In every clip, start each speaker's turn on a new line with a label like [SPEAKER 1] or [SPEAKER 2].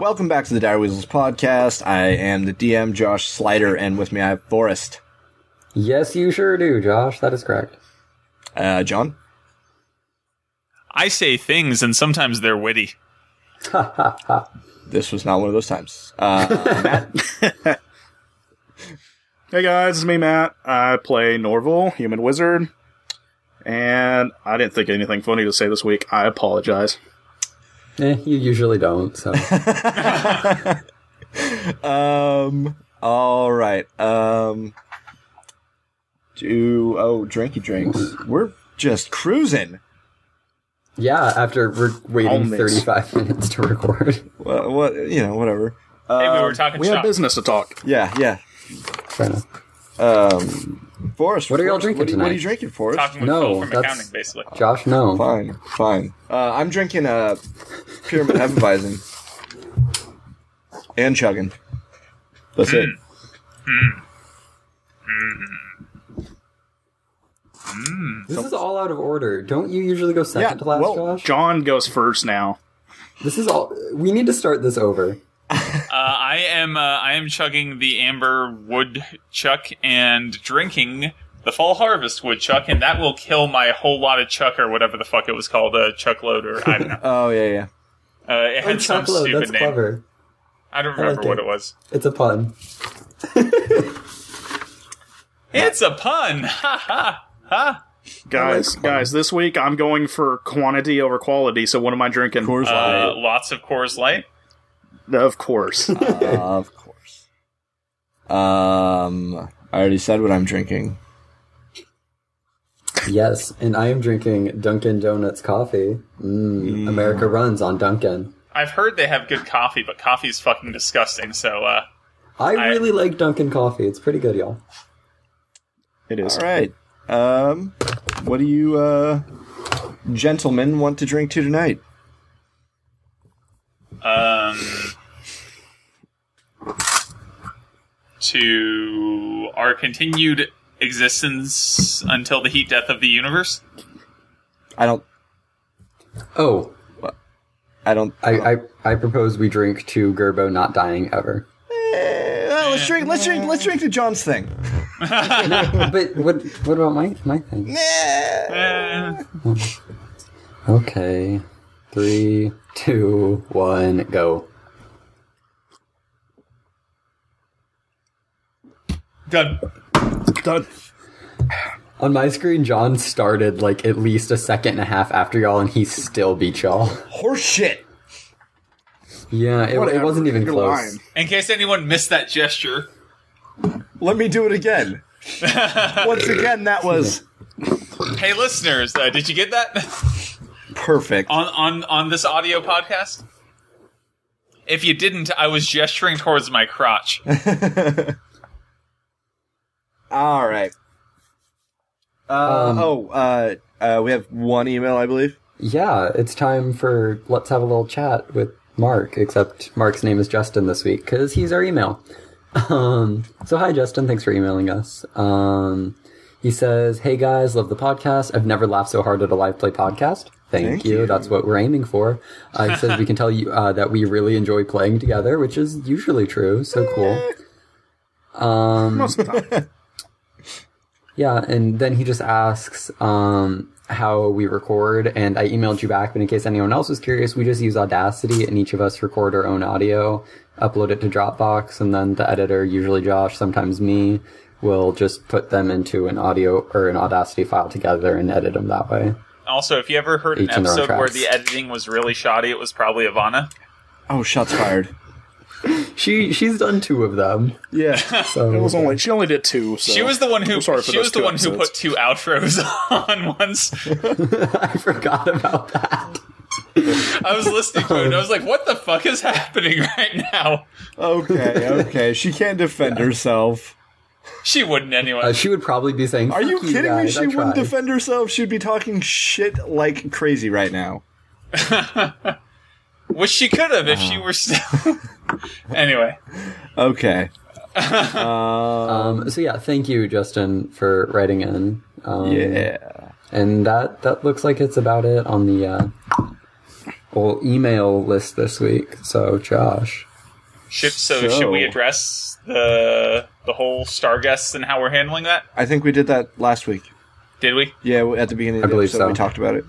[SPEAKER 1] welcome back to the Dire Weasels podcast. I am the DM, Josh Slider, and with me I have Forrest,
[SPEAKER 2] Yes, you sure do, Josh. That is correct.
[SPEAKER 1] uh, John,
[SPEAKER 3] I say things, and sometimes they're witty.
[SPEAKER 1] this was not one of those times. Uh, Matt,
[SPEAKER 4] Hey guys, it's me, Matt. I play Norval, human wizard, and I didn't think of anything funny to say this week. I apologize.
[SPEAKER 2] Eh, you usually don't. So
[SPEAKER 1] um, all right. Um, do oh, drinky drinks. We're just cruising.
[SPEAKER 2] yeah, after we're waiting
[SPEAKER 4] Almonds.
[SPEAKER 2] 35 minutes to record.
[SPEAKER 1] What, what you know, whatever.
[SPEAKER 3] Hey, we were talking
[SPEAKER 4] We have
[SPEAKER 3] shop.
[SPEAKER 4] business to talk.
[SPEAKER 1] Yeah, yeah.
[SPEAKER 2] Fair enough.
[SPEAKER 1] Forrest,
[SPEAKER 2] What are y'all
[SPEAKER 1] Forrest,
[SPEAKER 2] drinking
[SPEAKER 1] what, are- What are
[SPEAKER 2] tonight?
[SPEAKER 1] you drinking, Forrest?
[SPEAKER 3] talking with
[SPEAKER 2] No,
[SPEAKER 3] Phil from
[SPEAKER 2] that's-
[SPEAKER 3] accounting, basically.
[SPEAKER 2] Josh, no.
[SPEAKER 1] Fine, fine. Uh, I'm drinking uh, Pyramid Hefeweizen and chugging. That's it.
[SPEAKER 2] This is all out of order. Don't you usually go
[SPEAKER 1] Yeah,
[SPEAKER 2] second to last,
[SPEAKER 1] well,
[SPEAKER 2] Josh?
[SPEAKER 4] John goes first now.
[SPEAKER 2] This is all. We need to start this over.
[SPEAKER 3] Uh, I am uh, I am chugging the amber woodchuck and drinking the fall harvest woodchuck, and that will kill my whole lot of chuck or whatever the fuck it was called, a uh, chuck load or I don't know.
[SPEAKER 1] Oh yeah, yeah.
[SPEAKER 3] Uh, it had
[SPEAKER 2] Oh,
[SPEAKER 3] some
[SPEAKER 2] Chucklo,
[SPEAKER 3] stupid
[SPEAKER 2] that's
[SPEAKER 3] name.
[SPEAKER 2] clever.
[SPEAKER 3] I don't
[SPEAKER 2] like
[SPEAKER 3] remember what
[SPEAKER 2] it.
[SPEAKER 3] it was.
[SPEAKER 2] It's a pun.
[SPEAKER 3] It's a pun. Uh, Ha ha ha.
[SPEAKER 4] Guys, guys, this week I'm going for quantity over quality. So what am I drinking? Uh,
[SPEAKER 1] Coors
[SPEAKER 3] Uh,
[SPEAKER 1] Light,
[SPEAKER 3] lots of Coors Light.
[SPEAKER 4] Of course.
[SPEAKER 1] of course. Um, I already said what I'm drinking.
[SPEAKER 2] Yes, and I am drinking Dunkin' Donuts coffee. Mm, America runs on Dunkin'.
[SPEAKER 3] I've heard they have good coffee, but coffee's fucking disgusting. So uh,
[SPEAKER 2] I, really like Dunkin' coffee. It's pretty good, y'all.
[SPEAKER 4] It
[SPEAKER 1] All
[SPEAKER 4] is.
[SPEAKER 1] right. Um, what do you, uh, gentlemen, want to drink to tonight?
[SPEAKER 3] um, to our continued existence until the heat death of the universe.
[SPEAKER 1] I don't.
[SPEAKER 2] Oh,
[SPEAKER 1] I don't.
[SPEAKER 2] I, I, I propose we drink to Gerbo not dying ever.
[SPEAKER 1] Eh, let's drink. Let's drink. Let's drink to John's thing.
[SPEAKER 2] but what what about my my thing?
[SPEAKER 3] Eh,
[SPEAKER 2] Okay, three, two, one, go.
[SPEAKER 3] done.
[SPEAKER 4] Done.
[SPEAKER 2] On my screen, John started like at least a second and a half after y'all, and he still beat y'all.
[SPEAKER 1] Horseshit.
[SPEAKER 2] Yeah, it, it
[SPEAKER 4] Whatever.
[SPEAKER 2] wasn't even
[SPEAKER 4] You're
[SPEAKER 2] close.
[SPEAKER 4] lying.
[SPEAKER 3] In case anyone missed that gesture,
[SPEAKER 1] Let me do it again. Once again, that was
[SPEAKER 3] hey listeners, uh, did you get that
[SPEAKER 1] perfect.
[SPEAKER 3] on on on this audio podcast? If you didn't, I was gesturing towards my crotch.
[SPEAKER 1] All right. Uh, oh, uh, uh, we have one email, I believe.
[SPEAKER 2] Yeah, it's time for let's have a little chat with Mark. Except Mark's name is Justin this week because he's our email. Um, so hi, Justin. Thanks for emailing us. Um, he says, "Hey guys, love the podcast. I've never laughed so hard at a live play podcast. Thank,
[SPEAKER 1] Thank
[SPEAKER 2] you.
[SPEAKER 1] you.
[SPEAKER 2] That's what we're aiming for." Uh, he says we can tell you uh, that we really enjoy playing together, which is usually true. So cool.
[SPEAKER 4] Most of the time.
[SPEAKER 2] Yeah, and then he just asks um, how we record, and I emailed you back, but in case anyone else was curious, we just use Audacity, and each of us record our own audio, upload it to Dropbox, and then the editor, usually Josh, sometimes me, will just put them into an audio or an Audacity file together and edit them that way.
[SPEAKER 3] Also, if you ever heard an
[SPEAKER 2] Each in their own
[SPEAKER 3] episode where
[SPEAKER 2] tracks.
[SPEAKER 3] the editing was really shoddy, it was probably Ivana.
[SPEAKER 1] Oh, shots fired.
[SPEAKER 2] She she's done two of them,
[SPEAKER 1] Yeah.
[SPEAKER 2] so
[SPEAKER 4] It was only she only did two. So.
[SPEAKER 3] She was the one who
[SPEAKER 4] I'm sorry for
[SPEAKER 3] she
[SPEAKER 4] those
[SPEAKER 3] was the
[SPEAKER 4] two
[SPEAKER 3] one who
[SPEAKER 4] episodes.
[SPEAKER 3] put two outros on once.
[SPEAKER 2] I forgot about that.
[SPEAKER 3] I was listening to it and I was like, what the fuck is happening right now?
[SPEAKER 1] okay, okay. She can't defend herself.
[SPEAKER 3] She wouldn't anyway.
[SPEAKER 2] Uh, she would probably be saying,
[SPEAKER 1] Are you
[SPEAKER 2] "Fuck
[SPEAKER 1] kidding me?
[SPEAKER 2] guys,
[SPEAKER 1] She
[SPEAKER 2] I
[SPEAKER 1] wouldn't
[SPEAKER 2] tried."
[SPEAKER 1] defend herself. She'd be talking shit like crazy right now.
[SPEAKER 3] Which she could have if she were still Anyway.
[SPEAKER 1] Okay.
[SPEAKER 2] Um, so yeah, thank you, Justin, for writing in. Um,
[SPEAKER 1] Yeah.
[SPEAKER 2] And that that looks like it's about it on the uh, whole email list this week. So, Josh.
[SPEAKER 3] Should, so, should we address the the whole Starguests and how we're handling that?
[SPEAKER 1] I think we did that last week.
[SPEAKER 3] Did we?
[SPEAKER 1] Yeah, we- at the beginning of
[SPEAKER 2] I
[SPEAKER 1] the
[SPEAKER 2] believe
[SPEAKER 1] episode,
[SPEAKER 2] so.
[SPEAKER 1] we talked about it.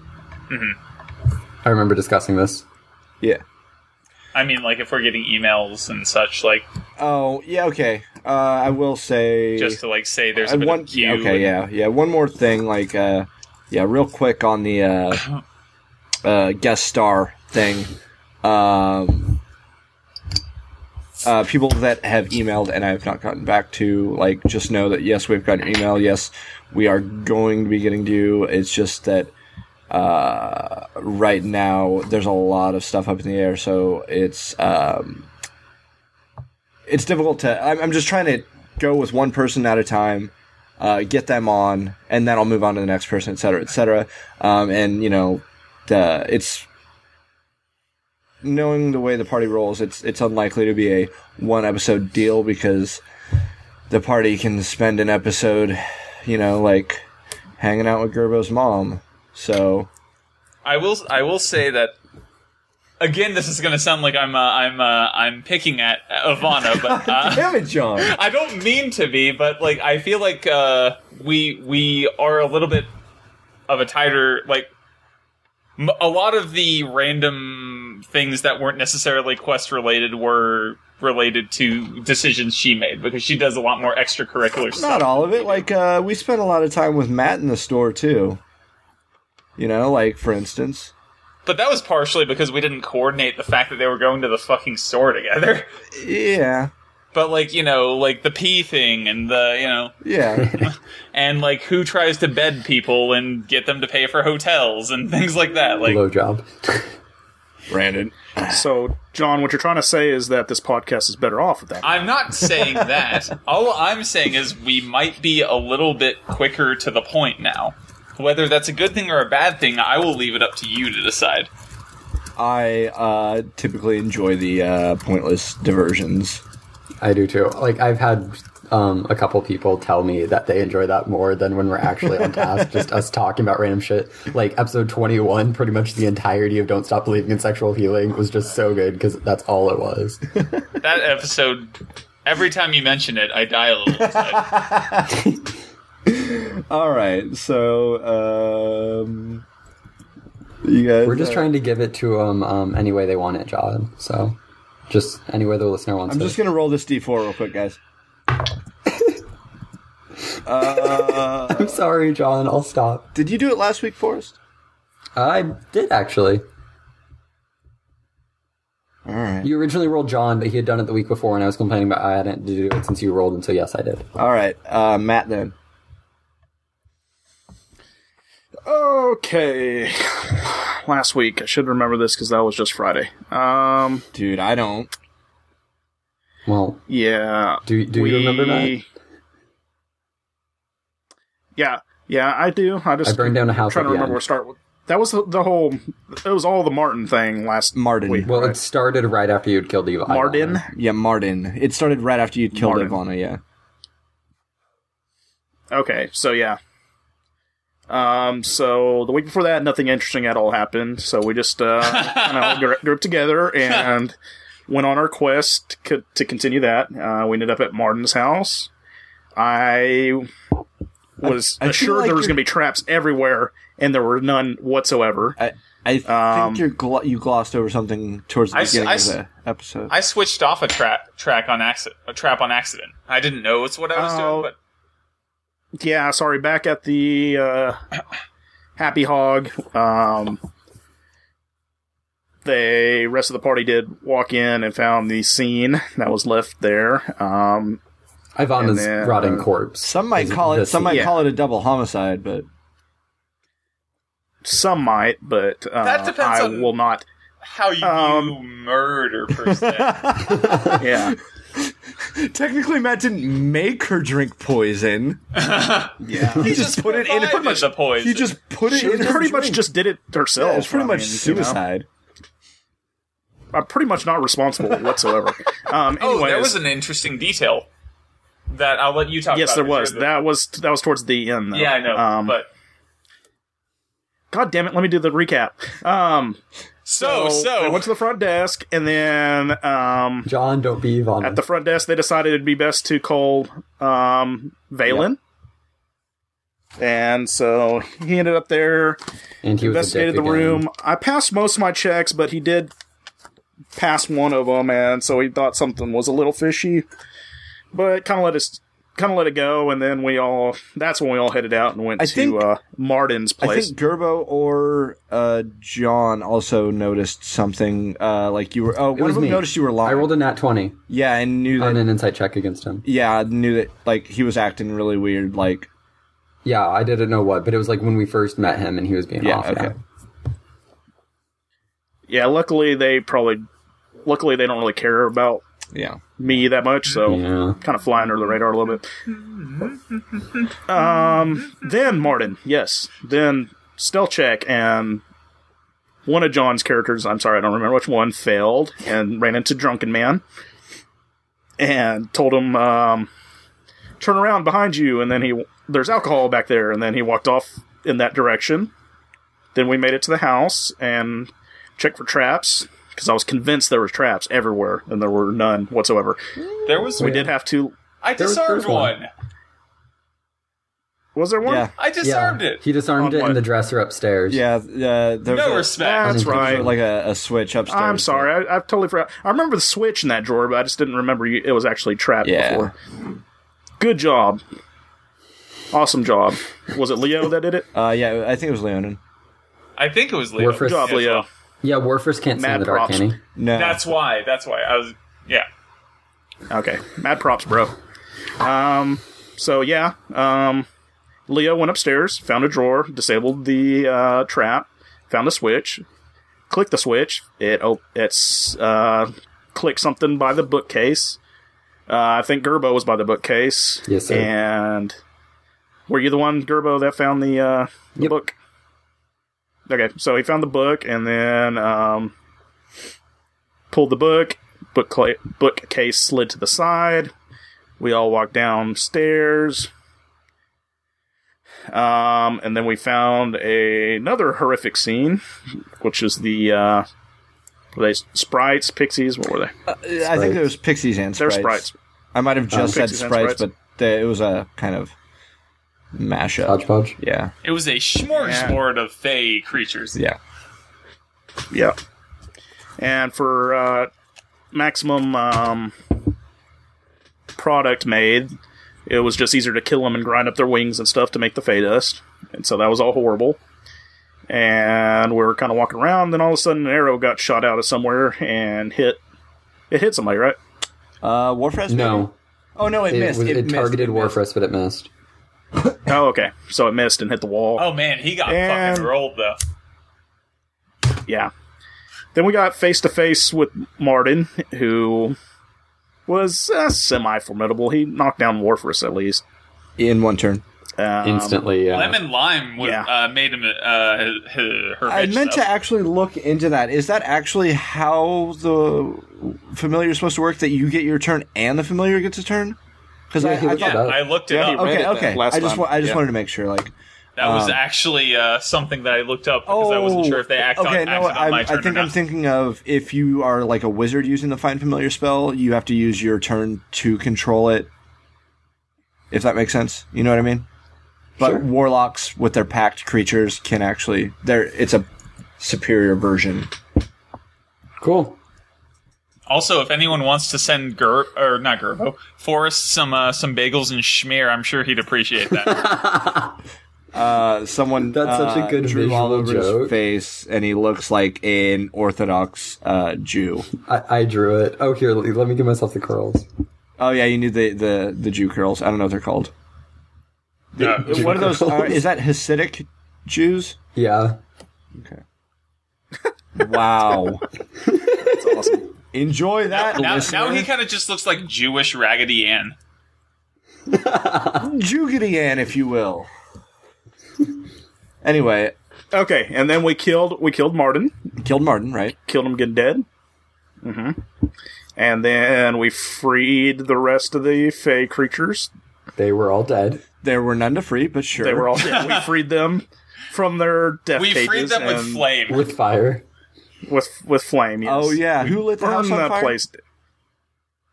[SPEAKER 2] I remember discussing this.
[SPEAKER 1] Yeah.
[SPEAKER 3] I mean, like if we're getting emails and such, like
[SPEAKER 1] Oh, yeah, okay. Uh, I will say.
[SPEAKER 3] just to like say there's
[SPEAKER 1] I
[SPEAKER 3] a bit
[SPEAKER 1] want-
[SPEAKER 3] of queue.
[SPEAKER 1] okay, yeah, yeah. One more thing, like, uh, yeah, real quick on the uh, uh, guest star thing. Um, uh, people that have emailed and I have not gotten back to, like, just know that yes, we've got your email. Yes, we are going to be getting to you. It's just that uh, right now there's a lot of stuff up in the air, so it's um, it's difficult to. I'm, I'm just trying to go with one person at a time, uh, get them on, and then I'll move on to the next person, et cetera, et cetera. Um, and you know, the, it's knowing the way the party rolls. It's it's unlikely to be a one episode deal because the party can spend an episode, you know, like hanging out with Gerbo's mom. So
[SPEAKER 3] I will. I will say that. Again, this is going to sound like I'm uh, I'm uh, I'm picking at Ivana, but uh,
[SPEAKER 1] damn it, John.
[SPEAKER 3] I don't mean to be, but like I feel like uh, we we are a little bit of a tighter like m- a lot of the random things that weren't necessarily quest related were related to decisions she made because she does a lot more extracurricular
[SPEAKER 1] Not
[SPEAKER 3] stuff.
[SPEAKER 1] all of it. Like uh, we spent a lot of time with Matt in the store too. You know, like for instance.
[SPEAKER 3] But that was partially because we didn't coordinate the fact that they were going to the fucking store together.
[SPEAKER 1] Yeah,
[SPEAKER 3] But like you know, like the pee thing and the you know
[SPEAKER 1] yeah,
[SPEAKER 3] and like who tries to bed people and get them to pay for hotels and things like that. Like
[SPEAKER 2] Low job.
[SPEAKER 1] Brandon.
[SPEAKER 4] So, John, what you're trying to say is that this podcast is better off with that.
[SPEAKER 3] I'm not saying that. All I'm saying is we might be a little bit quicker to the point now. Whether that's a good thing or a bad thing, I will leave it up to you to decide.
[SPEAKER 1] I uh, typically enjoy the uh, pointless diversions.
[SPEAKER 2] I do too. Like I've had um, a couple people tell me that they enjoy that more than when we're actually on task, just us talking about random shit. Like episode twenty one, pretty much the entirety of "Don't Stop Believing in Sexual Healing" was just so good because that's all it was.
[SPEAKER 3] That episode, every time you mention it, I die a little. inside.
[SPEAKER 1] All right, so um, you guys,
[SPEAKER 2] We're just
[SPEAKER 1] uh,
[SPEAKER 2] trying to give it to them um, any way they want it, John. So just any way the listener wants
[SPEAKER 1] I'm
[SPEAKER 2] it.
[SPEAKER 1] just gonna roll this d4 real quick, guys. uh,
[SPEAKER 2] I'm sorry, John. I'll stop.
[SPEAKER 1] did you do it last week, Forrest?
[SPEAKER 2] I did actually.
[SPEAKER 1] All right.
[SPEAKER 2] You originally rolled John, but he had done it the week before, and I was complaining about I hadn't to do it since you rolled, and so yes, I did.
[SPEAKER 1] All right, uh, Matt. Then
[SPEAKER 4] Okay. Last week, I should remember this because that was just Friday. Um,
[SPEAKER 1] Dude, I don't.
[SPEAKER 2] Well,
[SPEAKER 4] yeah.
[SPEAKER 2] do do you remember that?
[SPEAKER 4] Yeah, yeah, I do. I
[SPEAKER 2] I
[SPEAKER 4] just
[SPEAKER 2] burned down a house.
[SPEAKER 4] trying to
[SPEAKER 2] at the
[SPEAKER 4] remember
[SPEAKER 2] end.
[SPEAKER 4] where to start. With. That was the, the whole. It was all the Martin thing last
[SPEAKER 1] Martin.
[SPEAKER 4] week.
[SPEAKER 2] Well,
[SPEAKER 4] right?
[SPEAKER 2] it started right after you'd killed Levi.
[SPEAKER 4] Martin.
[SPEAKER 1] Yeah, Martin. It started right after you killed
[SPEAKER 4] Martin.
[SPEAKER 1] Ivana. Yeah.
[SPEAKER 4] Okay, so yeah. Um, so the week before that, nothing interesting at all happened. So we just uh, kind of all gr- grouped together and went on our quest co- to continue that. Uh, we ended up at Martin's house. I was
[SPEAKER 1] I- I feel
[SPEAKER 4] assured
[SPEAKER 1] like
[SPEAKER 4] there was
[SPEAKER 1] you're-
[SPEAKER 4] going to be traps everywhere, and there were none whatsoever.
[SPEAKER 1] I I think
[SPEAKER 4] Um,
[SPEAKER 1] you're glo- you glossed over something towards the
[SPEAKER 3] I s-
[SPEAKER 1] beginning
[SPEAKER 3] I
[SPEAKER 1] of
[SPEAKER 3] s-
[SPEAKER 1] the episode.
[SPEAKER 3] I switched off a trap track on accident. A trap on accident. I didn't know it's what I was
[SPEAKER 4] Oh.
[SPEAKER 3] doing, but
[SPEAKER 4] yeah, sorry, back at the uh, Happy Hog. Um, the rest of the party did walk in and found the scene that was left there. Um,
[SPEAKER 2] Ivana's
[SPEAKER 4] And then,
[SPEAKER 2] rotting
[SPEAKER 4] uh,
[SPEAKER 2] corpse.
[SPEAKER 1] some might
[SPEAKER 2] Is
[SPEAKER 1] call
[SPEAKER 2] the
[SPEAKER 1] it some
[SPEAKER 2] scene.
[SPEAKER 1] might
[SPEAKER 4] yeah.
[SPEAKER 1] call it a double homicide, but
[SPEAKER 4] some might, but uh,
[SPEAKER 3] That depends
[SPEAKER 4] I
[SPEAKER 3] on-
[SPEAKER 4] will not.
[SPEAKER 3] how you
[SPEAKER 4] Um.
[SPEAKER 3] murder person.
[SPEAKER 4] Yeah,
[SPEAKER 1] technically Matt didn't make her drink poison.
[SPEAKER 4] yeah.
[SPEAKER 1] He just put it in
[SPEAKER 3] Pretty much the poison.
[SPEAKER 1] he just put it
[SPEAKER 4] She
[SPEAKER 1] in her
[SPEAKER 4] pretty much
[SPEAKER 1] drink.
[SPEAKER 4] just did it herself.
[SPEAKER 1] Yeah, it's pretty
[SPEAKER 4] I
[SPEAKER 1] much
[SPEAKER 4] mean, you know,
[SPEAKER 1] suicide.
[SPEAKER 4] I'm pretty much not responsible whatsoever. Um,
[SPEAKER 3] Oh, there
[SPEAKER 4] anyways,
[SPEAKER 3] was an interesting detail that I'll let you talk
[SPEAKER 4] yes,
[SPEAKER 3] about.
[SPEAKER 4] there
[SPEAKER 3] because
[SPEAKER 4] was.
[SPEAKER 3] you're the-
[SPEAKER 4] That was that was towards the end. Though.
[SPEAKER 3] Yeah, I know.
[SPEAKER 4] Um,
[SPEAKER 3] but
[SPEAKER 4] God damn it! Let me do the recap. Um,
[SPEAKER 3] So, so.
[SPEAKER 4] they went to the front desk, and then um,
[SPEAKER 2] John, don't be Yvonne.
[SPEAKER 4] at the front desk they decided it'd be best to call um, Valen. And so he ended up there,
[SPEAKER 2] and he was a
[SPEAKER 4] investigated the
[SPEAKER 2] dick again.
[SPEAKER 4] room. I passed most of my checks, but he did pass one of them, and so he thought something was a little fishy. But kind of let us kind of let it go, and then we all that's when we all headed out and went
[SPEAKER 1] I
[SPEAKER 4] to
[SPEAKER 1] think-
[SPEAKER 4] uh, Martin's
[SPEAKER 1] I
[SPEAKER 4] place.
[SPEAKER 1] think Gerbo or uh, John also noticed something. Uh, like you were. Oh, one
[SPEAKER 2] was
[SPEAKER 1] of them
[SPEAKER 2] me.
[SPEAKER 1] noticed you were lying.
[SPEAKER 2] I rolled a nat twenty
[SPEAKER 1] yeah, and knew that.
[SPEAKER 2] on an insight check against him.
[SPEAKER 1] yeah, I knew that. Like he was acting really weird. Like
[SPEAKER 2] Yeah, I didn't know what, but it was like when we first met him and he was being
[SPEAKER 1] Yeah,
[SPEAKER 2] off.
[SPEAKER 1] okay.
[SPEAKER 4] yeah, luckily they probably luckily they don't really care about
[SPEAKER 1] yeah,
[SPEAKER 4] me that much, so
[SPEAKER 2] Yeah. yeah.
[SPEAKER 4] kind of fly under the radar a little bit. um, then Martin, yes, then stealth check and one of John's characters. I'm sorry, I don't remember which one failed and ran into drunken man and told him um, turn around behind you, and then he there's alcohol back there, and then he walked off in that direction. Then we made it to the house and checked for traps because I was convinced there were traps everywhere, and there were none whatsoever.
[SPEAKER 3] there was
[SPEAKER 4] We did have to
[SPEAKER 3] I
[SPEAKER 2] There was- there
[SPEAKER 3] disarmed
[SPEAKER 2] was one.
[SPEAKER 3] one.
[SPEAKER 4] Was there one?
[SPEAKER 1] yeah,
[SPEAKER 3] I disarmed it.
[SPEAKER 2] He disarmed
[SPEAKER 4] On
[SPEAKER 2] it
[SPEAKER 4] what?
[SPEAKER 2] in the dresser upstairs.
[SPEAKER 1] yeah. Uh, there was
[SPEAKER 3] No
[SPEAKER 1] a-
[SPEAKER 3] respect.
[SPEAKER 4] That's
[SPEAKER 1] there was
[SPEAKER 4] right.
[SPEAKER 1] Like a, a switch upstairs.
[SPEAKER 4] I'm sorry. I, I totally forgot. I remember the switch in that drawer, but I just didn't remember you, it was actually trapped
[SPEAKER 1] Yeah.
[SPEAKER 4] before. Good job. Awesome job. Was it Leo that did it?
[SPEAKER 1] Uh, yeah, I think it was Leonin.
[SPEAKER 3] I think it was
[SPEAKER 2] Ah.
[SPEAKER 3] Leo.
[SPEAKER 2] We're for-
[SPEAKER 4] Good job,
[SPEAKER 3] Yes,
[SPEAKER 4] Leo.
[SPEAKER 3] well,
[SPEAKER 2] Yeah, Warfers can't see
[SPEAKER 4] Mad
[SPEAKER 2] in the dark,
[SPEAKER 4] props.
[SPEAKER 2] can he?
[SPEAKER 1] No,
[SPEAKER 3] That's why. That's why. I was. Yeah.
[SPEAKER 4] Okay. Mad props, bro. Um, so, yeah. Um, Leo went upstairs, found a drawer, disabled the uh, trap, found a switch, clicked the switch. It op- it's uh, clicked something by the bookcase. Uh, I think Gerbo was by the bookcase.
[SPEAKER 2] Yes, sir.
[SPEAKER 4] And were you the one, Gerbo, that found the, uh, the
[SPEAKER 2] Yep.
[SPEAKER 4] book? Okay, so he found the book and then um, pulled the book. Book cla bookcase slid to the side. We all walked downstairs. Um, and then we found a, another horrific scene, which is the uh, were they sprites, pixies? What were they?
[SPEAKER 1] Uh, I think there was pixies and
[SPEAKER 4] They're
[SPEAKER 1] sprites.
[SPEAKER 4] sprites.
[SPEAKER 1] I might have just
[SPEAKER 4] Uh,
[SPEAKER 1] said
[SPEAKER 4] pixies and
[SPEAKER 1] sprites,
[SPEAKER 4] sprites.
[SPEAKER 1] but they, it was a kind of mashup.
[SPEAKER 2] Hodgepodge.
[SPEAKER 1] Yeah,
[SPEAKER 3] It was a smorgasbord of fey creatures.
[SPEAKER 1] yeah.
[SPEAKER 4] Yeah. And for uh, maximum um, product made, it was just easier to kill them and grind up their wings and stuff to make the Fey Dust. And so that was all horrible. And we were kind of walking around, then all of a sudden an arrow got shot out of somewhere and hit. It hit somebody, right?
[SPEAKER 1] Uh, Warfrest.
[SPEAKER 2] No,
[SPEAKER 1] Oh no, it,
[SPEAKER 2] it,
[SPEAKER 1] missed.
[SPEAKER 2] was,
[SPEAKER 1] it,
[SPEAKER 2] it,
[SPEAKER 1] missed.
[SPEAKER 2] targeted
[SPEAKER 1] It missed.
[SPEAKER 2] Warfrest, but it missed.
[SPEAKER 4] Oh, okay. So it missed and hit the wall.
[SPEAKER 3] Oh man, he got
[SPEAKER 4] And-
[SPEAKER 3] fucking rolled though.
[SPEAKER 4] yeah. Then we got face to face with Martin, who was uh, semi formidable. He knocked down Warfrus at least.
[SPEAKER 1] in one turn.
[SPEAKER 4] Um,
[SPEAKER 2] Instantly, yeah.
[SPEAKER 3] Lemon lime would,
[SPEAKER 4] yeah.
[SPEAKER 3] uh, made him uh, her. her
[SPEAKER 1] I
[SPEAKER 3] bitch,
[SPEAKER 1] meant
[SPEAKER 3] though.
[SPEAKER 1] to actually look into that. Is that actually how the familiar is supposed to work? That you get your turn and the familiar gets a turn? Because
[SPEAKER 2] Yeah,
[SPEAKER 1] I,
[SPEAKER 2] he
[SPEAKER 1] I
[SPEAKER 2] looked
[SPEAKER 1] thought.
[SPEAKER 2] it up.
[SPEAKER 3] Yeah, I looked it
[SPEAKER 4] Yeah, he
[SPEAKER 3] up.
[SPEAKER 4] read
[SPEAKER 1] Okay,
[SPEAKER 4] it then,
[SPEAKER 1] okay.
[SPEAKER 4] last
[SPEAKER 1] I just
[SPEAKER 4] time.
[SPEAKER 1] wa- I just
[SPEAKER 4] Yeah.
[SPEAKER 1] wanted to make sure. Like,
[SPEAKER 3] That was
[SPEAKER 1] Um,
[SPEAKER 3] actually uh, something that I looked up because I wasn't sure if they acted
[SPEAKER 1] Oh, okay,
[SPEAKER 3] on,
[SPEAKER 1] no,
[SPEAKER 3] acted on
[SPEAKER 1] I'm,
[SPEAKER 3] my turn
[SPEAKER 1] I think
[SPEAKER 3] or
[SPEAKER 1] I'm
[SPEAKER 3] not.
[SPEAKER 1] thinking of if you are like a wizard using the find familiar spell, you have to use your turn to control it. If that makes sense, you know what I mean. But
[SPEAKER 2] Sure.
[SPEAKER 1] warlocks with their packed creatures can actually there. It's a superior version.
[SPEAKER 2] cool.
[SPEAKER 3] Also, if anyone wants to send Ger or not Gerbo Forrest some uh, some bagels and schmear, I'm sure he'd appreciate that.
[SPEAKER 1] Uh, someone
[SPEAKER 2] That's such a
[SPEAKER 1] uh,
[SPEAKER 2] good
[SPEAKER 1] drew all
[SPEAKER 2] visual
[SPEAKER 1] over
[SPEAKER 2] joke.
[SPEAKER 1] his face, and he looks like an Orthodox uh, Jew.
[SPEAKER 2] I, I drew it. Oh, here, let me give myself the curls.
[SPEAKER 1] Oh yeah, you knew the the the Jew curls. I don't know what they're called.
[SPEAKER 3] Yeah.
[SPEAKER 1] What are those? Uh, is that Hasidic Jews?
[SPEAKER 2] Yeah.
[SPEAKER 1] Wow. That's awesome. Enjoy that,
[SPEAKER 3] now,
[SPEAKER 1] listener.
[SPEAKER 3] now he kind of just looks like Jewish Raggedy Ann.
[SPEAKER 1] Jugity Ann, if you will. Anyway,
[SPEAKER 4] Um, Okay, and then we killed we killed Martin,
[SPEAKER 1] killed Martin, right?
[SPEAKER 4] killed him good dead. Mm-hmm. And then we freed the rest of the Fey creatures.
[SPEAKER 2] They were all dead.
[SPEAKER 1] There were none to free, but sure.
[SPEAKER 4] They were all dead. we freed them from their death
[SPEAKER 3] We
[SPEAKER 4] cages.
[SPEAKER 3] freed them with
[SPEAKER 4] and-
[SPEAKER 3] flame.
[SPEAKER 2] With fire.
[SPEAKER 4] with with flame. Yes.
[SPEAKER 1] Oh, yeah.
[SPEAKER 4] We
[SPEAKER 1] Who lit the
[SPEAKER 4] burned
[SPEAKER 1] house on
[SPEAKER 4] that
[SPEAKER 1] fire?
[SPEAKER 4] place? d-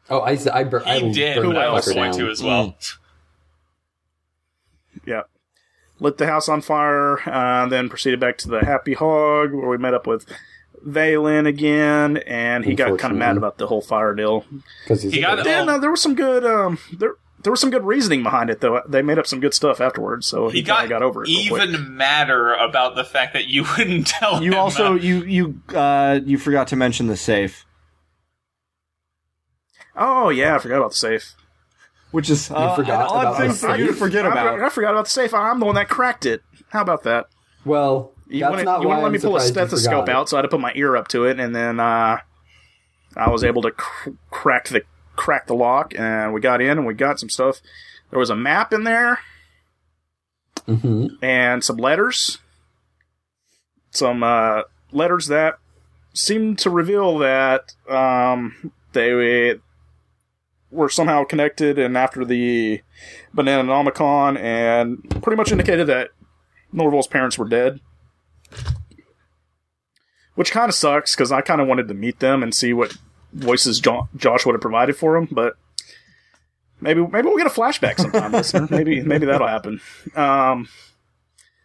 [SPEAKER 2] Oh, I I, bur- I
[SPEAKER 3] He
[SPEAKER 2] will
[SPEAKER 3] did,
[SPEAKER 2] burn
[SPEAKER 3] but
[SPEAKER 2] that
[SPEAKER 3] I also
[SPEAKER 2] fucker
[SPEAKER 3] went to
[SPEAKER 2] down.
[SPEAKER 3] as well.
[SPEAKER 4] Mm. Yeah, lit the house on fire. Uh, then proceeded back to the Happy Hog where we met up with Valen again, and he got kind of mad
[SPEAKER 2] Unfortunately.
[SPEAKER 4] about the whole fire deal.
[SPEAKER 2] Because he's
[SPEAKER 3] He
[SPEAKER 2] a
[SPEAKER 3] got
[SPEAKER 2] dick.
[SPEAKER 3] it.
[SPEAKER 4] Yeah,
[SPEAKER 3] Oh.
[SPEAKER 4] no, there was some good um there there was some good reasoning behind it though. They made up some good stuff afterwards, so he,
[SPEAKER 3] He
[SPEAKER 4] kind
[SPEAKER 3] got,
[SPEAKER 4] of got over it. real quick.
[SPEAKER 3] even madder about the fact that you wouldn't tell him.
[SPEAKER 1] You also
[SPEAKER 3] uh,
[SPEAKER 1] you you uh, you forgot to mention the safe,
[SPEAKER 4] Oh yeah, I forgot about the safe.
[SPEAKER 1] which is uh,
[SPEAKER 2] forgot
[SPEAKER 1] an odd
[SPEAKER 2] about
[SPEAKER 1] thing
[SPEAKER 2] the
[SPEAKER 1] for you to
[SPEAKER 2] safe?
[SPEAKER 1] forget
[SPEAKER 4] I-
[SPEAKER 1] about.
[SPEAKER 4] I, forgot about the safe. I'm the one that cracked it. How about that?
[SPEAKER 2] Well,
[SPEAKER 4] You
[SPEAKER 2] that's
[SPEAKER 4] wanna,
[SPEAKER 2] not
[SPEAKER 4] you
[SPEAKER 2] why
[SPEAKER 4] wanna let
[SPEAKER 2] I'm
[SPEAKER 4] me pull a
[SPEAKER 2] surprised you
[SPEAKER 4] stethoscope
[SPEAKER 2] forgot.
[SPEAKER 4] out, so I had to put my ear up to it, and then uh, I was able to cr- crack the crack the lock, and we got in and we got some stuff. There was a map in there
[SPEAKER 2] Mhm.
[SPEAKER 4] and some letters, some uh, letters that seemed to reveal that um, they were somehow connected, and after the Banana Nomicon, and pretty much indicated that Norval's parents were dead. Which kind of sucks because I kind of wanted to meet them and see what voices jo- Josh would have provided for them, but maybe maybe we'll get a flashback sometime. listener. maybe maybe that'll happen. Um,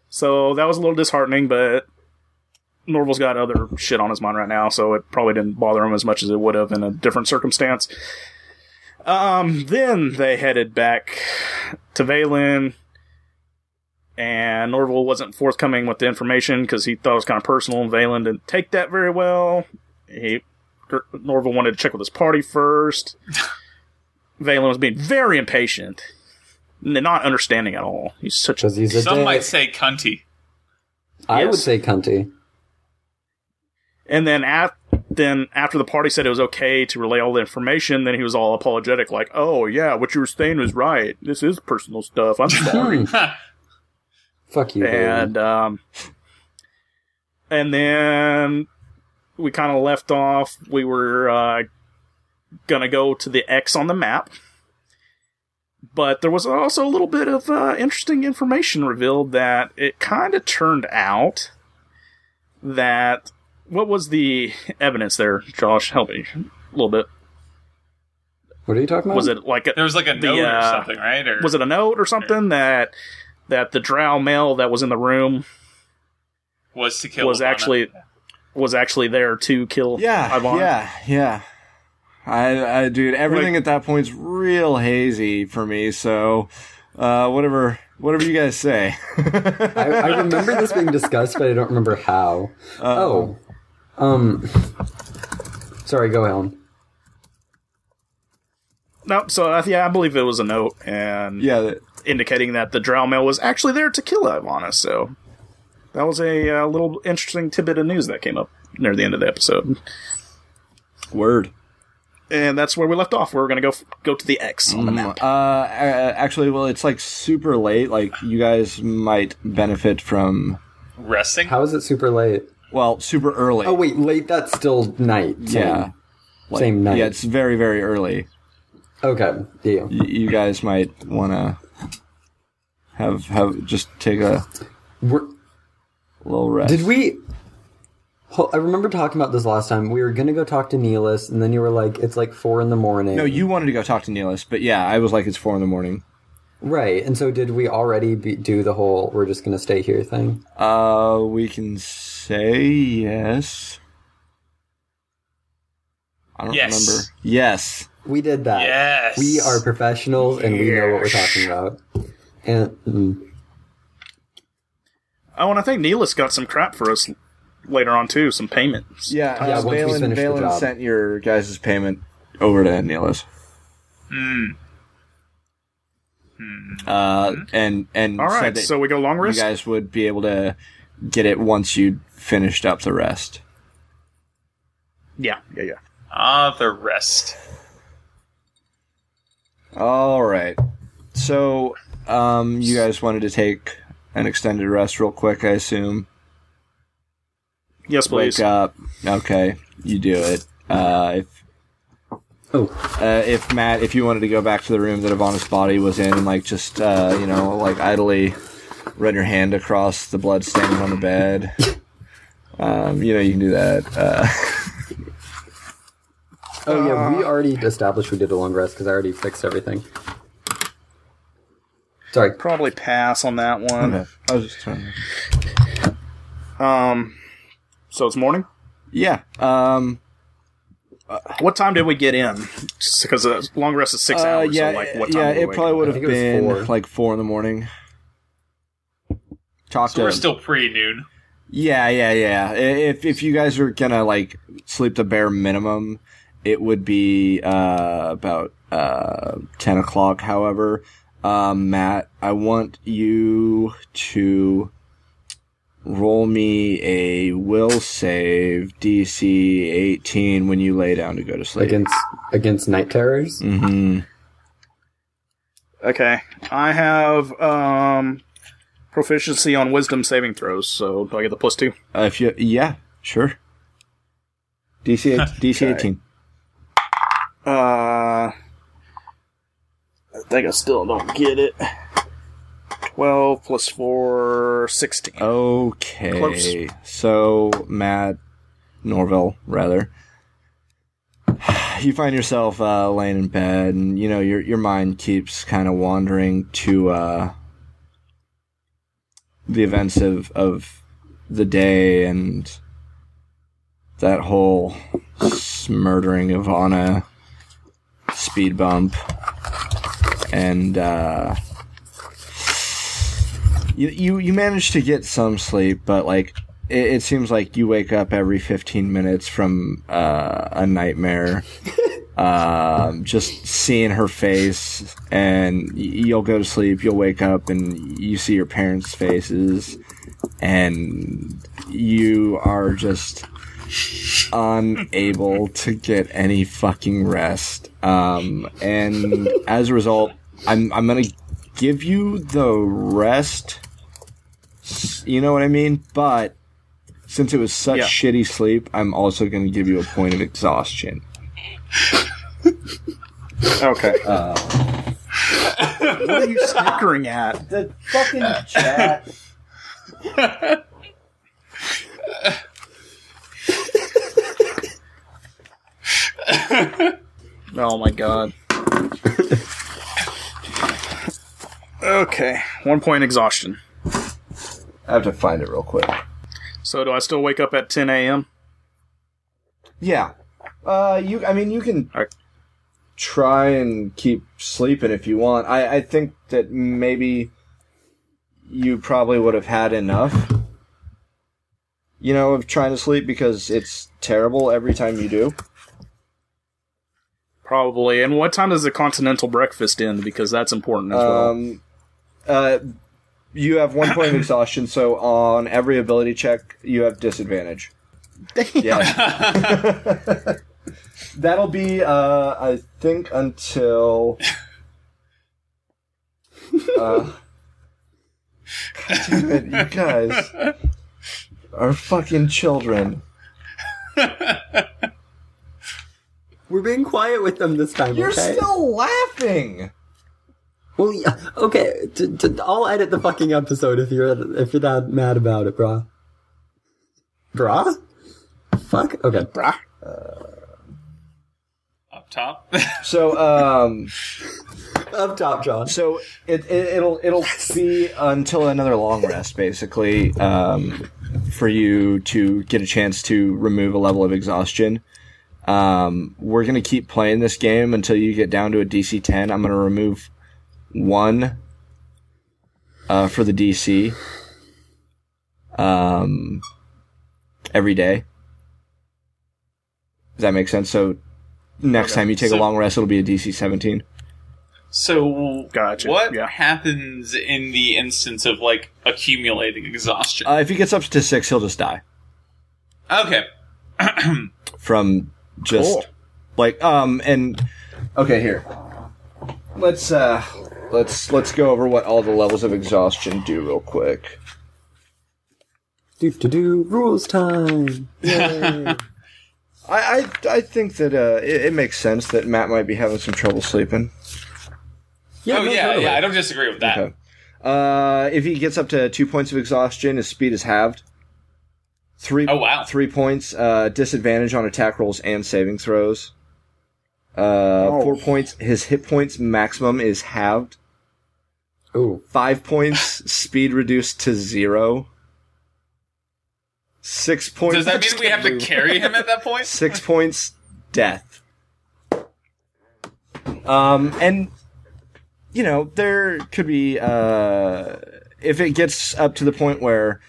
[SPEAKER 4] so that was a little disheartening, but Norval's got other shit on his mind right now, so it probably didn't bother him as much as it would have in a different circumstance. Um, then they headed back to Valen, and Norval wasn't forthcoming with the information because he thought it was kind of personal, and Valen didn't take that very well. He Norval wanted to check with his party first. Valen was being very impatient, n- not understanding at all. He's such a
[SPEAKER 2] 'Cause he's a
[SPEAKER 3] some
[SPEAKER 2] dick.
[SPEAKER 3] might say cunty.
[SPEAKER 2] I would
[SPEAKER 4] Yes.
[SPEAKER 2] say cunty.
[SPEAKER 4] And then at then after the party said it was okay to relay all the information, then he was all apologetic, like, "Oh yeah, what you were saying was right. This is personal stuff. I'm sorry."
[SPEAKER 2] Hmm. Fuck you. Bailey.
[SPEAKER 4] and um, and then we kind of left off. We were uh, gonna go to the X on the map, but there was also a little bit of uh, interesting information revealed that it kind of turned out that what was the evidence there, Josh? Help me a little bit.
[SPEAKER 2] What are you talking about?
[SPEAKER 4] Was it like a,
[SPEAKER 3] There was like a note or
[SPEAKER 4] uh,
[SPEAKER 3] something, right? Or
[SPEAKER 4] was it a note or something that that the drow male that was in the room
[SPEAKER 3] was to kill
[SPEAKER 4] was
[SPEAKER 3] Ivana.
[SPEAKER 4] actually was actually there to kill
[SPEAKER 1] yeah,
[SPEAKER 4] Ivan.
[SPEAKER 1] yeah, yeah. I, I, dude, everything at that point's real hazy for me. So, uh, whatever, whatever you guys say.
[SPEAKER 2] I, I remember this being discussed, but I don't remember how. oh, um, sorry. Go on.
[SPEAKER 4] No, so uh, yeah, I believe it was a note and
[SPEAKER 1] yeah, that-
[SPEAKER 4] indicating that the drow male was actually there to kill Ivana. So that was a uh, little interesting tidbit of news that came up near the end of the episode,
[SPEAKER 1] word.
[SPEAKER 4] and that's where we left off. We were going to go f- go to the X on the
[SPEAKER 1] Uh,
[SPEAKER 4] map.
[SPEAKER 1] a- actually, well, it's like super late. Like you guys might benefit from
[SPEAKER 3] resting.
[SPEAKER 2] How is it super late?
[SPEAKER 1] well, super early.
[SPEAKER 2] Oh wait, late. That's still night. Same.
[SPEAKER 1] yeah, Like,
[SPEAKER 2] same night.
[SPEAKER 1] Yeah, it's very very early.
[SPEAKER 2] Okay. Deal.
[SPEAKER 1] Y- you guys might want to have have just take a
[SPEAKER 2] We're,
[SPEAKER 1] little rest.
[SPEAKER 2] did we? Ho- I remember talking about this last time. We were gonna go talk to Neelis, and then you were like, "It's like four in the morning."
[SPEAKER 1] No, you wanted to go talk to Neelis, but yeah, I was like, it's four in the morning.
[SPEAKER 2] right. And so, did we already be, do the whole "we're just gonna stay here" thing?
[SPEAKER 1] Uh, we can say yes. I don't
[SPEAKER 3] Yes.
[SPEAKER 1] remember. Yes.
[SPEAKER 2] We did that.
[SPEAKER 3] Yes.
[SPEAKER 2] We are professionals, and we know what we're talking about. And mm,
[SPEAKER 4] Oh, and I think Neelis got some crap for us later on too, some payments.
[SPEAKER 1] Yeah,
[SPEAKER 2] Yeah,
[SPEAKER 1] yeah
[SPEAKER 2] uh, once we
[SPEAKER 1] Balin,
[SPEAKER 2] finish the
[SPEAKER 1] Balin
[SPEAKER 2] job.
[SPEAKER 1] sent your guys' payment over to Neelis.
[SPEAKER 4] Hmm.
[SPEAKER 1] Uh, and and
[SPEAKER 4] All
[SPEAKER 1] said
[SPEAKER 4] right,
[SPEAKER 1] that
[SPEAKER 4] so we go long
[SPEAKER 1] you
[SPEAKER 4] rest.
[SPEAKER 1] guys would be able to get it once you finished up the rest.
[SPEAKER 4] yeah, yeah, yeah.
[SPEAKER 3] Ah, the rest.
[SPEAKER 1] All right. So, um, you guys wanted to take an extended rest real quick, I assume.
[SPEAKER 4] Yes, please.
[SPEAKER 1] Wake up. Okay, you do it. Uh, if
[SPEAKER 2] oh,
[SPEAKER 1] uh, if Matt, if you wanted to go back to the room that Ivana's body was in, and like just uh, you know, like idly run your hand across the blood stains on the bed, Um, you know, you can do that. Uh,
[SPEAKER 2] Oh yeah, we already established we did a long rest because I already fixed everything. Sorry.
[SPEAKER 4] Probably pass on that one.
[SPEAKER 1] I was just trying. To...
[SPEAKER 4] Um, so it's morning.
[SPEAKER 1] Yeah. Um,
[SPEAKER 4] What time did we get in? Because uh, long rest is six
[SPEAKER 1] uh,
[SPEAKER 4] hours.
[SPEAKER 1] yeah.
[SPEAKER 4] so like what time
[SPEAKER 1] yeah.
[SPEAKER 4] were we
[SPEAKER 1] It probably
[SPEAKER 4] waking?
[SPEAKER 1] would
[SPEAKER 2] I
[SPEAKER 1] have
[SPEAKER 2] think it was
[SPEAKER 1] been
[SPEAKER 2] four.
[SPEAKER 1] like four in the morning. Talk
[SPEAKER 3] So we're
[SPEAKER 1] to-
[SPEAKER 3] still pre noon.
[SPEAKER 1] Yeah, yeah, yeah. I- If if you guys are gonna like sleep the bare minimum, it would be uh, about uh, ten o'clock. However, um, Matt, I want you to roll me a will save DC eighteen when you lay down to go to sleep.
[SPEAKER 2] Against against night terrors.
[SPEAKER 1] hmm
[SPEAKER 4] Okay. I have um proficiency on wisdom saving throws, so do I get the plus two?
[SPEAKER 1] Uh, if you, yeah, sure. DC eight- DC
[SPEAKER 4] Okay.
[SPEAKER 1] eighteen.
[SPEAKER 4] Uh I think I still don't get it. Twelve plus four, sixteen.
[SPEAKER 1] Okay.
[SPEAKER 4] Close.
[SPEAKER 1] So, Matt Norville, rather, you find yourself uh, laying in bed, and you know your your mind keeps kind of wandering to uh, the events of of the day and that whole s- murdering of Anna speed bump and uh you, you you manage to get some sleep, but like it, it seems like you wake up every 15 minutes from uh, a nightmare. um, just seeing her face, and y- you'll go to sleep. You'll wake up, and you see your parents' faces, and you are just unable to get any fucking rest. Um, and as a result, I'm I'm gonna give you the rest. S- You know what I mean? But since it was such
[SPEAKER 4] Yeah.
[SPEAKER 1] shitty sleep, I'm also gonna give you a point of exhaustion.
[SPEAKER 4] Okay. Uh, what are you snickering at?
[SPEAKER 1] The fucking chat.
[SPEAKER 4] Oh my god. okay. One point exhaustion.
[SPEAKER 1] I have to find it real quick.
[SPEAKER 4] So do I still wake up at ten AM?
[SPEAKER 1] Yeah. Uh, you. I mean, you can
[SPEAKER 4] Alright.
[SPEAKER 1] try and keep sleeping if you want. I, I think that maybe you probably would have had enough. You know, of trying to sleep because it's terrible every time you do.
[SPEAKER 4] Probably. And what time does the continental breakfast end? Because that's important as well.
[SPEAKER 1] Um, uh, you have one point of exhaustion, so on every ability check, you have disadvantage. Yeah. That'll be, uh, I think, until. Uh, God damn it, you guys are fucking children.
[SPEAKER 2] We're being quiet with them this time.
[SPEAKER 1] You're
[SPEAKER 2] okay.
[SPEAKER 1] still laughing.
[SPEAKER 2] well, yeah, okay. T- t- I'll edit the fucking episode if you're if you're that mad about it, brah. Brah. Fuck. Okay.
[SPEAKER 4] Brah.
[SPEAKER 3] Up top.
[SPEAKER 1] So, um,
[SPEAKER 2] Up top, John.
[SPEAKER 1] so it, it it'll it'll be until another long rest basically um, for you to get a chance to remove a level of exhaustion um, we're going to keep playing this game until you get down to a dc 10 i'm going to remove one uh, for the dc um, every day does that make sense so next time you take
[SPEAKER 3] So-
[SPEAKER 1] a long rest it'll be a dc 17
[SPEAKER 3] So
[SPEAKER 4] Gotcha,
[SPEAKER 3] what
[SPEAKER 4] yeah.
[SPEAKER 3] happens in the instance of like accumulating exhaustion?
[SPEAKER 1] uh, if he gets up to six he'll just die
[SPEAKER 4] Uh,
[SPEAKER 3] okay.
[SPEAKER 1] from just
[SPEAKER 4] Cool.
[SPEAKER 1] like um and okay here let's uh let's let's go over what all the levels of exhaustion do real quick
[SPEAKER 2] Do to do rules time. Yay.
[SPEAKER 1] i i, I think that uh it, it makes sense that matt might be having some trouble sleeping
[SPEAKER 2] yeah,
[SPEAKER 3] oh
[SPEAKER 2] no,
[SPEAKER 3] yeah,
[SPEAKER 2] totally.
[SPEAKER 3] yeah. I don't disagree with that.
[SPEAKER 1] okay uh if he gets up to two points of exhaustion his speed is halved Three.
[SPEAKER 3] Oh, wow.
[SPEAKER 1] Three points. Uh, disadvantage on attack rolls and saving throws. Uh,
[SPEAKER 4] Oh.
[SPEAKER 1] Four points. His hit points maximum is halved.
[SPEAKER 2] Ooh,
[SPEAKER 1] Five points. speed reduced to zero. Six points.
[SPEAKER 3] Does that mean we have to carry him at that point?
[SPEAKER 1] six points death um and you know there could be uh if it gets up to the point where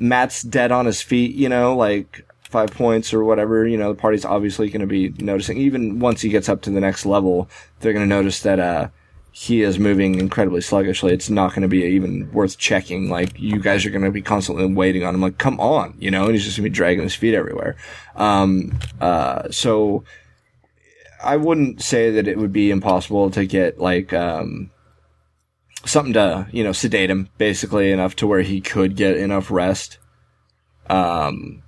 [SPEAKER 1] matt's dead on his feet you know like five points or whatever you know the party's obviously going to be noticing even once he gets up to the next level they're going to notice that uh he is moving incredibly sluggishly. It's not going to be even worth checking. Like you guys are going to be constantly waiting on him. Like come on, you know, and he's just going to be dragging his feet everywhere. Um, uh, so I wouldn't say that it would be impossible to get like um, something to you know sedate him basically enough to where he could get enough rest. Um,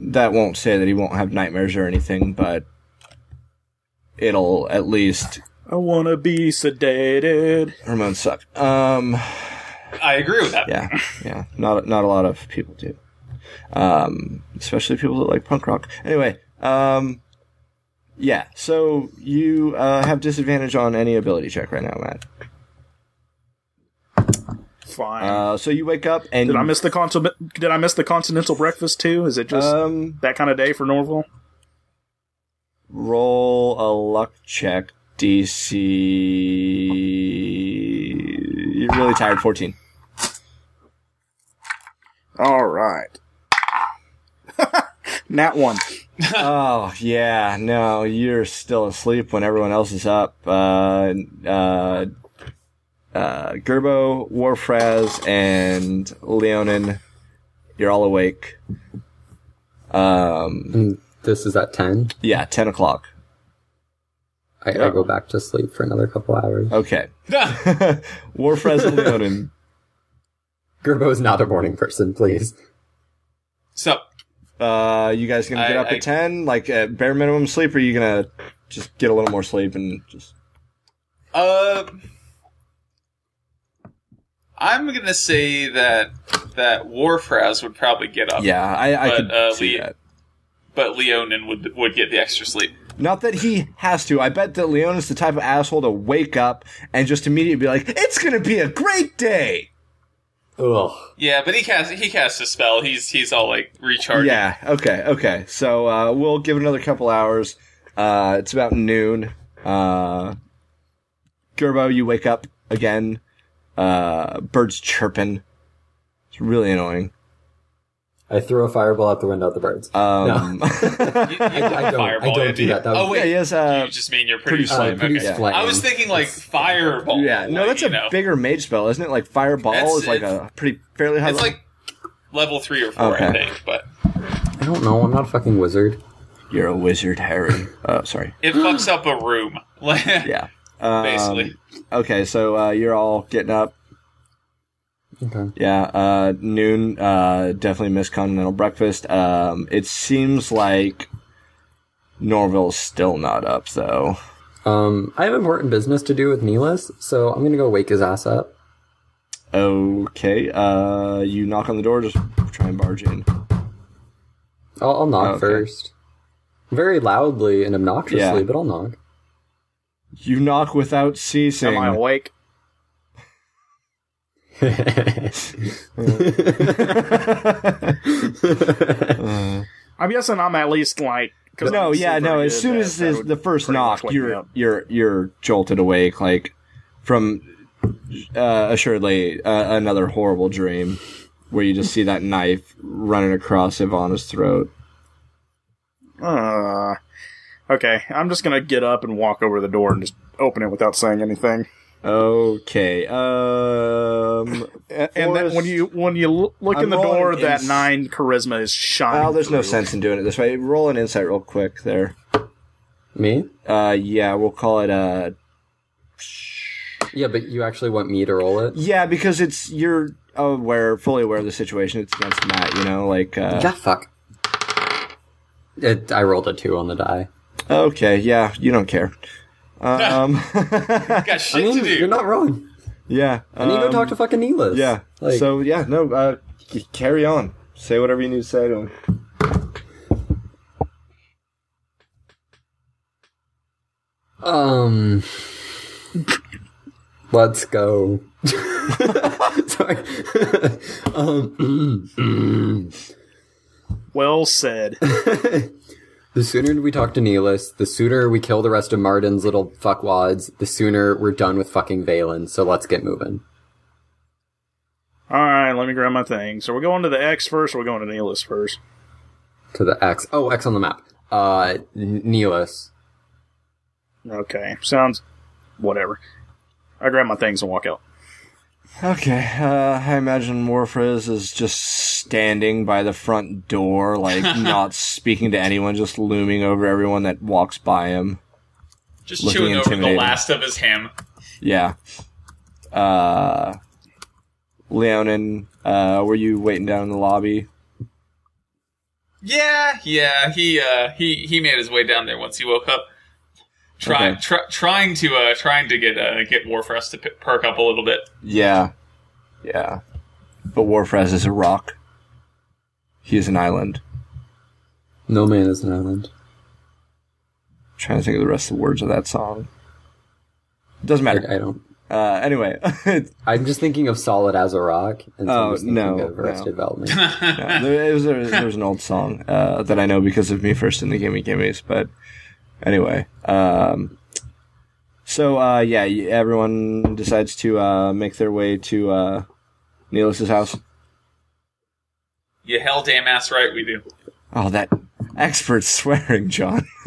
[SPEAKER 1] that won't say that he won't have nightmares or anything, but it'll at least
[SPEAKER 4] I wanna be sedated.
[SPEAKER 1] hormones suck. Um,
[SPEAKER 3] I agree with that.
[SPEAKER 1] yeah, yeah. Not not a lot of people do, um, especially people that like punk rock. Anyway, um, yeah. So you uh, have disadvantage on any ability check right now, Matt.
[SPEAKER 4] Fine.
[SPEAKER 1] Uh, so you wake up and
[SPEAKER 4] did I miss the continent? Did I miss the continental breakfast too? Is it just
[SPEAKER 1] um,
[SPEAKER 4] that kind of day for Norville?
[SPEAKER 1] roll a luck check. DC. You're really tired. Fourteen.
[SPEAKER 4] All right. Nat one.
[SPEAKER 1] oh yeah, no, you're still asleep when everyone else is up. Uh, uh, uh, Gerbo, Warfraz, and Leonin, you're all awake. Um,
[SPEAKER 2] and this is at ten.
[SPEAKER 1] yeah, ten o'clock.
[SPEAKER 2] I, I go back to sleep for another couple hours.
[SPEAKER 1] Okay,
[SPEAKER 3] Yeah.
[SPEAKER 1] Warfraz and Leonin.
[SPEAKER 2] Gerbo is not a morning person, please.
[SPEAKER 3] so,
[SPEAKER 1] Uh, you guys gonna get
[SPEAKER 3] I-
[SPEAKER 1] up
[SPEAKER 3] I-
[SPEAKER 1] at ten, like at bare minimum sleep, or are you gonna just get a little more sleep and just
[SPEAKER 3] uh, I'm gonna say that that Warfraz would probably get up.
[SPEAKER 1] yeah? I, I
[SPEAKER 3] But,
[SPEAKER 1] could
[SPEAKER 3] uh,
[SPEAKER 1] see
[SPEAKER 3] Lee-
[SPEAKER 1] that.
[SPEAKER 3] But Leonin would would get the extra sleep.
[SPEAKER 1] Not that he has to. I bet that Leon is the type of asshole to wake up and just immediately be like, "It's gonna be a great day."
[SPEAKER 2] Ugh.
[SPEAKER 3] Yeah, but he cast he casts a spell. He's he's all like recharging.
[SPEAKER 1] Yeah. Okay. Okay. So uh, we'll give it another couple hours. Uh, it's about noon. Uh, Gerbo, you wake up again. Uh, birds chirping. It's really annoying.
[SPEAKER 2] I throw a fireball out the window at the birds.
[SPEAKER 1] Um,
[SPEAKER 3] You, you did the
[SPEAKER 2] I don't- I
[SPEAKER 3] fireball,
[SPEAKER 2] don't
[SPEAKER 3] didn't
[SPEAKER 2] do
[SPEAKER 3] you?
[SPEAKER 2] that. That was-
[SPEAKER 3] oh wait,
[SPEAKER 1] yeah, he has, uh,
[SPEAKER 3] you just mean you're pretty
[SPEAKER 1] produce
[SPEAKER 2] flame,
[SPEAKER 3] slime.
[SPEAKER 2] produce
[SPEAKER 3] okay.
[SPEAKER 2] flame.
[SPEAKER 3] I was thinking like fireball.
[SPEAKER 1] yeah. No,
[SPEAKER 3] like,
[SPEAKER 1] that's
[SPEAKER 3] you
[SPEAKER 1] a
[SPEAKER 3] know.
[SPEAKER 1] bigger mage spell, isn't it? Like fireball
[SPEAKER 3] That's-
[SPEAKER 1] is like
[SPEAKER 3] it's-
[SPEAKER 1] a pretty fairly high.
[SPEAKER 3] It's
[SPEAKER 1] level-
[SPEAKER 3] like level three or four, I
[SPEAKER 1] Okay.
[SPEAKER 3] think. But
[SPEAKER 2] I don't know. I'm not a fucking wizard.
[SPEAKER 1] you're a wizard, Harry. Uh, sorry.
[SPEAKER 3] it fucks up a room. yeah.
[SPEAKER 1] Yeah. Um,
[SPEAKER 3] Basically.
[SPEAKER 1] Okay, so uh, you're all getting up.
[SPEAKER 2] Okay.
[SPEAKER 1] Yeah, uh, noon. Uh, definitely miss continental breakfast. Um, it seems like Norville's still not up though.
[SPEAKER 2] Um, I have important business to do with Neelis, so I'm gonna go wake his ass up.
[SPEAKER 1] Okay. Uh, you knock on the door. Just try and barge in.
[SPEAKER 2] I'll, I'll knock
[SPEAKER 1] Oh, Okay.
[SPEAKER 2] first, very loudly and obnoxiously,
[SPEAKER 1] Yeah.
[SPEAKER 2] but I'll knock.
[SPEAKER 1] You knock without ceasing.
[SPEAKER 4] Am I awake? I'm guessing I'm at least like. 'cause
[SPEAKER 1] no,
[SPEAKER 4] I'm
[SPEAKER 1] yeah,
[SPEAKER 4] super
[SPEAKER 1] no. As
[SPEAKER 4] good
[SPEAKER 1] soon
[SPEAKER 4] that-
[SPEAKER 1] as
[SPEAKER 4] that
[SPEAKER 1] this,
[SPEAKER 4] would
[SPEAKER 1] the first
[SPEAKER 4] pretty
[SPEAKER 1] knock,
[SPEAKER 4] much wake me
[SPEAKER 1] you're
[SPEAKER 4] up.
[SPEAKER 1] you're you're jolted awake, like from uh, assuredly uh, another horrible dream where you just see that knife running across Ivana's throat.
[SPEAKER 4] Uh, okay, I'm just gonna get up and walk over to the door and just open it without saying anything.
[SPEAKER 1] Okay. Um.
[SPEAKER 4] And, and then
[SPEAKER 1] Forrest-
[SPEAKER 4] when you when you l- look
[SPEAKER 1] I'm
[SPEAKER 4] in the door,
[SPEAKER 1] rolling
[SPEAKER 4] that
[SPEAKER 1] ins-
[SPEAKER 4] nine charisma is shining.
[SPEAKER 1] Well, there's no
[SPEAKER 4] through.
[SPEAKER 1] sense in doing it this way. Roll an insight real quick there.
[SPEAKER 2] me?
[SPEAKER 1] Uh, yeah, we'll call it uh
[SPEAKER 2] Yeah, but you actually want me to roll it?
[SPEAKER 1] yeah because it's you're aware, fully aware of the situation. It's against Matt, you know, like uh,
[SPEAKER 2] yeah, fuck. It, I rolled a two on the die.
[SPEAKER 1] okay, yeah, you don't care. Um,
[SPEAKER 3] Got
[SPEAKER 2] I
[SPEAKER 3] shit
[SPEAKER 2] mean,
[SPEAKER 3] to do.
[SPEAKER 2] you're not wrong.
[SPEAKER 1] yeah,
[SPEAKER 2] I need to go
[SPEAKER 1] um,
[SPEAKER 2] talk to fucking Neelis.
[SPEAKER 1] Yeah.
[SPEAKER 2] Like,
[SPEAKER 1] so yeah, no, uh, c- carry on. Say whatever you need to say to him.
[SPEAKER 2] Um, let's go. Sorry. um,
[SPEAKER 4] Well said.
[SPEAKER 2] the sooner we talk to Neelis, the sooner we kill the rest of Martin's little fuckwads, the sooner we're done with fucking Valen. So let's get moving.
[SPEAKER 4] All right, let me grab my thing. So we're going to the X first, or we're going to Neelis first.
[SPEAKER 2] To the X. Oh, X on the map. Uh, N- Neelis.
[SPEAKER 4] Okay, sounds whatever. I grab my things and walk out.
[SPEAKER 1] Okay, uh, I imagine Morpheus is just standing by the front door, like not speaking to anyone, just looming over everyone that walks by him.
[SPEAKER 3] Just
[SPEAKER 1] Looking
[SPEAKER 3] chewing over the
[SPEAKER 1] intimidating.
[SPEAKER 3] last of his ham.
[SPEAKER 1] Yeah. Uh, Leonin, uh, were you waiting down in the lobby?
[SPEAKER 3] Yeah, yeah. He uh, he he made his way down there once he woke up, trying
[SPEAKER 1] Okay.
[SPEAKER 3] try, trying to uh, trying to get uh, get Warfrost to p- perk up a little bit.
[SPEAKER 1] Yeah. Yeah. But Warfrez is a rock. He is an island.
[SPEAKER 2] No man is an island.
[SPEAKER 1] trying to think of the rest of the words of that song. Doesn't
[SPEAKER 2] I,
[SPEAKER 1] matter.
[SPEAKER 2] I don't.
[SPEAKER 1] Uh, anyway,
[SPEAKER 2] I'm just thinking of solid as a rock, and so
[SPEAKER 1] Oh,
[SPEAKER 2] I'm just thinking
[SPEAKER 1] no,
[SPEAKER 2] of Arrested
[SPEAKER 1] no.
[SPEAKER 2] Development.
[SPEAKER 1] Yeah, there, it was, there, was, there was an old song uh, that I know because of me first in the Gimme Gimmes, but anyway. Um, so, uh, yeah, y- everyone decides to uh, make their way to uh, Neelis's house.
[SPEAKER 3] You hell damn ass right we do.
[SPEAKER 1] Oh, that expert swearing, John.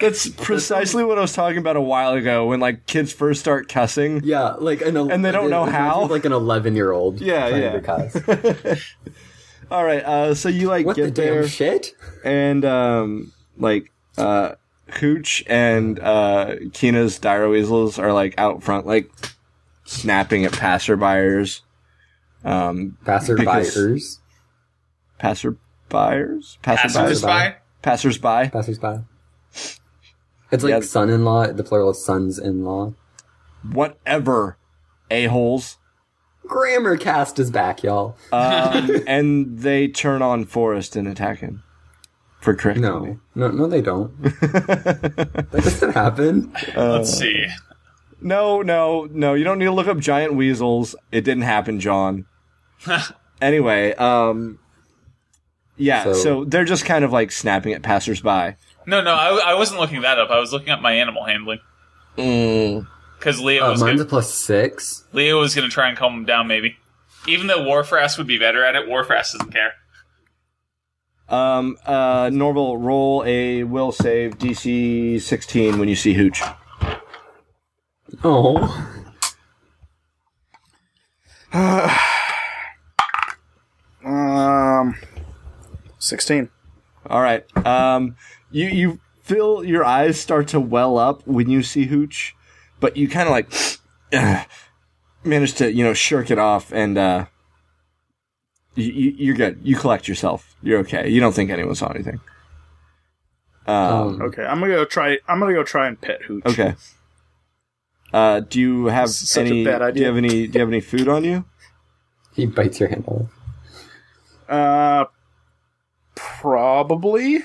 [SPEAKER 1] That's precisely what I was talking about a while ago when, like, kids first start cussing.
[SPEAKER 2] Yeah, like an
[SPEAKER 1] And they don't know how?
[SPEAKER 2] like an eleven year old.
[SPEAKER 1] Yeah, yeah. All right, uh, so you, like,
[SPEAKER 2] What
[SPEAKER 1] get
[SPEAKER 2] the damn
[SPEAKER 1] there.
[SPEAKER 2] shit?
[SPEAKER 1] and um, like uh, Hooch and uh, Kina's dire weasels are like out front, like snapping at passerbyers. Um,
[SPEAKER 2] Passerbyers,
[SPEAKER 1] passerbyers, passerbyers,
[SPEAKER 3] Passersby.
[SPEAKER 2] by.
[SPEAKER 1] passersby.
[SPEAKER 2] passersby. It's like
[SPEAKER 1] Yeah.
[SPEAKER 2] son-in-law. The plural is sons-in-law.
[SPEAKER 1] Whatever, a holes.
[SPEAKER 2] Grammar cast is back, y'all.
[SPEAKER 1] Um, and they turn on Forrest and attack him for Crick.
[SPEAKER 2] No, no, no, they don't. that doesn't happen.
[SPEAKER 3] Let's see.
[SPEAKER 1] No, no, no. You don't need to look up giant weasels. It didn't happen, John. anyway, um, yeah. So,
[SPEAKER 2] So-
[SPEAKER 1] they're just kind of like snapping at passersby.
[SPEAKER 3] No, no, I, I wasn't looking that up. I was looking up my animal handling because Leo
[SPEAKER 2] Uh,
[SPEAKER 3] was
[SPEAKER 2] mine's a
[SPEAKER 3] gonna,
[SPEAKER 2] plus six.
[SPEAKER 3] Leo was going to try and calm him down. Maybe even though Warfrost would be better at it, Warfrost doesn't care.
[SPEAKER 1] Um, uh, Norval, roll a will save DC 16 when you see Hooch.
[SPEAKER 2] Oh,
[SPEAKER 4] Um, sixteen.
[SPEAKER 1] All right. Um, you you feel your eyes start to well up when you see Hooch, but you kind of like manage to you know shirk it off, and uh, you, you, you're good. You collect yourself. You're okay. You don't think anyone saw anything. Um,
[SPEAKER 2] um,
[SPEAKER 4] Okay, I'm gonna go try. I'm gonna go try and pet Hooch.
[SPEAKER 1] okay. Uh, do you have
[SPEAKER 4] This is such a
[SPEAKER 1] any?
[SPEAKER 4] bad
[SPEAKER 1] Do you
[SPEAKER 4] idea.
[SPEAKER 1] have any? Do you have any food on you?
[SPEAKER 2] he bites your hand off.
[SPEAKER 4] Uh, probably.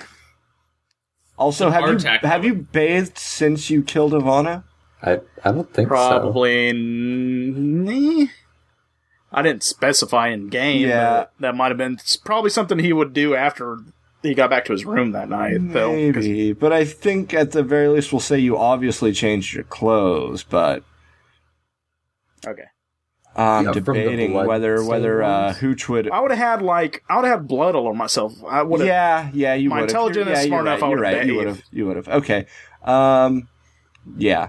[SPEAKER 1] Also, have you
[SPEAKER 3] Bartak.
[SPEAKER 1] have you bathed since you killed Ivana?
[SPEAKER 2] I, I don't think so.
[SPEAKER 4] Probably. n- I didn't specify in game.
[SPEAKER 1] Yeah.
[SPEAKER 4] but that might have been it's probably something he would do after he got back to his room that night. Though, 'cause-
[SPEAKER 1] Maybe, but I think at the very least we'll say you obviously changed your clothes, but
[SPEAKER 4] okay,
[SPEAKER 1] I'm
[SPEAKER 2] Yeah, from the
[SPEAKER 1] debating
[SPEAKER 2] blood
[SPEAKER 1] whether whether uh,
[SPEAKER 2] stains.
[SPEAKER 1] Hooch would.
[SPEAKER 4] I would have had like I would have had blood all over myself. I would have.
[SPEAKER 1] Yeah, yeah, you
[SPEAKER 4] My
[SPEAKER 1] would.
[SPEAKER 4] intelligence is smart enough, I
[SPEAKER 1] You're
[SPEAKER 4] would've
[SPEAKER 1] right. You would
[SPEAKER 4] bathed.
[SPEAKER 1] have. You would have. Okay. Um, yeah.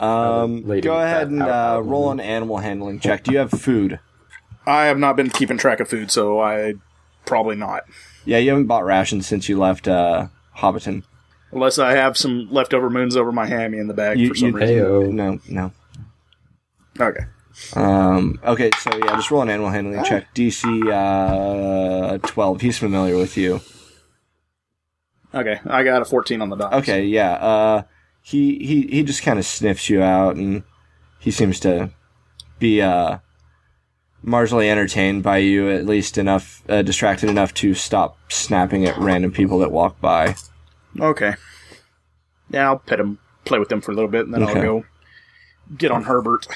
[SPEAKER 1] Um,
[SPEAKER 2] lady
[SPEAKER 1] go
[SPEAKER 2] with
[SPEAKER 1] ahead
[SPEAKER 2] that
[SPEAKER 1] and uh,
[SPEAKER 2] out-
[SPEAKER 1] roll an animal handling check. Do you have food?
[SPEAKER 4] I have not been keeping track of food, so I probably not.
[SPEAKER 1] Yeah, you haven't bought rations since you left uh, Hobbiton.
[SPEAKER 4] Unless I have some leftover moons over my hammy in the bag
[SPEAKER 1] You,
[SPEAKER 4] for some
[SPEAKER 1] you-
[SPEAKER 4] reason.
[SPEAKER 2] Ayo.
[SPEAKER 1] no, no.
[SPEAKER 4] Okay.
[SPEAKER 1] Um, okay, so yeah, just roll an animal handling check. DC uh, 12. He's familiar with you.
[SPEAKER 4] Okay. I got a 14 on the dot.
[SPEAKER 1] Okay, yeah. Uh, he, he, he just kind of sniffs you out, and he seems to be uh, marginally entertained by you, at least enough uh, distracted enough to stop snapping at random people that walk by.
[SPEAKER 4] Okay. Yeah, I'll pet him, play with him for a little bit, and then
[SPEAKER 1] Okay.
[SPEAKER 4] I'll go get on Herbert.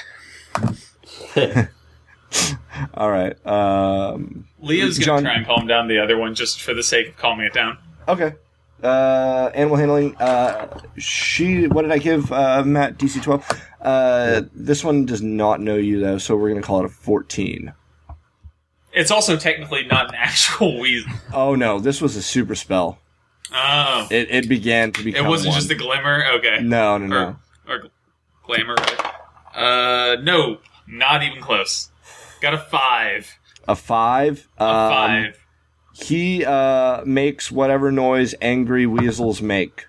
[SPEAKER 1] All right. Um,
[SPEAKER 3] Leo's gonna
[SPEAKER 1] John-
[SPEAKER 3] try and calm down the other one just for the sake of calming it down.
[SPEAKER 1] Okay. Uh, animal handling. Uh, she. What did I give uh, Matt? DC twelve. Uh, this one does not know you though, so we're gonna call it a fourteen.
[SPEAKER 3] It's also technically not an actual weasel.
[SPEAKER 1] Oh no, this was a super spell.
[SPEAKER 3] Oh,
[SPEAKER 1] It, it began to become.
[SPEAKER 3] it wasn't
[SPEAKER 1] one.
[SPEAKER 3] just the glimmer. Okay,
[SPEAKER 1] No, no, no.
[SPEAKER 3] or, or gl- glamour. right? Uh, no, not even close. Got a five.
[SPEAKER 1] A five. A
[SPEAKER 3] A five.
[SPEAKER 1] He uh, makes whatever noise angry weasels make.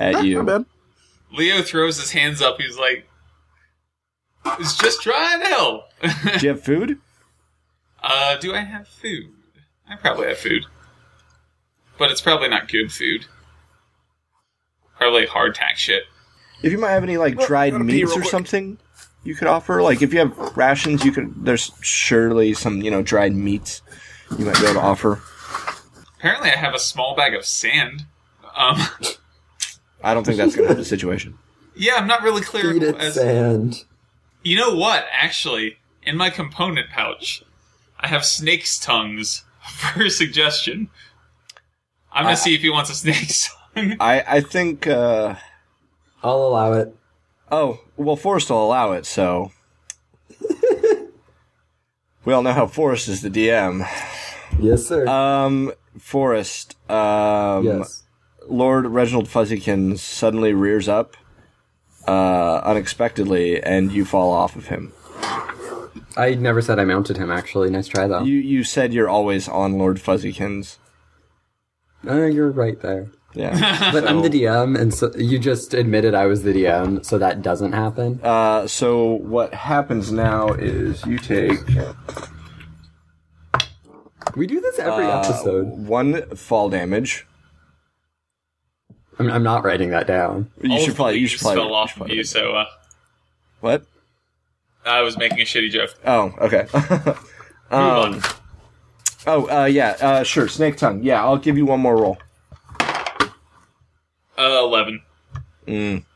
[SPEAKER 1] At
[SPEAKER 4] Not
[SPEAKER 1] you.
[SPEAKER 4] bad.
[SPEAKER 3] Leo throws his hands up. He's like, "I "Was just trying to help."
[SPEAKER 1] Do you have food?
[SPEAKER 3] uh, do I have food? I probably have food, but it's probably not good food. Probably hardtack shit.
[SPEAKER 1] If you might have any like dried
[SPEAKER 4] gotta pee
[SPEAKER 1] meats
[SPEAKER 4] real
[SPEAKER 1] or
[SPEAKER 4] quick.
[SPEAKER 1] something you could offer, like if you have rations, you could. There's surely some you know dried meats you might be able to offer.
[SPEAKER 3] Apparently, I have a small bag of sand. Um,
[SPEAKER 1] I don't think that's gonna help the situation.
[SPEAKER 3] yeah, I'm not really clear.
[SPEAKER 5] Feed it
[SPEAKER 3] as-
[SPEAKER 5] sand.
[SPEAKER 3] You know what? Actually, in my component pouch, I have snake's tongues for suggestion. I'm
[SPEAKER 1] Uh,
[SPEAKER 3] gonna see if he wants a snake's tongue.
[SPEAKER 1] I I think. Uh,
[SPEAKER 5] I'll allow it.
[SPEAKER 1] oh well, Forrest will allow it, so. we all know how Forrest is the DM.
[SPEAKER 5] Yes, sir.
[SPEAKER 1] Um, Forrest. Um,
[SPEAKER 5] yes.
[SPEAKER 1] Lord Reginald Fuzzykins suddenly rears up, uh, unexpectedly, and you fall off of him.
[SPEAKER 2] I never said I mounted him. Actually, nice try though.
[SPEAKER 1] You you said you're always on Lord Fuzzykins.
[SPEAKER 2] Oh, you're right there.
[SPEAKER 1] Yeah.
[SPEAKER 2] But I'm the DM, and so you just admitted I was the DM, so that doesn't happen.
[SPEAKER 1] uh, so what happens now is you take
[SPEAKER 2] we do this every
[SPEAKER 1] uh,
[SPEAKER 2] episode.
[SPEAKER 1] one fall damage.
[SPEAKER 2] I'm, I'm not writing that down.
[SPEAKER 1] You
[SPEAKER 3] All
[SPEAKER 1] should probably you
[SPEAKER 3] leaves
[SPEAKER 1] should probably
[SPEAKER 3] fell
[SPEAKER 1] you should
[SPEAKER 3] off of
[SPEAKER 1] probably-
[SPEAKER 3] you. So uh,
[SPEAKER 1] What?
[SPEAKER 3] I was making a shitty joke.
[SPEAKER 1] Oh, okay. Um,
[SPEAKER 3] Move on.
[SPEAKER 1] oh, uh, yeah. Uh, sure. Snake tongue. Yeah, I'll give you one more roll.
[SPEAKER 3] Uh, Eleven.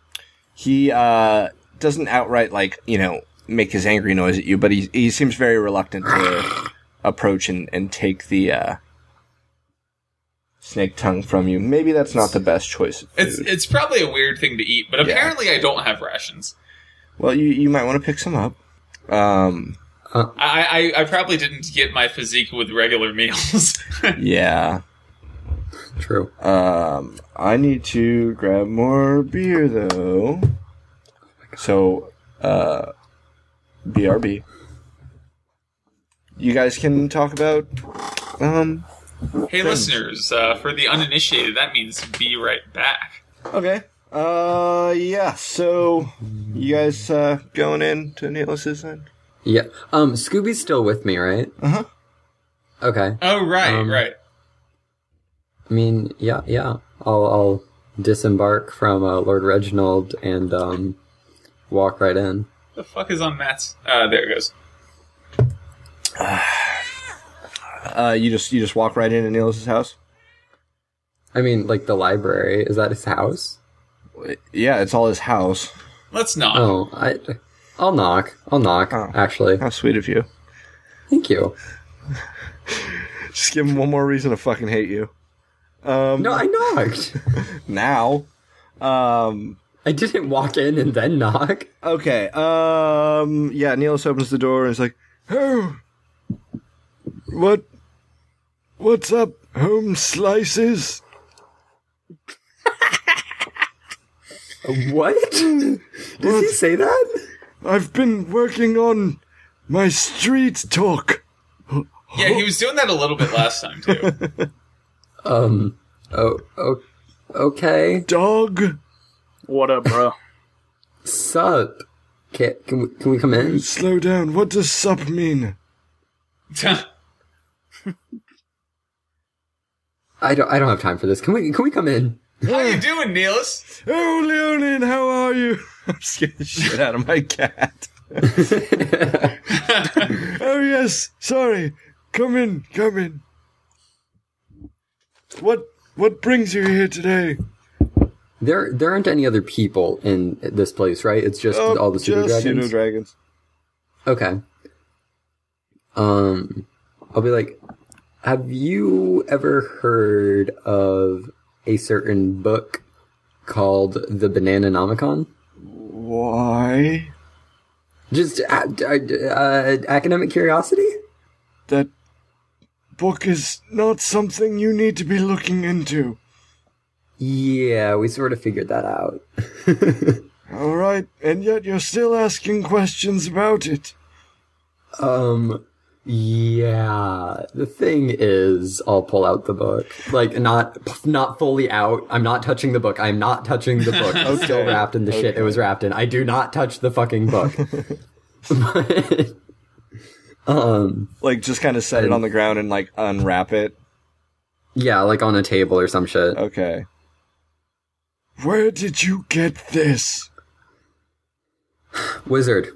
[SPEAKER 1] He uh, doesn't outright like you know make his angry noise at you, but he he seems very reluctant to approach and and take the uh, snake tongue from you. Maybe that's not the best choice. Of food.
[SPEAKER 3] It's it's probably a weird thing to eat, but apparently I don't have rations.
[SPEAKER 1] well, you you might want to pick some up. Um,
[SPEAKER 3] I, I I probably didn't get my physique with regular meals.
[SPEAKER 1] yeah.
[SPEAKER 2] True.
[SPEAKER 1] Um, I need to grab more beer though. So, uh, BRB. You guys can talk about um
[SPEAKER 3] hey, listeners, uh, for the uninitiated, that means be right back.
[SPEAKER 1] Okay. Uh, yeah. So, you guys uh, going in to Neelis's then?
[SPEAKER 2] Yeah. Um, Scooby's still with me, right? Uh
[SPEAKER 1] Uh-huh.
[SPEAKER 2] Okay.
[SPEAKER 3] Oh right,
[SPEAKER 2] Um,
[SPEAKER 3] right.
[SPEAKER 2] I mean, yeah, yeah. I'll, I'll disembark from uh, Lord Reginald and um, walk right in.
[SPEAKER 3] The fuck is on Matt's? Uh, there it goes.
[SPEAKER 1] Uh, you just you just walk right into Neelis's house.
[SPEAKER 2] I mean, like the library. Is that his house?
[SPEAKER 1] Yeah, it's all his house.
[SPEAKER 3] Let's not.
[SPEAKER 2] Oh, I. I'll knock. I'll knock.
[SPEAKER 1] Oh.
[SPEAKER 2] Actually,
[SPEAKER 1] How sweet of you.
[SPEAKER 2] thank you.
[SPEAKER 1] Just give him one more reason to fucking hate you. Um,
[SPEAKER 2] No, I knocked.
[SPEAKER 1] now. Um.
[SPEAKER 2] I didn't walk in and then knock.
[SPEAKER 1] Okay. Um. Yeah. Neelis opens the door and is like, "Oh, what? What's up, home slices?"
[SPEAKER 2] What? Did he say that?
[SPEAKER 1] I've been working on my street talk.
[SPEAKER 3] Yeah, he was doing that a little bit last time too.
[SPEAKER 2] Um. Oh. oh okay.
[SPEAKER 1] Dog
[SPEAKER 4] What up, bro?
[SPEAKER 2] Sup? Can, can we can we come in?
[SPEAKER 1] Slow down. What does sup mean?
[SPEAKER 2] I don't I don't have time for this. Can we can we come in?
[SPEAKER 3] How you doing, Neelis?
[SPEAKER 1] Oh, Leonin, how are you? I'm scared the shit out of my cat. oh yes, sorry. Come in, come in. What what brings you here today?
[SPEAKER 2] There, there aren't any other people in this place, right? It's just all the pseudo
[SPEAKER 1] Oh, Uh, just
[SPEAKER 2] dragons.
[SPEAKER 1] dragons.
[SPEAKER 2] okay. Um, I'll be like, have you ever heard of a certain book called the Banana Nomicon?
[SPEAKER 1] Why?
[SPEAKER 2] Just uh, uh, academic curiosity.
[SPEAKER 1] That book is not something you need to be looking into.
[SPEAKER 2] Yeah, we sort of figured that out.
[SPEAKER 1] All right, and yet you're still asking questions about it.
[SPEAKER 2] Um, yeah. The thing is, I'll pull out the book, like not not fully out. I'm not touching the book. I'm not touching the book. It's still
[SPEAKER 1] Okay,
[SPEAKER 2] wrapped in the shit it was wrapped in. I do not touch the fucking book. but, um,
[SPEAKER 1] Like just kind of set it on the ground and like unwrap it.
[SPEAKER 2] yeah, like on a table or some shit.
[SPEAKER 1] Okay. Where did you get this?
[SPEAKER 2] Wizard.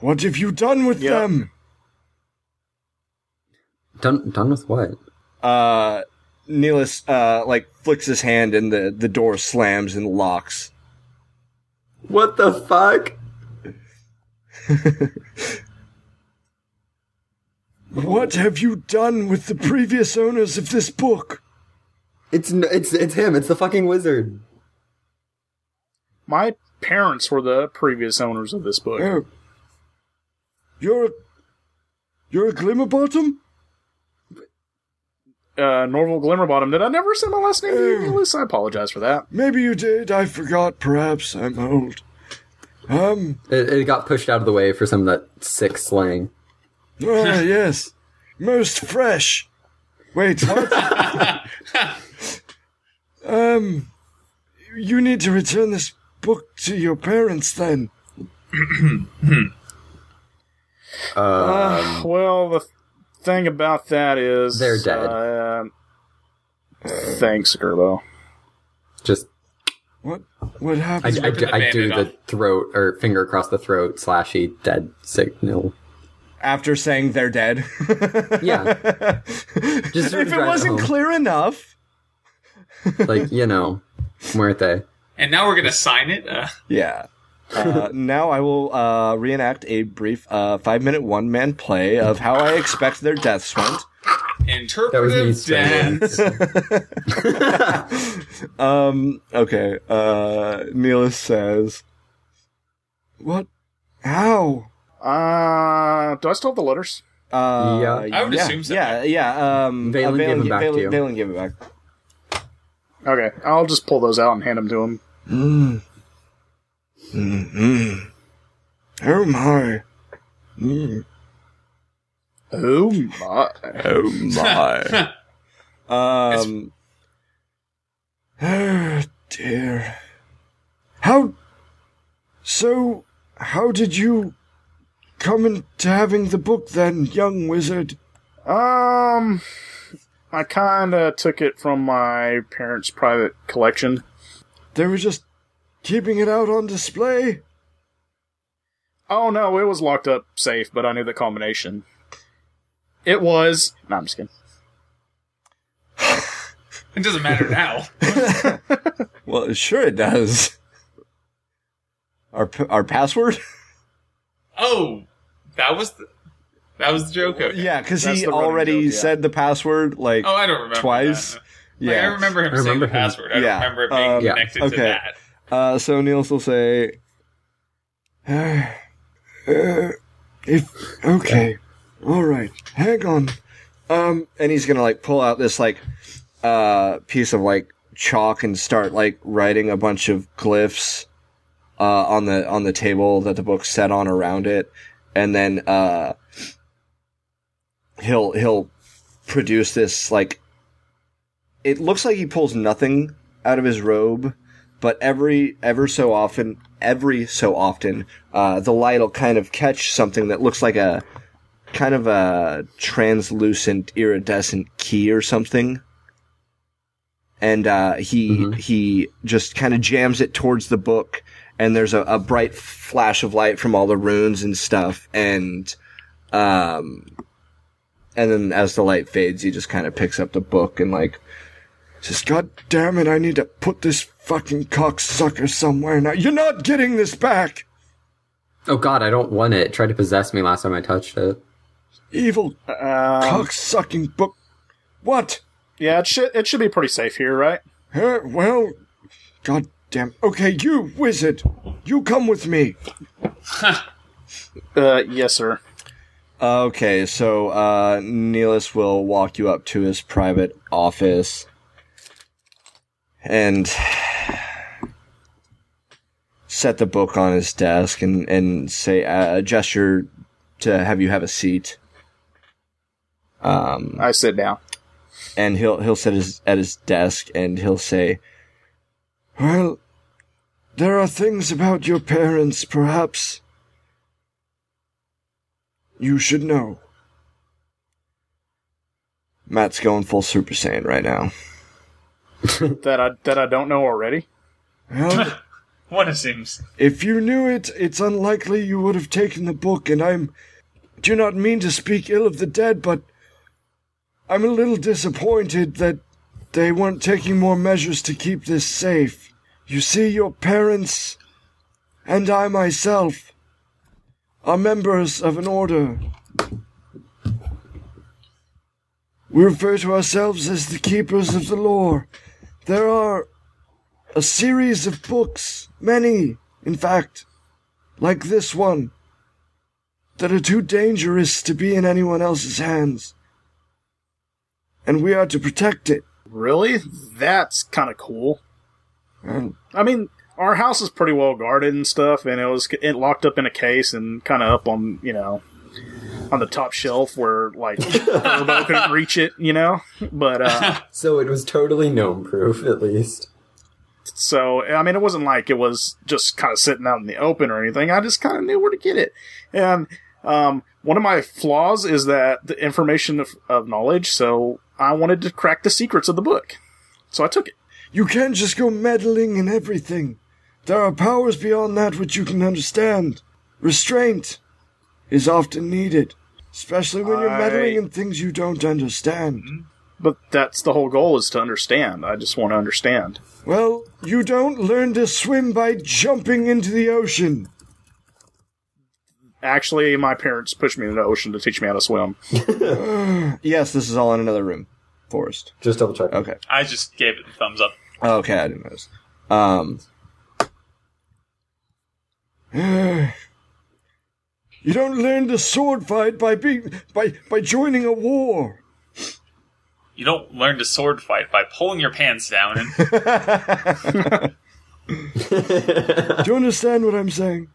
[SPEAKER 1] What have you done with
[SPEAKER 4] Yeah.
[SPEAKER 1] them?
[SPEAKER 2] Done done with what?
[SPEAKER 1] Uh, Neelis, uh, like flicks his hand and the, the door slams and locks.
[SPEAKER 2] What the fuck?
[SPEAKER 1] What have you done with the previous owners of this book?
[SPEAKER 2] It's n- it's it's him. It's the fucking wizard.
[SPEAKER 4] My parents were the previous owners of this book.
[SPEAKER 1] Oh. You're a, you're a glimmer bottom?
[SPEAKER 4] Uh, Norval Glimmerbottom. Did I never say my last name to you,
[SPEAKER 1] Oh.
[SPEAKER 4] Nicholas? I apologize for that.
[SPEAKER 1] Maybe you did. I forgot. Perhaps I'm old. Um,
[SPEAKER 2] It, it got pushed out of the way for some of that sick slang.
[SPEAKER 1] Ah, yes. Most fresh. Wait, what? um, you need to return this book to your parents then.
[SPEAKER 2] Um,
[SPEAKER 4] Uh, Well, the th- thing about that is
[SPEAKER 2] They're dead.
[SPEAKER 4] Uh, thanks, Gerbo.
[SPEAKER 2] Just
[SPEAKER 1] What? What
[SPEAKER 2] I,
[SPEAKER 1] happened?
[SPEAKER 2] I,
[SPEAKER 3] ripping the
[SPEAKER 2] I do
[SPEAKER 3] Band-Aid
[SPEAKER 2] the throat or finger across the throat slashy dead signal.
[SPEAKER 1] After saying they're dead.
[SPEAKER 2] Yeah. Just sort of
[SPEAKER 1] if it
[SPEAKER 2] drive
[SPEAKER 1] wasn't
[SPEAKER 2] home.
[SPEAKER 1] clear enough.
[SPEAKER 2] like you know, muerte.
[SPEAKER 3] And now we're gonna sign it. Uh,
[SPEAKER 1] Yeah. Uh, now I will uh, reenact a brief uh, five-minute one-man play of how I expect their deaths went.
[SPEAKER 2] That was me
[SPEAKER 3] interpretive
[SPEAKER 2] spelling.
[SPEAKER 3] dance.
[SPEAKER 1] Um, okay. Uh, Neelis says, What? How?
[SPEAKER 4] Uh, do I still have the letters?
[SPEAKER 1] Uh,
[SPEAKER 2] Yeah.
[SPEAKER 3] I would
[SPEAKER 1] yeah,
[SPEAKER 3] assume so.
[SPEAKER 1] Yeah, yeah. Um,
[SPEAKER 2] Valen gave them
[SPEAKER 1] gi-
[SPEAKER 2] back to
[SPEAKER 1] Valen-
[SPEAKER 2] you.
[SPEAKER 1] Valen gave it back.
[SPEAKER 4] Okay, I'll just pull those out and hand them to him.
[SPEAKER 1] Oh my!
[SPEAKER 4] Oh my!
[SPEAKER 1] Oh my! um. Oh dear. How? So, how did you come into having the book then, young wizard?
[SPEAKER 4] Um, I kind of took it from my parents' private collection.
[SPEAKER 1] They were just keeping it out on display.
[SPEAKER 4] Oh no, it was locked up safe, but I knew the combination. It was. No, I'm just kidding.
[SPEAKER 3] It doesn't matter now.
[SPEAKER 1] Well, sure it does. Our p- our password.
[SPEAKER 3] Oh, that was the, that was the joke. Okay.
[SPEAKER 1] Yeah, because
[SPEAKER 4] That's
[SPEAKER 1] he
[SPEAKER 4] the running
[SPEAKER 1] already
[SPEAKER 4] joke, yeah.
[SPEAKER 1] said the password like
[SPEAKER 3] Oh, I don't remember.
[SPEAKER 1] twice.
[SPEAKER 3] that.
[SPEAKER 1] Yeah.
[SPEAKER 3] Like, I remember him
[SPEAKER 2] I
[SPEAKER 3] saying
[SPEAKER 2] remember
[SPEAKER 3] the
[SPEAKER 2] him.
[SPEAKER 3] password. I
[SPEAKER 1] Yeah.
[SPEAKER 3] don't remember it being
[SPEAKER 1] Um,
[SPEAKER 2] Yeah.
[SPEAKER 3] connected
[SPEAKER 1] Okay.
[SPEAKER 3] to that.
[SPEAKER 1] Uh, so Niels will say, "Uh, uh, "If okay, all right, hang on." Um, and he's gonna like pull out this like uh piece of like chalk and start like writing a bunch of glyphs uh on the on the table that the book's set on around it, and then uh he'll he'll produce this like it looks like he pulls nothing out of his robe but every ever so often, every so often, uh, the light will kind of catch something that looks like a kind of a translucent iridescent key or something, and uh, he he just kind of jams it towards the book, and there's a, a bright flash of light from all the runes and stuff, and um, and then as the light fades, he just kind of picks up the book and like says, "God damn it, I need to put this fucking cocksucker somewhere now. You're not getting this back,
[SPEAKER 2] Oh God, I don't want it. It Tried to possess me last time I touched it.
[SPEAKER 1] evil
[SPEAKER 4] Um,
[SPEAKER 1] cocksucking book. What?
[SPEAKER 4] yeah, it should it should be pretty safe here, right?
[SPEAKER 1] Huh, well, god damn. Okay, you wizard, you come with me."
[SPEAKER 4] Uh, yes, sir.
[SPEAKER 1] Okay, so uh, Neelis will walk you up to his private office, and set the book on his desk, and and say uh, gesture to have you have a seat,
[SPEAKER 4] I sit down.
[SPEAKER 1] and he'll he'll sit his, at his desk, and he'll say, "Well, there are things about your parents, perhaps you should know." Matt's going full Super Saiyan right now.
[SPEAKER 4] That I that I don't know already.
[SPEAKER 1] Well,
[SPEAKER 3] What it seems.
[SPEAKER 1] if you knew it, it's unlikely you would have taken the book, and I'm. Do not mean to speak ill of the dead, but I'm a little disappointed that they weren't taking more measures to keep this safe. You see, your parents and I myself are members of an order. We refer to ourselves as the keepers of the lore. There are a series of books, many, in fact, like this one, that are too dangerous to be in anyone else's hands. And we are to protect it.
[SPEAKER 4] Really? That's kind of cool.
[SPEAKER 1] And
[SPEAKER 4] I mean, our house is pretty well guarded and stuff, and it was it locked up in a case and kind of up on you know on the top shelf where like Turbo couldn't reach it, you know. But uh,
[SPEAKER 5] So it was totally gnome proof, at least.
[SPEAKER 4] so I mean, it wasn't like it was just kind of sitting out in the open or anything. I just kind of knew where to get it, and um, one of my flaws is that the information of, of knowledge. So I wanted to crack the secrets of the book, so I took it.
[SPEAKER 1] you can't just go meddling in everything. There are powers beyond that which you can understand. Restraint is often needed, especially when you're meddling in things you don't understand.
[SPEAKER 4] But that's the whole goal is to understand. I just want to understand.
[SPEAKER 1] Well, you don't learn to swim by jumping into the ocean.
[SPEAKER 4] Actually, my parents pushed me into the ocean to teach me how to swim.
[SPEAKER 1] Yes, this is all in another room. Forest.
[SPEAKER 5] Just double check.
[SPEAKER 1] Okay.
[SPEAKER 3] I just gave it the thumbs up.
[SPEAKER 1] Okay, I didn't notice. Um. you don't learn to sword fight by being by by joining a war.
[SPEAKER 3] You don't learn to sword fight by pulling your pants down and
[SPEAKER 1] Do you understand what I'm saying?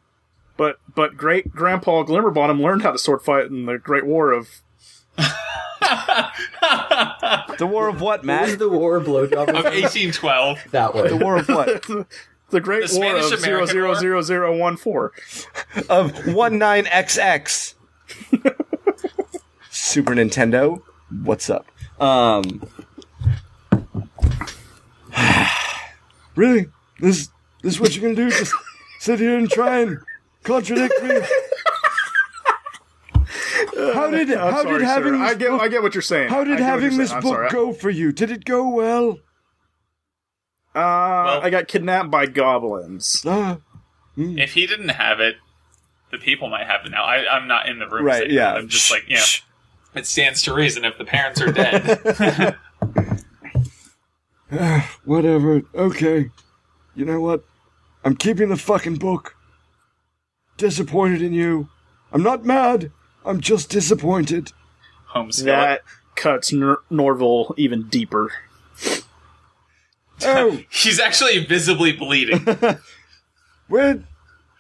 [SPEAKER 4] But but great grandpa Glimmerbottom learned how to sword fight in the Great War of
[SPEAKER 1] The war of what,
[SPEAKER 5] What was the war blowjob?
[SPEAKER 3] of 1812.
[SPEAKER 5] that
[SPEAKER 1] The
[SPEAKER 5] way.
[SPEAKER 1] war of what?
[SPEAKER 4] the Great
[SPEAKER 3] The
[SPEAKER 4] War of zero
[SPEAKER 3] Spanish-American
[SPEAKER 4] zero
[SPEAKER 3] War?
[SPEAKER 4] zero zero one four.
[SPEAKER 1] of one nine xx Super Nintendo. What's up? Um, really? This this what you're gonna do? Just sit here and try and contradict me? How did
[SPEAKER 4] I'm
[SPEAKER 1] how
[SPEAKER 4] sorry,
[SPEAKER 1] did having
[SPEAKER 4] sir.
[SPEAKER 1] this
[SPEAKER 4] I get
[SPEAKER 1] book,
[SPEAKER 4] I get what you're saying.
[SPEAKER 1] how did
[SPEAKER 4] I get what
[SPEAKER 1] having
[SPEAKER 4] you're
[SPEAKER 1] this
[SPEAKER 4] saying. I'm
[SPEAKER 1] book
[SPEAKER 4] sorry.
[SPEAKER 1] go for you? Did it go well?
[SPEAKER 4] Uh, I got kidnapped by goblins.
[SPEAKER 1] Uh,
[SPEAKER 3] If he didn't have it, the people might have it now. I, I'm not in the room.
[SPEAKER 1] Right,
[SPEAKER 3] saying that.
[SPEAKER 1] yeah.
[SPEAKER 3] I'm just like, yeah. It stands to reason if the parents are dead.
[SPEAKER 1] Whatever. Okay. You know what? I'm keeping the fucking book. Disappointed in you. I'm not mad. I'm just disappointed.
[SPEAKER 3] Homeschool.
[SPEAKER 4] That cuts Nor- Norville even deeper.
[SPEAKER 1] Oh,
[SPEAKER 3] He's actually visibly bleeding.
[SPEAKER 1] where'd,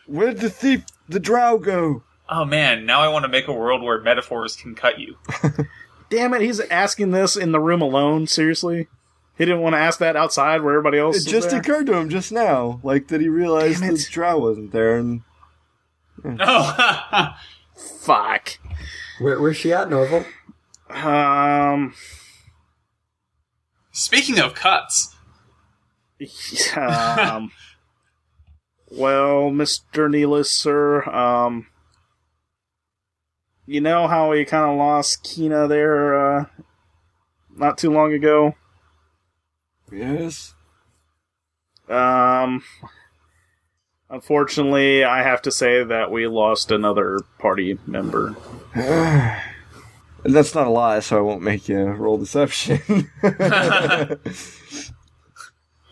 [SPEAKER 1] where'd the thief, the drow go?
[SPEAKER 3] oh man, now I want to make a world where metaphors can cut you.
[SPEAKER 4] Damn it, he's asking this in the room alone. Seriously, he didn't want to ask that outside where everybody else.
[SPEAKER 1] It
[SPEAKER 4] was
[SPEAKER 1] just
[SPEAKER 4] there.
[SPEAKER 1] occurred to him just now, like that he realized
[SPEAKER 4] Damn it.
[SPEAKER 1] the drow wasn't there. And
[SPEAKER 3] No.
[SPEAKER 4] fuck.
[SPEAKER 5] Where, where's she at, Norval?
[SPEAKER 4] Um.
[SPEAKER 3] Speaking of cuts,
[SPEAKER 4] um, Well, Mr. Neelis, sir, um, you know how we kind of lost Kina there, uh, not too long ago?
[SPEAKER 1] Yes.
[SPEAKER 4] Um, unfortunately, I have to say that we lost another party member.
[SPEAKER 1] And that's not a lie, so I won't make you roll deception.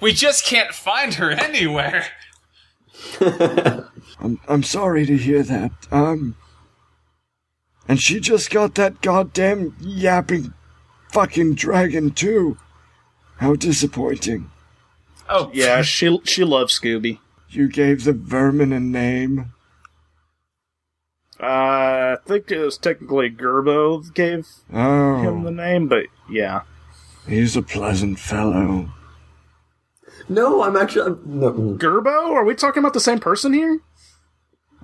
[SPEAKER 3] We just can't find her anywhere.
[SPEAKER 1] I'm, I'm sorry to hear that. Um. And she just got that goddamn yapping fucking dragon, too. How disappointing.
[SPEAKER 3] Oh
[SPEAKER 4] Yeah, she she loves Scooby.
[SPEAKER 1] You gave the vermin a name.
[SPEAKER 4] Uh, I think it was technically Gerbo that gave him
[SPEAKER 1] Oh,
[SPEAKER 4] the name, but yeah.
[SPEAKER 1] he's a pleasant fellow.
[SPEAKER 2] No, I'm actually I'm- no. mm.
[SPEAKER 4] Gerbo? Are we talking about the same person here?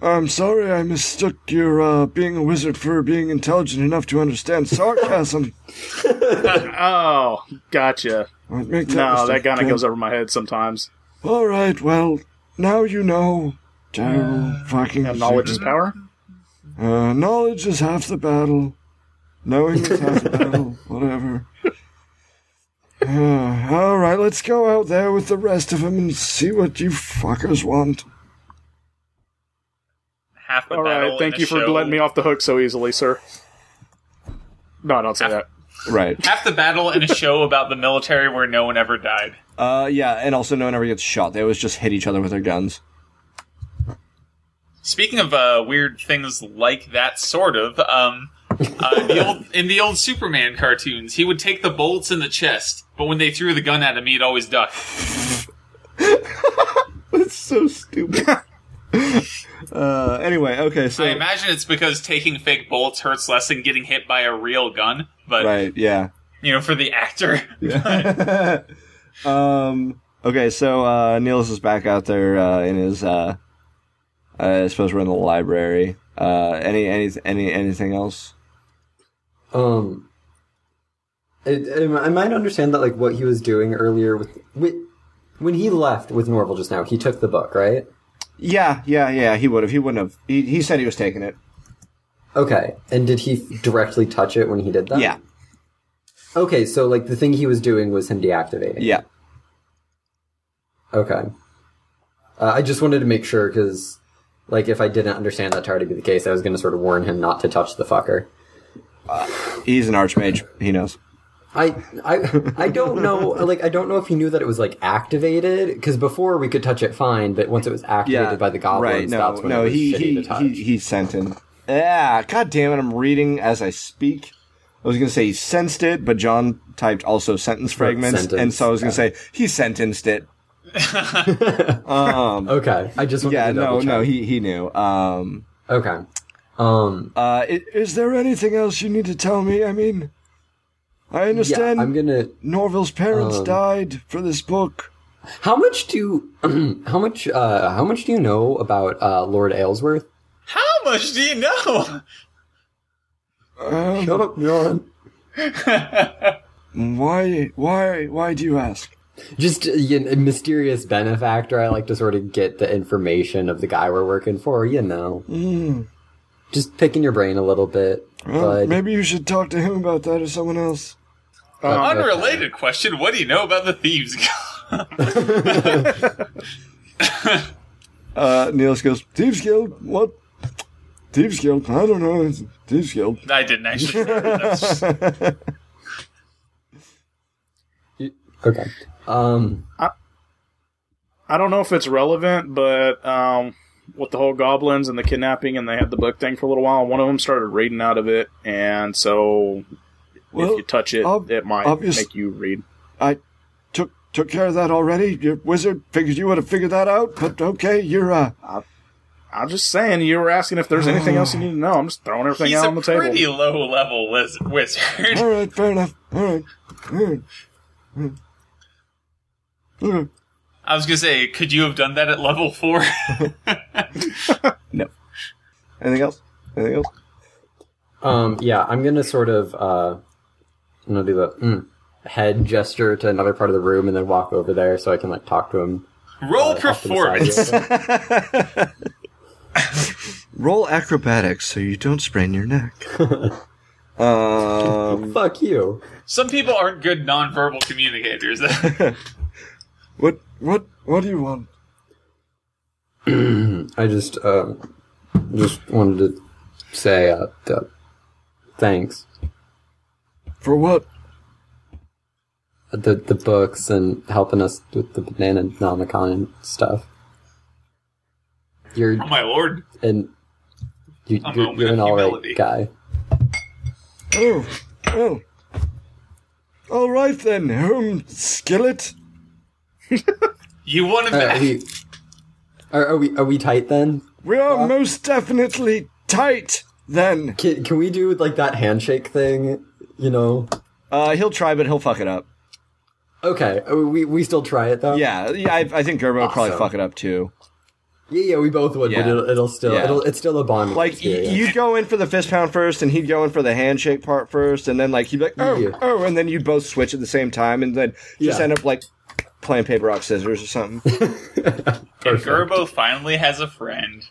[SPEAKER 1] I'm sorry I mistook your uh, being a wizard for being intelligent enough to understand sarcasm.
[SPEAKER 4] Oh, gotcha.
[SPEAKER 1] Don't make that
[SPEAKER 4] No, that
[SPEAKER 1] mistake
[SPEAKER 4] kind of
[SPEAKER 1] again.
[SPEAKER 4] goes over my head sometimes.
[SPEAKER 1] All right, well, now you know. Terrible fucking
[SPEAKER 4] Yeah, knowledge is
[SPEAKER 1] secret.
[SPEAKER 4] power.
[SPEAKER 1] Uh, knowledge is half the battle. Knowing is half the battle. Whatever. Uh, all right, let's go out there with the rest of them and see what you fuckers want.
[SPEAKER 3] half the
[SPEAKER 4] All
[SPEAKER 3] battle
[SPEAKER 4] right,
[SPEAKER 3] in
[SPEAKER 4] thank
[SPEAKER 3] a
[SPEAKER 4] you for
[SPEAKER 3] show-
[SPEAKER 4] letting me off the hook so easily, sir. No, don't say that.
[SPEAKER 1] Right.
[SPEAKER 3] Half the battle in a show about the military where no one ever died.
[SPEAKER 1] Uh, yeah, and also no one ever gets shot. They always just hit each other with their guns.
[SPEAKER 3] Speaking of uh, weird things like that, sort of. Um, uh, the old, in the old Superman cartoons, he would take the bullets in the chest, but when they threw the gun at him, he'd always duck.
[SPEAKER 1] That's so stupid. uh, anyway, okay, so.
[SPEAKER 3] I imagine it's because taking fake bullets hurts less than getting hit by a real gun, but
[SPEAKER 1] Right, yeah.
[SPEAKER 3] you know, for the actor,
[SPEAKER 1] um, okay, so uh, Niels is back out there uh, in his. Uh, I suppose we're in the library. Uh, any, any, any, anything else?
[SPEAKER 2] Um, I, I I might understand that like what he was doing earlier with, with when he left with Norval just now, he took the book, right?
[SPEAKER 1] Yeah, yeah, yeah. He would have. He wouldn't have. He, he said he was taking it.
[SPEAKER 2] Okay, and did he directly touch it when he did that?
[SPEAKER 1] Yeah,
[SPEAKER 2] Okay, so like the thing he was doing was him deactivating.
[SPEAKER 1] yeah.
[SPEAKER 2] Okay. Uh, I just wanted to make sure because, like, if I didn't understand that to already be the case, I was going to sort of warn him not to touch the fucker.
[SPEAKER 1] He's an archmage. He knows.
[SPEAKER 2] I I I don't know. Like, I don't know if he knew that it was like activated because before we could touch it fine, but once it was activated by the goblins,
[SPEAKER 1] right? No,
[SPEAKER 2] that's when
[SPEAKER 1] no.
[SPEAKER 2] it was
[SPEAKER 1] He
[SPEAKER 2] shitty
[SPEAKER 1] he,
[SPEAKER 2] to touch.
[SPEAKER 1] he he sent it. Yeah. God damn it! I'm reading as I speak. I was gonna say he sensed it, but John typed also sentence fragments, and
[SPEAKER 2] sentence,
[SPEAKER 1] so I was gonna
[SPEAKER 2] yeah.
[SPEAKER 1] say he sentenced it.
[SPEAKER 2] okay, I just wanted
[SPEAKER 1] Yeah,
[SPEAKER 2] to double
[SPEAKER 1] no, no,
[SPEAKER 2] check.
[SPEAKER 1] he he knew. Um,
[SPEAKER 2] Okay. Um.
[SPEAKER 1] uh, i- is there anything else you need to tell me? I mean, I
[SPEAKER 2] Yeah,
[SPEAKER 1] understand
[SPEAKER 2] I'm gonna.
[SPEAKER 1] Norville's parents
[SPEAKER 2] um,
[SPEAKER 1] died for this book.
[SPEAKER 2] How much do how much uh how much do you know about uh Lord Aylesworth?
[SPEAKER 3] how much do you know?
[SPEAKER 1] Um,
[SPEAKER 2] Shut up, John.
[SPEAKER 1] Why? Why? Why do you ask?
[SPEAKER 2] Just uh, you know, a mysterious benefactor. I like to sort of get the information of the guy we're working for, you know. Mm. Just picking your brain a little bit.
[SPEAKER 1] Well,
[SPEAKER 2] bud.
[SPEAKER 1] maybe you should talk to him about that or someone else.
[SPEAKER 4] Um,
[SPEAKER 3] Unrelated question: What do you know about the thieves?
[SPEAKER 1] Uh, Niels goes, Thieves Guild? What? Thieves Guild? I don't know. It's Thieves Guild.
[SPEAKER 3] I didn't actually. That's just-
[SPEAKER 2] Okay. Um,
[SPEAKER 4] I don't know if it's relevant, but um, with the whole goblins and the kidnapping, and they had the book thing for a little while, one of them started reading out of it, and so if
[SPEAKER 1] Well,
[SPEAKER 4] you touch it,
[SPEAKER 1] ob-
[SPEAKER 4] it might
[SPEAKER 1] obvious-
[SPEAKER 4] make you read.
[SPEAKER 1] I took took care of that already. Your wizard figured you would have figured that out, but okay, you're, uh,
[SPEAKER 4] I'm just saying, you were asking if there's anything else you need to know. I'm just throwing everything
[SPEAKER 3] He's
[SPEAKER 4] out
[SPEAKER 3] a
[SPEAKER 4] on the table.
[SPEAKER 3] pretty low level liz- wizard.
[SPEAKER 1] alright, fair enough. Alright. Alright. Alright.
[SPEAKER 3] I was gonna say, could you have done that at level four?
[SPEAKER 1] No. Anything else? Anything else?
[SPEAKER 2] um, yeah, I'm gonna sort of, uh, I'm gonna do the mm, head gesture to another part of the room and then walk over there so I can, like, talk to him
[SPEAKER 3] Roll
[SPEAKER 5] uh, off to the side real
[SPEAKER 3] performance.
[SPEAKER 5] quick.
[SPEAKER 1] Roll acrobatics so you don't sprain your neck. um,
[SPEAKER 5] Fuck you.
[SPEAKER 3] Some people aren't good nonverbal communicators. Oh
[SPEAKER 1] what what what do you want?
[SPEAKER 5] I just uh,
[SPEAKER 2] um, Just wanted to say uh, that thanks.
[SPEAKER 1] For what?
[SPEAKER 2] The the books and helping us with the banana nomicon and stuff. You're
[SPEAKER 3] oh my lord!
[SPEAKER 2] and you,
[SPEAKER 3] A
[SPEAKER 2] you're,
[SPEAKER 3] moment
[SPEAKER 2] you're
[SPEAKER 3] of
[SPEAKER 2] an alright
[SPEAKER 3] humility.
[SPEAKER 2] guy.
[SPEAKER 1] Oh oh. All right then, home skillet.
[SPEAKER 3] You want to?
[SPEAKER 2] Uh, are, we, are, are we are we tight then?
[SPEAKER 1] We are most definitely tight then.
[SPEAKER 2] Can, can we do like that handshake thing? You know.
[SPEAKER 1] Uh, he'll try, but he'll fuck it up.
[SPEAKER 2] Okay, uh, we we still try it though.
[SPEAKER 1] Yeah, yeah. I, I think Gerbo would probably
[SPEAKER 2] Awesome.
[SPEAKER 1] fuck it up too.
[SPEAKER 2] yeah, yeah, we both would,
[SPEAKER 1] Yeah.
[SPEAKER 2] but it'll, it'll still
[SPEAKER 1] Yeah.
[SPEAKER 2] it'll, it's still a bond.
[SPEAKER 1] Like y-
[SPEAKER 2] experience.
[SPEAKER 1] you'd go in for the fist pound first, and he'd go in for the handshake part first, and then like he'd be like, oh,
[SPEAKER 2] Yeah.
[SPEAKER 1] oh, and then you'd both switch at the same time, and then just
[SPEAKER 2] Yeah.
[SPEAKER 1] end up like playing paper rock scissors or something.
[SPEAKER 3] and Gerbo finally has a friend.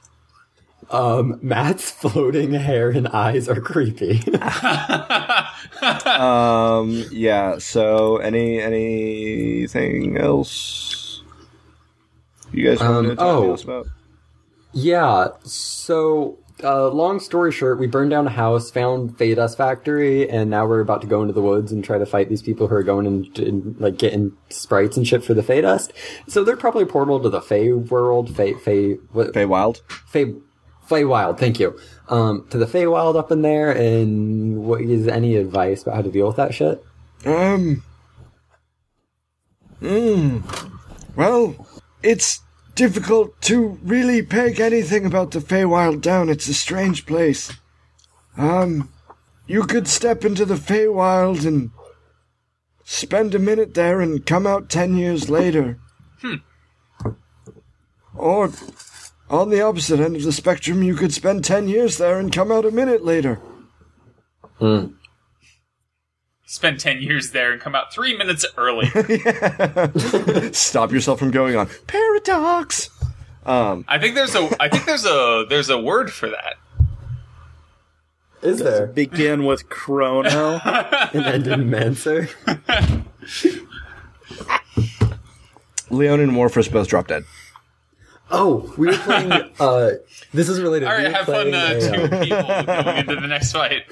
[SPEAKER 2] um, Matt's floating hair and eyes are creepy.
[SPEAKER 1] um, yeah. So any anything else? You guys want to
[SPEAKER 2] Um,
[SPEAKER 1] talk
[SPEAKER 2] oh.
[SPEAKER 1] else about?
[SPEAKER 2] Yeah. So, uh, long story short, we burned down a house, found Thedas Factory, and now we're about to go into the woods and try to fight these people who are going and, and like getting sprites and shit for the Thedas. So they're probably a portal to the Fey world, Fey Fey what,
[SPEAKER 1] Fay Wild.
[SPEAKER 2] Fey Fey Wild. Thank you. Um, to the Fey Wild up in there. And what is any advice about how to deal with that shit?
[SPEAKER 1] Um. Mm, well, it's difficult to really peg anything about the Feywild down. It's a strange place. Um, you could step into the Feywild and spend a minute there and come out ten years later. Hmm. Or, on the opposite end of the spectrum, you could spend ten years there and come out a minute later.
[SPEAKER 3] Spend ten years there and come out three minutes early.
[SPEAKER 1] Stop yourself from going on. Paradox!
[SPEAKER 3] I think there's a. I think there's a. There's a word for that.
[SPEAKER 2] Is there
[SPEAKER 4] Begin with Chrono.
[SPEAKER 2] an end in Mancer?
[SPEAKER 1] Leon and Morpheus both drop dead.
[SPEAKER 2] Oh, we were playing. Uh, this is related.
[SPEAKER 3] All
[SPEAKER 2] we
[SPEAKER 3] right,
[SPEAKER 2] were
[SPEAKER 3] have fun.
[SPEAKER 2] playing
[SPEAKER 3] Uh,
[SPEAKER 2] a,
[SPEAKER 3] two
[SPEAKER 2] uh,
[SPEAKER 3] people going into the next fight.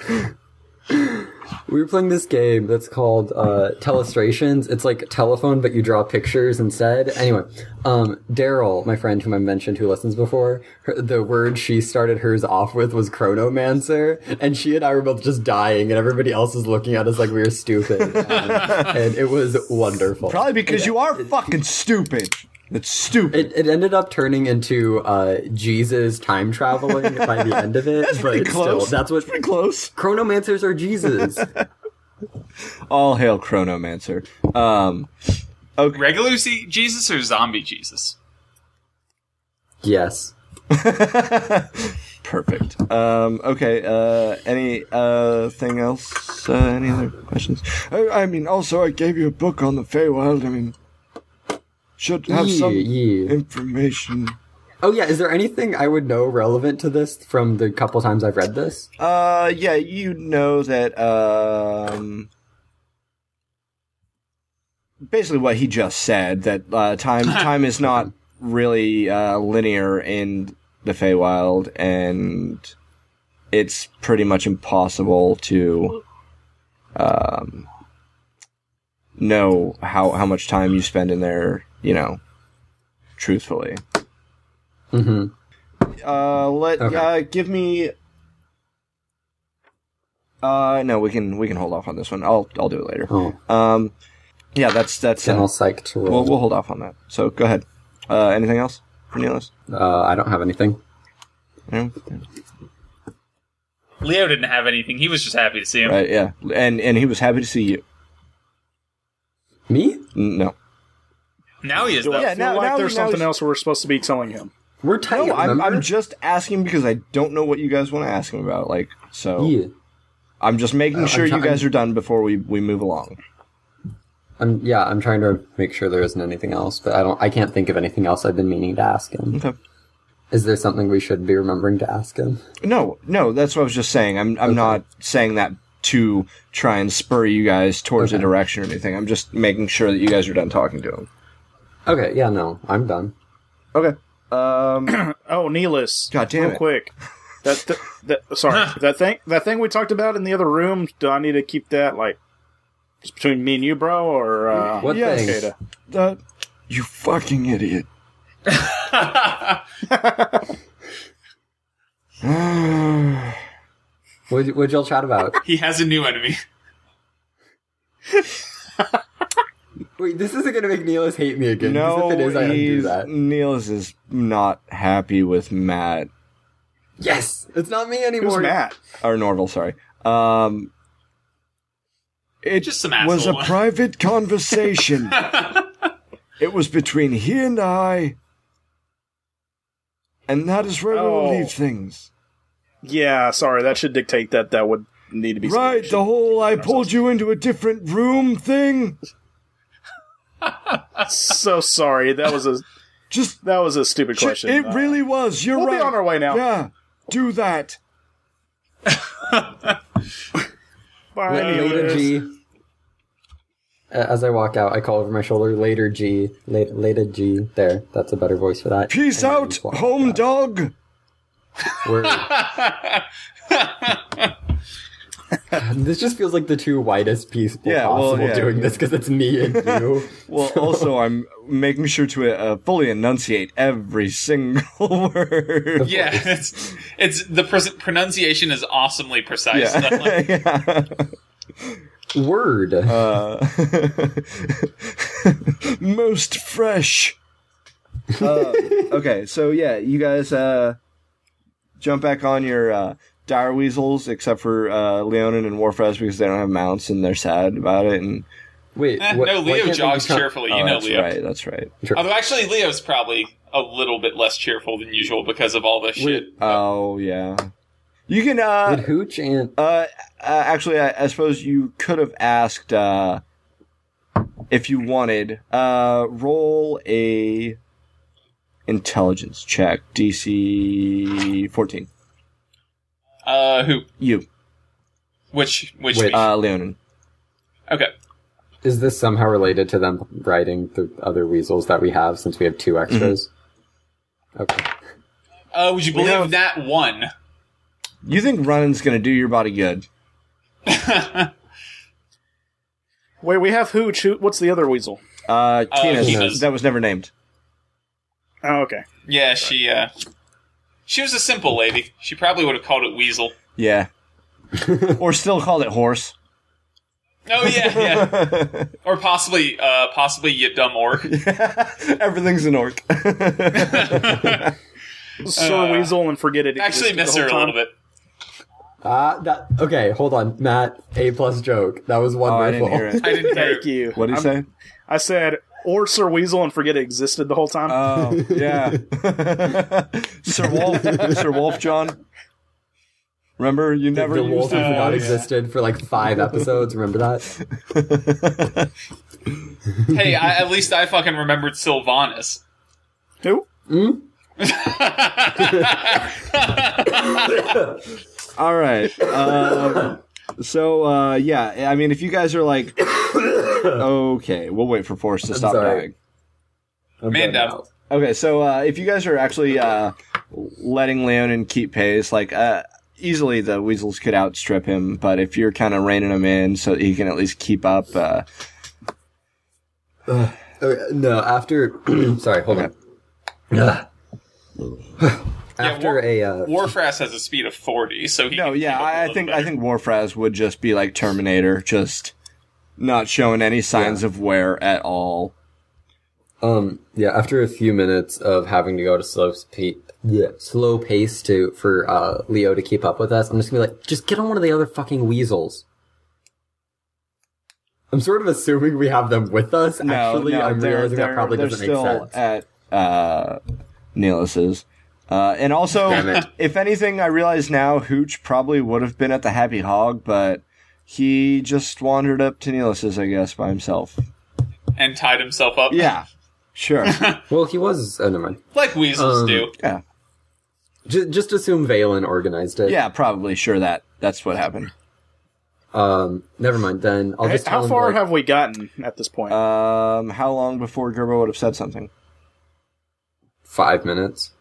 [SPEAKER 2] We were playing this game that's called uh, Telestrations. It's like telephone, but you draw pictures instead. Anyway, um, Daryl, my friend whom I mentioned who listens before, her, the word she started hers off with was chronomancer, and she and I were both just dying, and everybody else is looking at us like we were stupid. Um, and it was wonderful.
[SPEAKER 1] Probably because you are fucking stupid. That's stupid.
[SPEAKER 2] It, it ended up turning into uh, Jesus time traveling by the end of it, but
[SPEAKER 1] pretty
[SPEAKER 2] it's still,
[SPEAKER 1] close.
[SPEAKER 2] that's what
[SPEAKER 1] Pretty close.
[SPEAKER 2] chronomancers are. Jesus.
[SPEAKER 1] All hail Chronomancer. Um,
[SPEAKER 3] Regular see Jesus or zombie Jesus?
[SPEAKER 2] yes.
[SPEAKER 1] perfect. Um, okay. Uh, any uh thing else? Uh, any other questions? I, I mean, also, I gave you a book on the Feywild. I mean, should have
[SPEAKER 2] Yeah,
[SPEAKER 1] some
[SPEAKER 2] yeah.
[SPEAKER 1] information.
[SPEAKER 2] Oh yeah, is there anything I would know relevant to this from the couple times I've read this?
[SPEAKER 1] Uh, yeah, you know that, um. Basically, what he just said that uh, time time is not really uh, linear in the Feywild, and it's pretty much impossible to um, know how how much time you spend in there. You know, truthfully.
[SPEAKER 2] Mm-hmm.
[SPEAKER 1] Uh, let
[SPEAKER 2] Okay.
[SPEAKER 1] uh, give me. Uh, no, we can we can hold off on this one. I'll I'll do it later.
[SPEAKER 2] Oh,
[SPEAKER 1] Um, yeah, that's that's.
[SPEAKER 2] then
[SPEAKER 1] Uh,
[SPEAKER 2] I'll psych to
[SPEAKER 1] we'll
[SPEAKER 2] roll.
[SPEAKER 1] we'll hold off on that. So go ahead. Uh, anything else, Cornelius?
[SPEAKER 2] uh, I don't have anything.
[SPEAKER 1] No?
[SPEAKER 3] Leo didn't have anything. He was just happy to see him.
[SPEAKER 1] Right, yeah, and and he was happy to see you.
[SPEAKER 2] Me?
[SPEAKER 1] N- No,
[SPEAKER 3] Now he is
[SPEAKER 4] Do
[SPEAKER 3] though.
[SPEAKER 4] I
[SPEAKER 1] Yeah,
[SPEAKER 4] feel
[SPEAKER 1] now-
[SPEAKER 4] like
[SPEAKER 1] now-
[SPEAKER 4] there's
[SPEAKER 1] now
[SPEAKER 4] something
[SPEAKER 1] he's-
[SPEAKER 4] else we're supposed to be telling him?
[SPEAKER 2] We're tight.
[SPEAKER 1] no, I'm
[SPEAKER 2] remember?
[SPEAKER 1] I'm just asking because I don't know what you guys want to ask him about. Like, so
[SPEAKER 2] Yeah. Uh,
[SPEAKER 1] I'm just making
[SPEAKER 2] I'm
[SPEAKER 1] sure
[SPEAKER 2] try-
[SPEAKER 1] you guys are done before we we move along.
[SPEAKER 2] I'm yeah, I'm trying to make sure there isn't anything else, but I don't I can't think of anything else I've been meaning to ask him.
[SPEAKER 1] Okay.
[SPEAKER 2] Is there something we should be remembering to ask him?
[SPEAKER 1] No, no, that's what I was just saying. I'm I'm not saying that to try and spur you guys towards a direction or anything. I'm just making sure that you guys are done talking to him.
[SPEAKER 2] Okay, yeah, no, I'm done.
[SPEAKER 1] Okay. Um,
[SPEAKER 4] Oh, Neelis.
[SPEAKER 1] God damn
[SPEAKER 4] real
[SPEAKER 1] it.
[SPEAKER 4] quick. That, th- that sorry that thing that thing we talked about in the other room. Do I need to keep that like just between me and you, bro, or uh,
[SPEAKER 2] What
[SPEAKER 1] Yes.
[SPEAKER 2] thing?
[SPEAKER 4] Jada?
[SPEAKER 1] uh, you fucking idiot.
[SPEAKER 2] What would y'all chat about?
[SPEAKER 3] He has a new enemy.
[SPEAKER 2] Wait, this isn't gonna make Neelis hate me again. 'cause
[SPEAKER 1] No,
[SPEAKER 2] if it is, I undo
[SPEAKER 1] he's,
[SPEAKER 2] that.
[SPEAKER 1] Niels is not happy with Matt
[SPEAKER 2] Yes, it's not me anymore.
[SPEAKER 4] Who's Matt?
[SPEAKER 1] or Norval. Sorry. Um, it
[SPEAKER 3] Just some
[SPEAKER 1] was a
[SPEAKER 3] asshole.
[SPEAKER 1] private conversation. it was between he and I, and that is where
[SPEAKER 4] Oh.
[SPEAKER 1] we'll leave things.
[SPEAKER 4] Yeah, sorry. That should dictate that that would need to be
[SPEAKER 1] Right, the whole I pulled you into a different room thing.
[SPEAKER 4] So sorry. That was a
[SPEAKER 1] Just
[SPEAKER 4] that was a stupid question.
[SPEAKER 1] it
[SPEAKER 4] Uh,
[SPEAKER 1] really was. You're
[SPEAKER 4] we'll be
[SPEAKER 1] right.
[SPEAKER 4] on our way now.
[SPEAKER 1] Yeah, do that.
[SPEAKER 4] Bye,
[SPEAKER 2] Wait, later,
[SPEAKER 4] Neelis.
[SPEAKER 2] G. A- As I walk out, I call over my shoulder, later, G. Later, later G. There, that's a better voice for that.
[SPEAKER 1] Peace
[SPEAKER 2] And then
[SPEAKER 1] out,
[SPEAKER 2] just walk
[SPEAKER 1] home
[SPEAKER 2] out.
[SPEAKER 1] dog.
[SPEAKER 2] Word. this just feels like the two whitest people
[SPEAKER 1] Yeah, well,
[SPEAKER 2] possible
[SPEAKER 1] yeah.
[SPEAKER 2] doing this because it's me and you.
[SPEAKER 1] Well, also, I'm making sure to uh, fully enunciate every single word.
[SPEAKER 3] Yeah, it's, it's the pres- pronunciation is awesomely precise.
[SPEAKER 1] Yeah. yeah.
[SPEAKER 2] Word.
[SPEAKER 1] Uh, most fresh. Uh, okay, so yeah, you guys uh, jump back on your uh, dire weasels, except for uh, Leonin and Warfres because they don't have mounts and they're sad about it. And
[SPEAKER 2] Wait,
[SPEAKER 3] Eh,
[SPEAKER 2] what-
[SPEAKER 3] no,
[SPEAKER 2] why
[SPEAKER 3] Leo
[SPEAKER 2] can't we
[SPEAKER 3] jogs
[SPEAKER 2] become-
[SPEAKER 3] cheerfully.
[SPEAKER 1] oh,
[SPEAKER 3] you know
[SPEAKER 1] that's
[SPEAKER 3] Leo.
[SPEAKER 1] right, that's right.
[SPEAKER 3] Although actually, Leo's probably a little bit less cheerful than usual because of all the shit.
[SPEAKER 1] Oh yeah, you can. Uh,
[SPEAKER 2] Would Hooch and
[SPEAKER 1] Uh, uh, actually, I, I suppose you could have asked uh, if you wanted. Uh, roll a intelligence check, DC fourteen.
[SPEAKER 3] Uh, who?
[SPEAKER 1] You,
[SPEAKER 3] Which? Which?
[SPEAKER 2] Wait,
[SPEAKER 3] me?
[SPEAKER 1] uh, Leonin.
[SPEAKER 3] okay.
[SPEAKER 2] is this somehow related to them riding the other weasels that we have since we have two extras?
[SPEAKER 1] Mm-hmm.
[SPEAKER 2] Okay.
[SPEAKER 3] Uh, would you believe
[SPEAKER 1] have-
[SPEAKER 3] that one?
[SPEAKER 1] You think running's gonna do your body good?
[SPEAKER 4] Wait, we have Hooch. Who, what's the other weasel?
[SPEAKER 1] Uh, Kina's,
[SPEAKER 3] Kina's.
[SPEAKER 1] that was never named.
[SPEAKER 4] Oh, okay.
[SPEAKER 3] Yeah, she. Uh, she was a simple lady. She probably would have called it weasel.
[SPEAKER 1] Yeah, or still called it horse.
[SPEAKER 3] Oh yeah, yeah. or possibly, uh, possibly you dumb orc.
[SPEAKER 1] Everything's an orc. Oh,
[SPEAKER 4] Sir Weasel and forget it.
[SPEAKER 3] Actually,
[SPEAKER 4] existed the
[SPEAKER 3] miss her
[SPEAKER 4] whole
[SPEAKER 3] a little
[SPEAKER 4] time.
[SPEAKER 3] bit.
[SPEAKER 2] Ah, that okay. Hold on, Matt. A plus joke. That was one
[SPEAKER 1] oh, I
[SPEAKER 2] rifle.
[SPEAKER 1] didn't hear it.
[SPEAKER 3] I didn't hear.
[SPEAKER 4] Thank you.
[SPEAKER 1] What did he
[SPEAKER 4] I'm-
[SPEAKER 1] say?
[SPEAKER 4] I said, or Sir Weasel and forget it existed the whole time.
[SPEAKER 1] Oh yeah, Sir Wolf, Sir Wolf John. Remember, you never
[SPEAKER 2] the
[SPEAKER 1] used
[SPEAKER 2] wolf who
[SPEAKER 1] it.
[SPEAKER 2] forgot
[SPEAKER 4] yeah.
[SPEAKER 2] existed for like five episodes. Remember that?
[SPEAKER 3] Hey, I, at least I fucking remembered Sylvanas.
[SPEAKER 4] Who?
[SPEAKER 1] All right. Um, so uh, yeah, I mean, if you guys are like, okay, we'll wait for Forrest to stop
[SPEAKER 2] sorry.
[SPEAKER 1] dying.
[SPEAKER 2] I'm
[SPEAKER 3] Man
[SPEAKER 2] done
[SPEAKER 3] down.
[SPEAKER 1] Okay, so uh, if you guys are actually uh, letting Leonin keep pace, like uh, easily the Weasels could outstrip him, but if you're kind of reining him in so that he can at least keep up, uh,
[SPEAKER 2] now. Okay, no, after sorry, hold on. Ugh. after a uh,
[SPEAKER 3] Warfras has a speed of forty, so he
[SPEAKER 1] No,
[SPEAKER 3] can
[SPEAKER 1] yeah,
[SPEAKER 3] keep up a
[SPEAKER 1] I, I
[SPEAKER 3] little
[SPEAKER 1] think
[SPEAKER 3] better.
[SPEAKER 1] I think Warfraz would just be like Terminator, just not showing any signs of wear at all.
[SPEAKER 2] Um, yeah, after a few minutes of having to go to slow speed, yeah, slow pace to for uh, Leo to keep up with us, I'm just gonna be like, just get on one of the other fucking weasels. I'm sort of assuming we have them with us.
[SPEAKER 1] No,
[SPEAKER 2] Actually,
[SPEAKER 1] no,
[SPEAKER 2] I'm
[SPEAKER 1] they're-
[SPEAKER 2] realizing that
[SPEAKER 1] they're-
[SPEAKER 2] probably
[SPEAKER 1] they're
[SPEAKER 2] doesn't
[SPEAKER 1] still
[SPEAKER 2] make sense.
[SPEAKER 1] At uh, Neelis's. Uh, and also,
[SPEAKER 2] Damn it.
[SPEAKER 1] if anything, I realize now Hooch probably would have been at the Happy Hog, but he just wandered up to Neelis's, I guess, by himself.
[SPEAKER 3] and tied himself up.
[SPEAKER 1] Yeah, sure.
[SPEAKER 2] Well, he was. Oh, never mind.
[SPEAKER 3] like weasels
[SPEAKER 2] Um,
[SPEAKER 3] do.
[SPEAKER 1] yeah,
[SPEAKER 2] Just, just assume Valen organized it.
[SPEAKER 1] yeah, probably sure that that's what happened.
[SPEAKER 2] Um. Never mind. Then I'll just. tell
[SPEAKER 4] How
[SPEAKER 2] him,
[SPEAKER 4] far
[SPEAKER 2] like-
[SPEAKER 4] have we gotten at this point?
[SPEAKER 1] Um, how long before Gerbo would have said something?
[SPEAKER 2] Five minutes.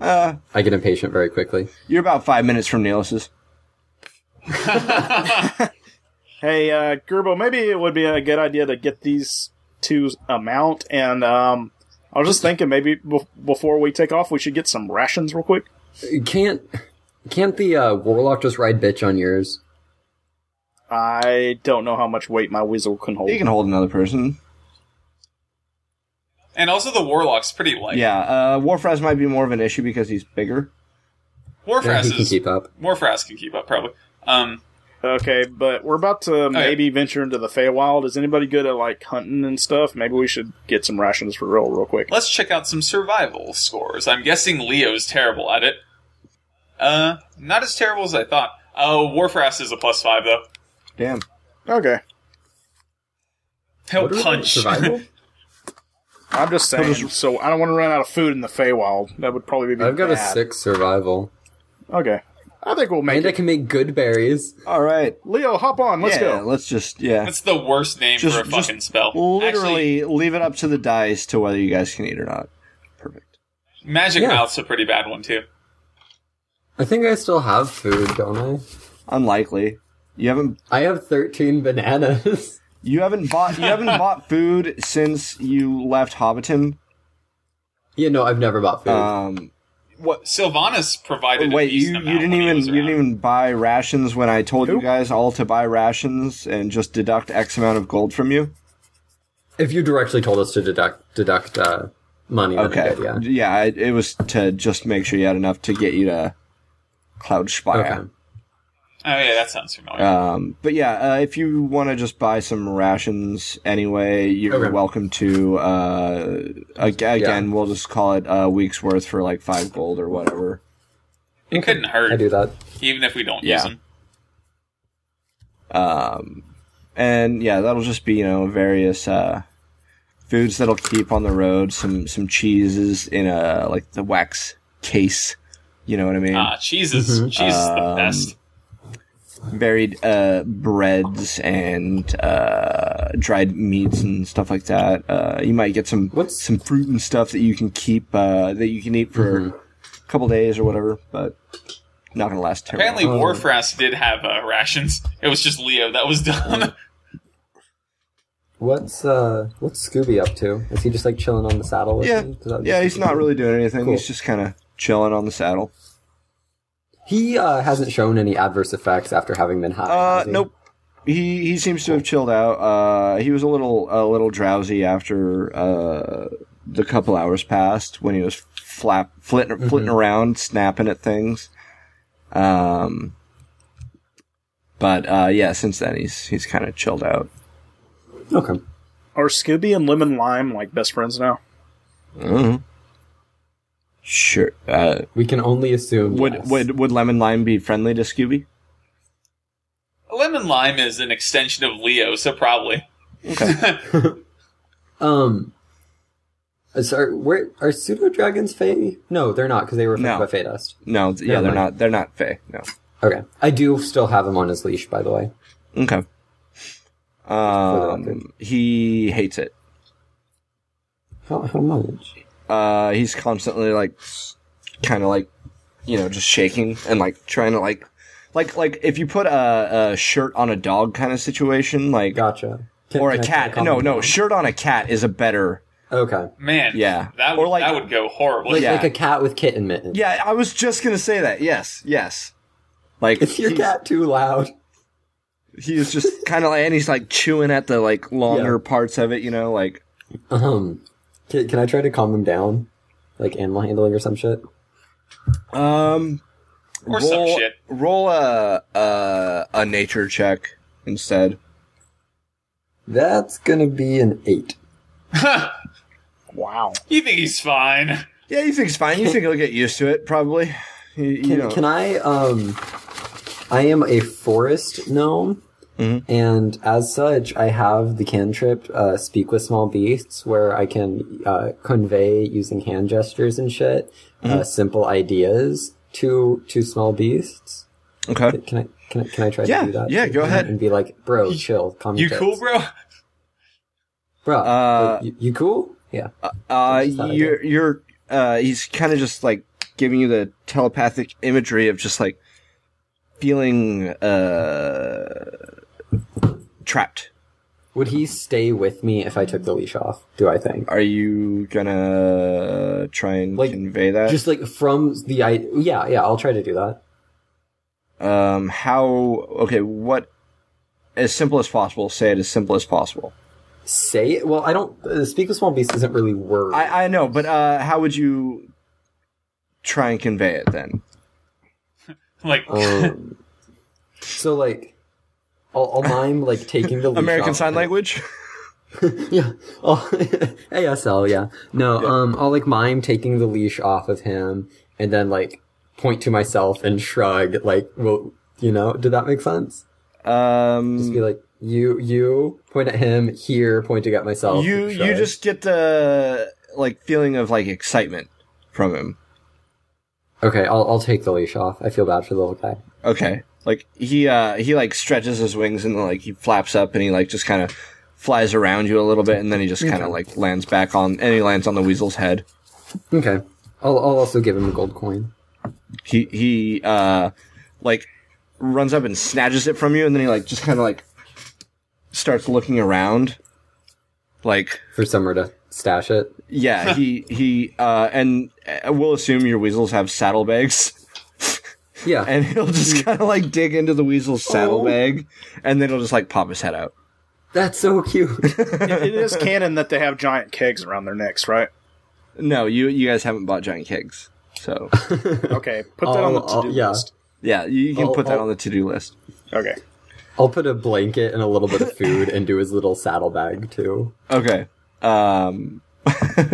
[SPEAKER 1] Uh,
[SPEAKER 2] I get impatient very quickly.
[SPEAKER 1] you're about five minutes from Neelis's.
[SPEAKER 4] hey, uh, Gerbo, maybe it would be a good idea to get these two's amount. And um, I was just thinking maybe bef before we take off, we should get some rations real quick.
[SPEAKER 2] Can't can't the uh, warlock just ride bitch on yours?
[SPEAKER 4] I don't know how much weight my weasel can hold.
[SPEAKER 1] You can hold another person.
[SPEAKER 3] And also the warlock's pretty light.
[SPEAKER 1] Yeah, uh, Warfraz might be more of an issue because he's bigger.
[SPEAKER 2] Yeah,
[SPEAKER 3] Warfras
[SPEAKER 2] he can
[SPEAKER 3] is
[SPEAKER 2] keep up.
[SPEAKER 3] Warfras can keep up probably. Um,
[SPEAKER 4] Okay, but we're about to maybe venture into the Feywild. Is anybody good at like hunting and stuff? Maybe we should get some rations for real, real quick.
[SPEAKER 3] let's check out some survival scores. I'm guessing Leo's terrible at it. Uh, not as terrible as I thought. Oh, Warfras is a plus five though.
[SPEAKER 1] Damn.
[SPEAKER 4] Okay,
[SPEAKER 3] He'll
[SPEAKER 2] What are-
[SPEAKER 3] punch.
[SPEAKER 2] Survival.
[SPEAKER 4] I'm just saying. so I don't want to run out of food in the Feywild. That would probably be.
[SPEAKER 2] I've got a
[SPEAKER 4] bad.
[SPEAKER 2] six survival,
[SPEAKER 4] Okay, I think we'll make
[SPEAKER 2] and I
[SPEAKER 4] it.
[SPEAKER 2] can make good berries.
[SPEAKER 1] All right.
[SPEAKER 4] Leo, hop on. Let's
[SPEAKER 1] yeah,
[SPEAKER 4] go.
[SPEAKER 1] let's just yeah.
[SPEAKER 3] That's the worst name
[SPEAKER 1] Just-
[SPEAKER 3] for a
[SPEAKER 1] just
[SPEAKER 3] fucking spell.
[SPEAKER 1] Literally leave it up to the dice to whether you guys can eat or not. Perfect.
[SPEAKER 3] Actually, Magic
[SPEAKER 2] Yeah.
[SPEAKER 3] Mouth's a pretty bad one too.
[SPEAKER 2] I think I still have food, don't
[SPEAKER 1] Unlikely. You haven't
[SPEAKER 2] I? I have thirteen bananas.
[SPEAKER 1] you haven't bought you haven't bought food since you left Hobbiton.
[SPEAKER 2] yeah, no, I've never bought food.
[SPEAKER 1] Um,
[SPEAKER 3] What Sylvanas provided? a
[SPEAKER 1] wait, you,
[SPEAKER 3] decent
[SPEAKER 1] you
[SPEAKER 3] amount
[SPEAKER 1] didn't
[SPEAKER 3] when he
[SPEAKER 1] even
[SPEAKER 3] was
[SPEAKER 1] you didn't
[SPEAKER 3] around.
[SPEAKER 1] even buy rations when I told you
[SPEAKER 4] Nope.
[SPEAKER 1] guys all to buy rations and just deduct X amount of gold from you.
[SPEAKER 2] if you directly told us to deduct deduct uh, money, then I
[SPEAKER 1] Okay,
[SPEAKER 2] did, yeah.
[SPEAKER 1] yeah, I, it was to just make sure you had enough to get you to Cloud Spire.
[SPEAKER 2] Okay.
[SPEAKER 3] Oh yeah, that sounds familiar.
[SPEAKER 1] Um, but yeah, uh, if you want to just buy some rations anyway, you're
[SPEAKER 2] Okay.
[SPEAKER 1] welcome to. Uh, ag- again,
[SPEAKER 2] Yeah.
[SPEAKER 1] we'll just call it a week's worth for like five gold or whatever.
[SPEAKER 3] it couldn't hurt,
[SPEAKER 2] I do that.
[SPEAKER 3] even if we don't
[SPEAKER 1] Yeah.
[SPEAKER 3] use them.
[SPEAKER 1] And yeah, that'll just be you know various uh, foods that'll keep on the road. Some some cheeses in a like the wax case. You know what I mean?
[SPEAKER 3] Ah, cheeses.
[SPEAKER 2] Mm-hmm.
[SPEAKER 3] Cheese is
[SPEAKER 2] Um,
[SPEAKER 3] the best.
[SPEAKER 1] Varied uh, breads and uh, dried meats and stuff like that. Uh, you might get some
[SPEAKER 2] What's-
[SPEAKER 1] some fruit and stuff that you can keep uh, that you can eat for a couple days or whatever, but not gonna last terribly.
[SPEAKER 3] Apparently, Warfras did have uh, rations. It was just Leo that was
[SPEAKER 1] Mm.
[SPEAKER 3] dumb.
[SPEAKER 2] What's uh, what's Scooby up to? Is he just like chilling on the saddle? With
[SPEAKER 1] yeah,
[SPEAKER 2] me? 'Cause that was-
[SPEAKER 1] yeah, he's not really doing anything.
[SPEAKER 2] Cool.
[SPEAKER 1] He's just kind of chilling on the saddle.
[SPEAKER 2] He uh, hasn't shown any adverse effects after having been high.
[SPEAKER 1] Uh,
[SPEAKER 2] has he?
[SPEAKER 1] nope. He he seems to have chilled out. Uh, he was a little a little drowsy after uh, the couple hours passed when he was flap flitting
[SPEAKER 2] Mm-hmm.
[SPEAKER 1] flitting around, snapping at things. Um, but uh, yeah, since then he's he's kind of chilled out.
[SPEAKER 2] Okay.
[SPEAKER 4] Are Scooby and Lemon Lime like best friends now?
[SPEAKER 1] Mhm. Sure. Uh,
[SPEAKER 2] We can only assume.
[SPEAKER 1] would
[SPEAKER 2] yes.
[SPEAKER 1] would would Lemon Lime be friendly to Scooby?
[SPEAKER 3] Lemon Lime is an extension of Leo, so probably.
[SPEAKER 1] Okay.
[SPEAKER 2] Um, uh, so are, where are pseudo dragons fey? No, they're not because they were affected
[SPEAKER 1] No.
[SPEAKER 2] by fey dust.
[SPEAKER 1] No. th- Yeah,
[SPEAKER 2] Never
[SPEAKER 1] they're
[SPEAKER 2] mind.
[SPEAKER 1] not. They're not Fey. No.
[SPEAKER 2] Okay, I do still have him on his leash, by the way.
[SPEAKER 1] Okay.
[SPEAKER 2] record.
[SPEAKER 1] Um, he hates it.
[SPEAKER 2] How how much?
[SPEAKER 1] Uh, he's constantly like, kind of like, you know, just shaking and like trying to like, like like if you put a, a shirt on a dog kind of situation, like
[SPEAKER 2] Gotcha. Can-
[SPEAKER 1] or a
[SPEAKER 2] can I- can I
[SPEAKER 1] cat.
[SPEAKER 2] call
[SPEAKER 1] No,
[SPEAKER 2] him?
[SPEAKER 1] no, shirt on a cat is a better.
[SPEAKER 2] Okay,
[SPEAKER 3] Man,
[SPEAKER 1] Yeah.
[SPEAKER 3] that
[SPEAKER 1] Or
[SPEAKER 3] would,
[SPEAKER 1] like-
[SPEAKER 3] that would go horribly.
[SPEAKER 2] like,
[SPEAKER 1] Yeah.
[SPEAKER 2] like a cat with kitten mittens.
[SPEAKER 1] Yeah, I was just gonna say that. Yes, yes. Like
[SPEAKER 2] Is your
[SPEAKER 1] he's-
[SPEAKER 2] cat too loud?
[SPEAKER 1] He's just kind of like, and he's like chewing at the like longer parts of it. You know, like
[SPEAKER 2] Um, can, can I try to calm him down, like animal handling or some shit?
[SPEAKER 1] um,
[SPEAKER 3] Or some shit.
[SPEAKER 1] Roll a, a a nature check instead.
[SPEAKER 2] That's gonna be an eight.
[SPEAKER 4] Wow.
[SPEAKER 3] You think he's fine?
[SPEAKER 1] Yeah, you think it's fine. You think he'll get used to it, probably. You, you
[SPEAKER 2] Can,
[SPEAKER 1] know.
[SPEAKER 2] can I? Um, I am a forest gnome,
[SPEAKER 1] Mm-hmm.
[SPEAKER 2] And as such, I have the cantrip uh, Speak with Small Beasts, where I can uh, convey using hand gestures and shit
[SPEAKER 1] Mm-hmm.
[SPEAKER 2] uh, simple ideas to to small beasts.
[SPEAKER 1] Okay.
[SPEAKER 2] Can I can I, can I try
[SPEAKER 1] Yeah,
[SPEAKER 2] to do that?
[SPEAKER 1] yeah, go
[SPEAKER 2] And-
[SPEAKER 1] ahead.
[SPEAKER 2] And be like, bro, chill, calm your
[SPEAKER 3] You cool,
[SPEAKER 2] tits.
[SPEAKER 3] bro?
[SPEAKER 2] bro?
[SPEAKER 1] Uh,
[SPEAKER 2] like, you, you cool? Yeah.
[SPEAKER 1] Uh,
[SPEAKER 2] Just thought I'd-
[SPEAKER 1] you're you're uh, he's kind of just like giving you the telepathic imagery of just like feeling uh trapped.
[SPEAKER 2] Would he stay with me if I took the leash off? Do I think?
[SPEAKER 1] Are you gonna try and
[SPEAKER 2] Like,
[SPEAKER 1] convey that?
[SPEAKER 2] Just like from the I, yeah, yeah, I'll try to do that.
[SPEAKER 1] um, how? Okay, what? As simple as possible. Say it as simple as possible.
[SPEAKER 2] Say it. Well, I don't. Uh, speak with small beasts isn't really word.
[SPEAKER 1] I I know, but uh, how would you try and convey it then?
[SPEAKER 3] Like,
[SPEAKER 2] Um, so like, I'll, I'll mime like taking the leash
[SPEAKER 1] American
[SPEAKER 2] off.
[SPEAKER 1] Sign Language.
[SPEAKER 2] yeah. Oh, I'll- ASL, yeah. No, um, I'll like mime taking the leash off of him and then like point to myself and shrug, like, well, you know, did that make sense?
[SPEAKER 1] Um,
[SPEAKER 2] Just be like, you, you, point at him, here, pointing at myself.
[SPEAKER 1] you
[SPEAKER 2] and shrug.
[SPEAKER 1] you just get the like feeling of like excitement from him.
[SPEAKER 2] Okay, I'll, I'll take the leash off. I feel bad for the little guy.
[SPEAKER 1] Okay. Like he uh he like stretches his wings and like he flaps up and he like just kind of flies around you a little bit and then he just kind of like lands back on and he lands on the weasel's head.
[SPEAKER 2] Okay. I'll, I'll also give him a gold coin.
[SPEAKER 1] He he uh like runs up and snatches it from you and then he like just kind of like starts looking around like
[SPEAKER 2] for somewhere to stash it.
[SPEAKER 1] yeah he he uh and uh, we'll assume your weasels have saddlebags
[SPEAKER 2] Yeah.
[SPEAKER 1] and he'll just
[SPEAKER 2] Mm-hmm.
[SPEAKER 1] kind of like dig into the weasel's
[SPEAKER 2] Oh.
[SPEAKER 1] saddlebag, and then he'll just like pop his head out.
[SPEAKER 2] That's so cute.
[SPEAKER 4] it is canon that they have giant kegs around their necks, right?
[SPEAKER 1] No, you you guys haven't bought giant kegs, so
[SPEAKER 4] Okay, put that on the
[SPEAKER 2] I'll- I'll-
[SPEAKER 4] to-do
[SPEAKER 2] Um, uh, yeah.
[SPEAKER 4] list.
[SPEAKER 1] yeah, you, you can
[SPEAKER 2] Oh,
[SPEAKER 1] put that
[SPEAKER 2] oh.
[SPEAKER 1] on the to do list.
[SPEAKER 4] Okay.
[SPEAKER 2] I'll put a blanket and a little bit of food into his little saddlebag too.
[SPEAKER 1] Okay. Um.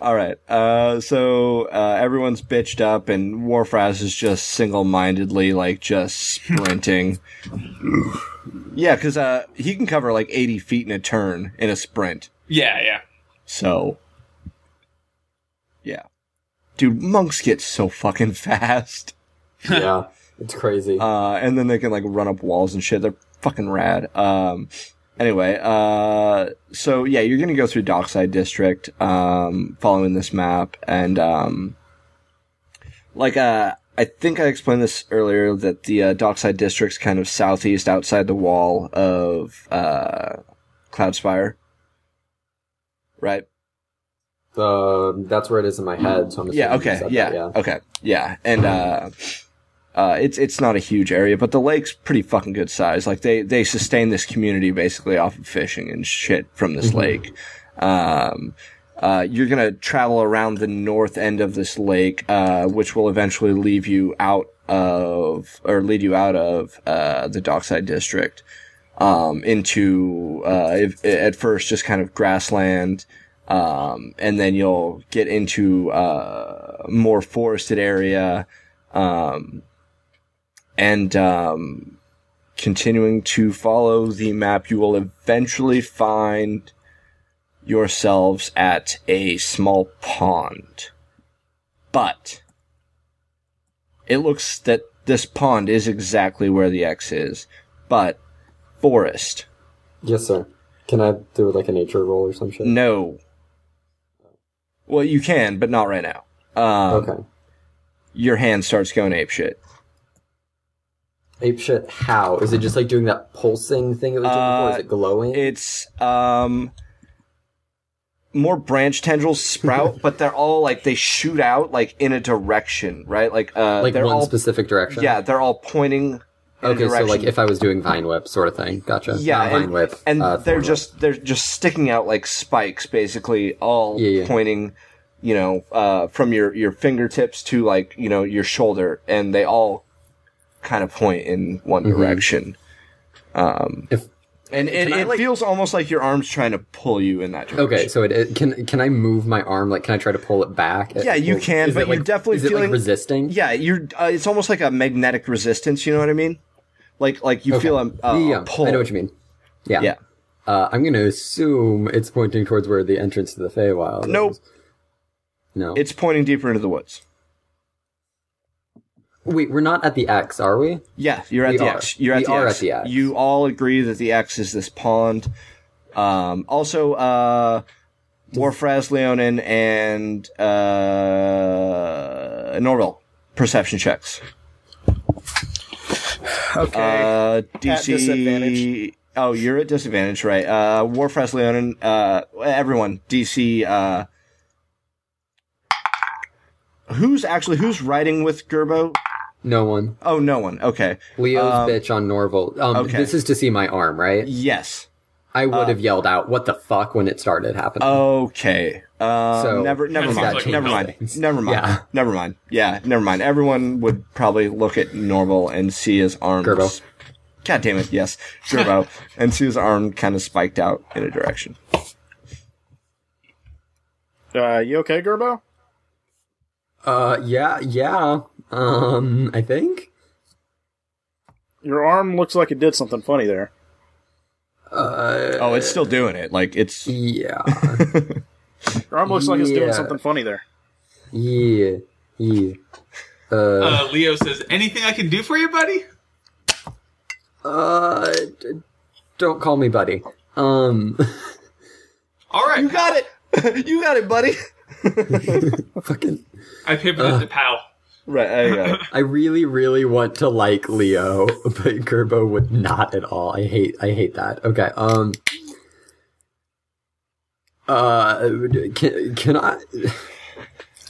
[SPEAKER 1] all right. Uh. So uh, everyone's bitched up, and Warfraz is just single mindedly like just sprinting. yeah, because uh, he can cover like eighty feet in a turn in a sprint.
[SPEAKER 3] yeah, yeah.
[SPEAKER 1] So, yeah. Dude, monks get so fucking fast.
[SPEAKER 2] Yeah, it's crazy.
[SPEAKER 1] Uh, and then they can like run up walls and shit. They're fucking rad. Um, anyway, uh, so yeah, you're gonna go through Dockside District, um, following this map, and um, like uh, I think I explained this earlier that the uh, Dockside District's kind of southeast outside the wall of uh, Cloudspire, right?
[SPEAKER 2] Uh, that's where it is in my head. So I'm
[SPEAKER 1] yeah
[SPEAKER 2] assuming you
[SPEAKER 1] okay
[SPEAKER 2] said
[SPEAKER 1] yeah,
[SPEAKER 2] that, yeah.
[SPEAKER 1] okay yeah and uh uh it's it's not a huge area but the lake's pretty fucking good size like they they sustain this community basically off of fishing and shit from this lake um uh, you're gonna travel around the north end of this lake, uh, which will eventually leave you out of, or lead you out of, uh, the dockside district, um, into, uh, if, at first just kind of grassland, um, and then you'll get into uh, more forested area, um, and um, continuing to follow the map, you will eventually find yourselves at a small pond, but it looks that this pond is exactly where the X is, but forest
[SPEAKER 2] Yes, sir. Can I do like a nature roll or some shit?
[SPEAKER 1] no. Well, you can, but not right now. Um,
[SPEAKER 2] Okay.
[SPEAKER 1] Your hand starts going apeshit.
[SPEAKER 2] Ape shit. How is it? Just like doing that pulsing thing it was doing
[SPEAKER 1] Uh,
[SPEAKER 2] before? Is it glowing?
[SPEAKER 1] It's um, more branch tendrils sprout, but they're all like they shoot out like in a direction, right? Like uh,
[SPEAKER 2] like
[SPEAKER 1] they're
[SPEAKER 2] one
[SPEAKER 1] all
[SPEAKER 2] specific direction.
[SPEAKER 1] yeah, they're all pointing. In a
[SPEAKER 2] Okay, so
[SPEAKER 1] direction.
[SPEAKER 2] like if I was doing vine whip sort of thing. Gotcha.
[SPEAKER 1] yeah,
[SPEAKER 2] Not
[SPEAKER 1] and,
[SPEAKER 2] vine whip.
[SPEAKER 1] and
[SPEAKER 2] uh,
[SPEAKER 1] they're
[SPEAKER 2] thorn whip.
[SPEAKER 1] just they're just sticking out like spikes, basically, all
[SPEAKER 2] Yeah, yeah.
[SPEAKER 1] pointing, you know, uh, from your your fingertips to like you know your shoulder, and they all kind of point in one
[SPEAKER 2] Mm-hmm.
[SPEAKER 1] direction. Um,
[SPEAKER 2] If-
[SPEAKER 1] and it,
[SPEAKER 2] I,
[SPEAKER 1] it
[SPEAKER 2] like-
[SPEAKER 1] feels almost like your arms trying to pull you in that direction.
[SPEAKER 2] Okay, so it, it can can I move my arm? Like, can I try to pull it back?
[SPEAKER 1] Yeah, you
[SPEAKER 2] Or-
[SPEAKER 1] can,
[SPEAKER 2] is
[SPEAKER 1] but
[SPEAKER 2] it,
[SPEAKER 1] you're
[SPEAKER 2] like-
[SPEAKER 1] definitely
[SPEAKER 2] is it, like,
[SPEAKER 1] feeling-
[SPEAKER 2] resisting.
[SPEAKER 1] Yeah, you're. Uh, it's almost like a magnetic resistance. You know what I mean? Like like you feel a, a
[SPEAKER 2] yeah,
[SPEAKER 1] Oh, pull.
[SPEAKER 2] I know what you mean. Yeah.
[SPEAKER 1] Yeah.
[SPEAKER 2] Uh, I'm going to assume it's pointing towards where the entrance to the Feywild is.
[SPEAKER 1] Nope.
[SPEAKER 2] No.
[SPEAKER 1] It's pointing deeper into the woods.
[SPEAKER 2] Wait, we're not at the X, are we?
[SPEAKER 1] Yeah, you're at
[SPEAKER 2] We
[SPEAKER 1] the
[SPEAKER 2] are.
[SPEAKER 1] X. You're at
[SPEAKER 2] We
[SPEAKER 1] the,
[SPEAKER 2] are
[SPEAKER 1] X.
[SPEAKER 2] at the X.
[SPEAKER 1] You all agree that the X is this pond. Um, also, uh, Warfraz, Leonin, and uh, Norval perception checks.
[SPEAKER 4] Okay.
[SPEAKER 1] Uh, DC.
[SPEAKER 4] disadvantage.
[SPEAKER 1] Oh, you're at disadvantage, right? Uh, Warfraz, Leonin, uh, everyone, DC. Uh, who's actually who's riding with Gerbo?
[SPEAKER 2] No one.
[SPEAKER 1] Oh, no one. Okay.
[SPEAKER 2] Leo's
[SPEAKER 1] Um,
[SPEAKER 2] bitch on Norval. Um,
[SPEAKER 1] okay. Uh,
[SPEAKER 2] This is to see my arm, right?
[SPEAKER 1] Yes.
[SPEAKER 2] I would have yelled out, what the fuck, when it started happening.
[SPEAKER 1] uh, Okay. Um,
[SPEAKER 2] So-
[SPEAKER 1] never, never
[SPEAKER 3] That
[SPEAKER 1] mind.
[SPEAKER 3] sounds like
[SPEAKER 1] never
[SPEAKER 3] no
[SPEAKER 1] mind.
[SPEAKER 2] things.
[SPEAKER 1] Never mind.
[SPEAKER 2] Yeah.
[SPEAKER 1] Never mind. Yeah, never mind. Everyone would probably look at Norval and see his arm.
[SPEAKER 2] Gerbo.
[SPEAKER 1] God damn it! Yes, Gerbo, and see his arm kind of spiked out in a direction.
[SPEAKER 4] Uh, you okay, Gerbo?
[SPEAKER 2] Uh, yeah, yeah. Um, I think?
[SPEAKER 4] Your arm looks like it did something funny there.
[SPEAKER 2] Uh,
[SPEAKER 1] Oh, it's still doing it. Like it's.
[SPEAKER 2] yeah.
[SPEAKER 4] Your arm looks like it's doing
[SPEAKER 2] Yeah.
[SPEAKER 4] something funny there.
[SPEAKER 2] yeah. Yeah. Uh,
[SPEAKER 3] Uh, Leo says, "Anything I can do for you, buddy?"
[SPEAKER 2] uh, d- don't call me buddy. Um,
[SPEAKER 3] All right,
[SPEAKER 1] You got it. you got it, buddy.
[SPEAKER 2] fucking,
[SPEAKER 3] I pivoted
[SPEAKER 1] Uh.
[SPEAKER 3] to pal.
[SPEAKER 1] Right. I got it.
[SPEAKER 2] I really, really want to like Leo, but Gerbo would not at all. I hate, I hate that. Okay. Um, uh, can, can I,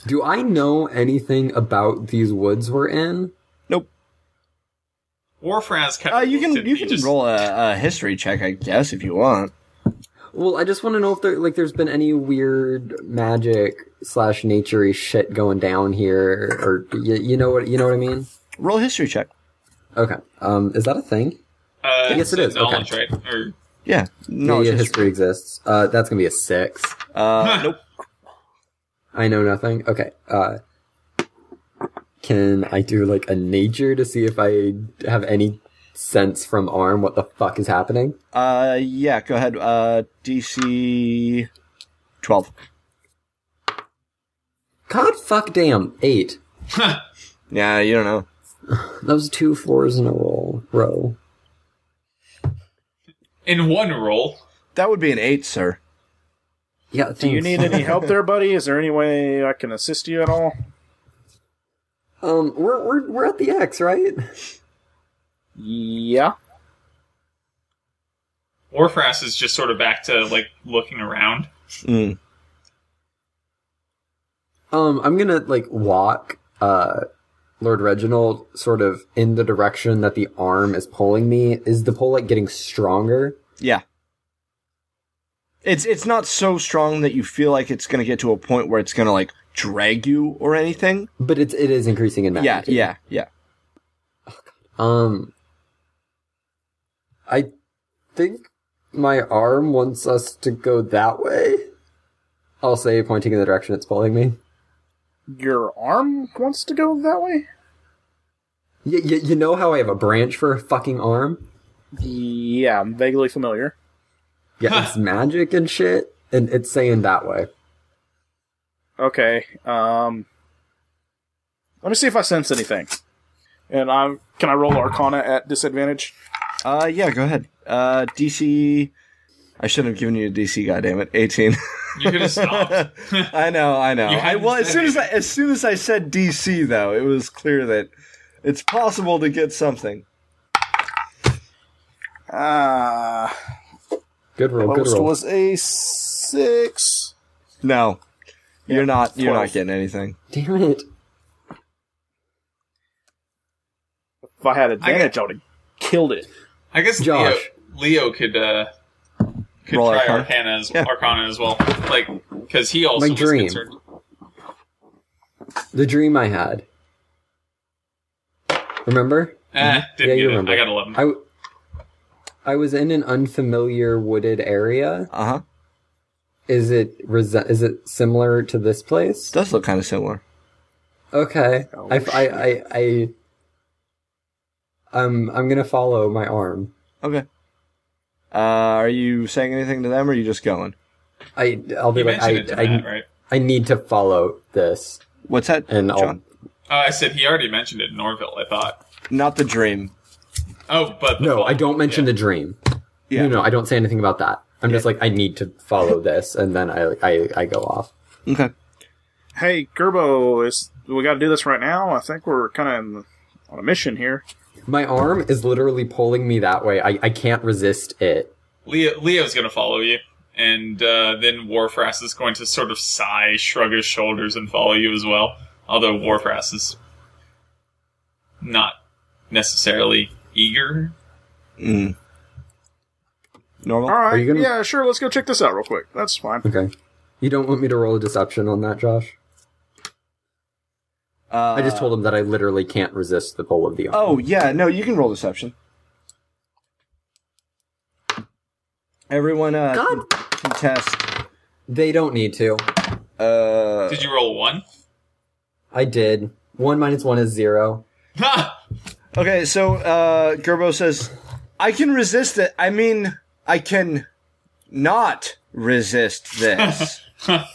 [SPEAKER 2] do I know anything about these woods we're in?
[SPEAKER 1] Nope.
[SPEAKER 3] Warfraz kind
[SPEAKER 1] Uh,
[SPEAKER 3] of.
[SPEAKER 1] you can
[SPEAKER 3] looked at
[SPEAKER 1] you
[SPEAKER 3] me,
[SPEAKER 1] can
[SPEAKER 3] just,
[SPEAKER 1] roll a, a history check, I guess, if you want.
[SPEAKER 2] Well, I just want to know if there like there's been any weird magic slash naturey shit going down here, or you, you know what you know what I mean?
[SPEAKER 1] Roll a history check.
[SPEAKER 2] Okay, um, is that a thing?
[SPEAKER 3] Uh,
[SPEAKER 2] Yes, it is.
[SPEAKER 3] it's Knowledge,
[SPEAKER 2] Okay.
[SPEAKER 3] right? Or
[SPEAKER 1] Yeah. No.
[SPEAKER 2] yeah, yeah,
[SPEAKER 1] it's history.
[SPEAKER 2] history exists. Uh, that's gonna be a six.
[SPEAKER 1] Uh, nope.
[SPEAKER 2] I know nothing. Okay. Uh, can I do like a nature to see if I have any sense from arm what the fuck is happening?
[SPEAKER 1] Uh, yeah, go ahead. Uh, DC 12.
[SPEAKER 2] God fuck damn eight.
[SPEAKER 1] Yeah, you don't know.
[SPEAKER 2] That was two fours in a roll. Row.
[SPEAKER 3] in one roll.
[SPEAKER 1] That would be an 8, sir.
[SPEAKER 2] Yeah.
[SPEAKER 4] Do you
[SPEAKER 2] thanks.
[SPEAKER 4] need any help there, buddy? Is there any way I can assist you at all?
[SPEAKER 2] Um, we're we're we're at the X, right?
[SPEAKER 4] Yeah.
[SPEAKER 3] Warfraz is just sort of back to like looking around.
[SPEAKER 1] Mm.
[SPEAKER 2] Um, I'm gonna like walk, uh, Lord Reginald, sort of in the direction that the arm is pulling me. Is the pull like getting stronger?
[SPEAKER 1] Yeah. It's it's not so strong that you feel like it's going to get to a point where it's going to, like, drag you or anything.
[SPEAKER 2] But it's it is increasing in
[SPEAKER 1] Yeah,
[SPEAKER 2] magnitude.
[SPEAKER 1] yeah, yeah.
[SPEAKER 2] Um, I think my arm wants us to go that way. I'll say, pointing in the direction it's pulling me.
[SPEAKER 4] Your arm wants to go that way?
[SPEAKER 2] Y- y- you know how I have a branch for a fucking arm?
[SPEAKER 4] Yeah, I'm vaguely familiar.
[SPEAKER 2] Yeah, it's magic and shit, and it's saying that way.
[SPEAKER 4] Okay. Um, let me see if I sense anything. And I can I roll Arcana at disadvantage?
[SPEAKER 1] Uh, yeah, go ahead. Uh, DC. I shouldn't have given you a DC, goddammit. 18.
[SPEAKER 3] You could have stopped.
[SPEAKER 1] I know, I know.
[SPEAKER 3] You
[SPEAKER 1] I,
[SPEAKER 3] hadn't
[SPEAKER 1] well, as
[SPEAKER 3] said
[SPEAKER 1] soon as I,
[SPEAKER 3] anything.
[SPEAKER 1] as soon as I said DC, though, it was clear that it's possible to get something.
[SPEAKER 4] Ah,
[SPEAKER 2] Good roll, good
[SPEAKER 4] lowest
[SPEAKER 2] roll.
[SPEAKER 4] was a six.
[SPEAKER 1] No, you're not. You're not
[SPEAKER 4] Twelve.
[SPEAKER 1] getting anything.
[SPEAKER 2] Damn it.
[SPEAKER 4] If I had advantage, I would have killed it.
[SPEAKER 3] I guess
[SPEAKER 2] Josh.
[SPEAKER 3] Leo, Leo could uh, could
[SPEAKER 1] Roll
[SPEAKER 3] try
[SPEAKER 1] Arcana.
[SPEAKER 3] Arcana as,
[SPEAKER 1] Yeah.
[SPEAKER 3] Arcana as well, like because he also
[SPEAKER 2] My
[SPEAKER 3] was
[SPEAKER 2] dream.
[SPEAKER 3] concerned.
[SPEAKER 2] The dream I had. Remember?
[SPEAKER 3] Eh, didn't
[SPEAKER 2] Yeah, you
[SPEAKER 3] get it.
[SPEAKER 2] remember.
[SPEAKER 3] I got eleven.
[SPEAKER 2] I, w- I was in an unfamiliar wooded area.
[SPEAKER 1] Uh huh.
[SPEAKER 2] Is it rese- is it similar to this place?
[SPEAKER 1] Does look kind of similar.
[SPEAKER 2] Okay.
[SPEAKER 4] Oh,
[SPEAKER 2] I, f- I- I- I- I'm um, I'm gonna follow my arm.
[SPEAKER 1] Okay. Uh, are you saying anything to them, or are you just going?
[SPEAKER 2] I I'll be
[SPEAKER 3] You
[SPEAKER 2] like
[SPEAKER 3] mentioned it
[SPEAKER 2] I
[SPEAKER 3] to
[SPEAKER 2] I,
[SPEAKER 3] Matt, right?
[SPEAKER 2] I need to follow this,
[SPEAKER 1] What's that?
[SPEAKER 2] and
[SPEAKER 1] John?
[SPEAKER 3] Uh, I said he already mentioned it, Norville. I thought.
[SPEAKER 1] Not the dream.
[SPEAKER 3] Oh, but
[SPEAKER 2] I'll no, I don't mention the dream.
[SPEAKER 1] Yeah.
[SPEAKER 2] No, no, I don't say anything about that. I'm just like I need to follow this, and then I I, I go off.
[SPEAKER 1] Okay.
[SPEAKER 4] Hey, Gerbo, is we got to do this right now? I think we're kind of on a mission here.
[SPEAKER 2] My arm is literally pulling me that way. I, I can't resist it.
[SPEAKER 3] Leo, Leo's going to follow you, and uh, then Warfrass is going to sort of sigh, shrug his shoulders, and follow you as well. Although Warfrass is not necessarily eager.
[SPEAKER 1] Mm. Normal.
[SPEAKER 4] All right,
[SPEAKER 2] you gonna-
[SPEAKER 4] yeah, sure. Let's go check this out real quick. That's fine.
[SPEAKER 2] Okay. You don't want me to roll a deception on that, Josh?
[SPEAKER 1] Uh,
[SPEAKER 2] I just told him that I literally can't resist the pull of the arm.
[SPEAKER 1] Oh yeah, no, you can roll deception. Everyone, uh,
[SPEAKER 2] God.
[SPEAKER 1] contest.
[SPEAKER 2] They don't need to.
[SPEAKER 1] Uh,
[SPEAKER 3] Did you roll one?
[SPEAKER 2] I did. One minus one is zero.
[SPEAKER 3] Ha!
[SPEAKER 1] okay, so uh, Gerbo says, "I can resist it. I mean, I can not resist this."
[SPEAKER 4] Uh,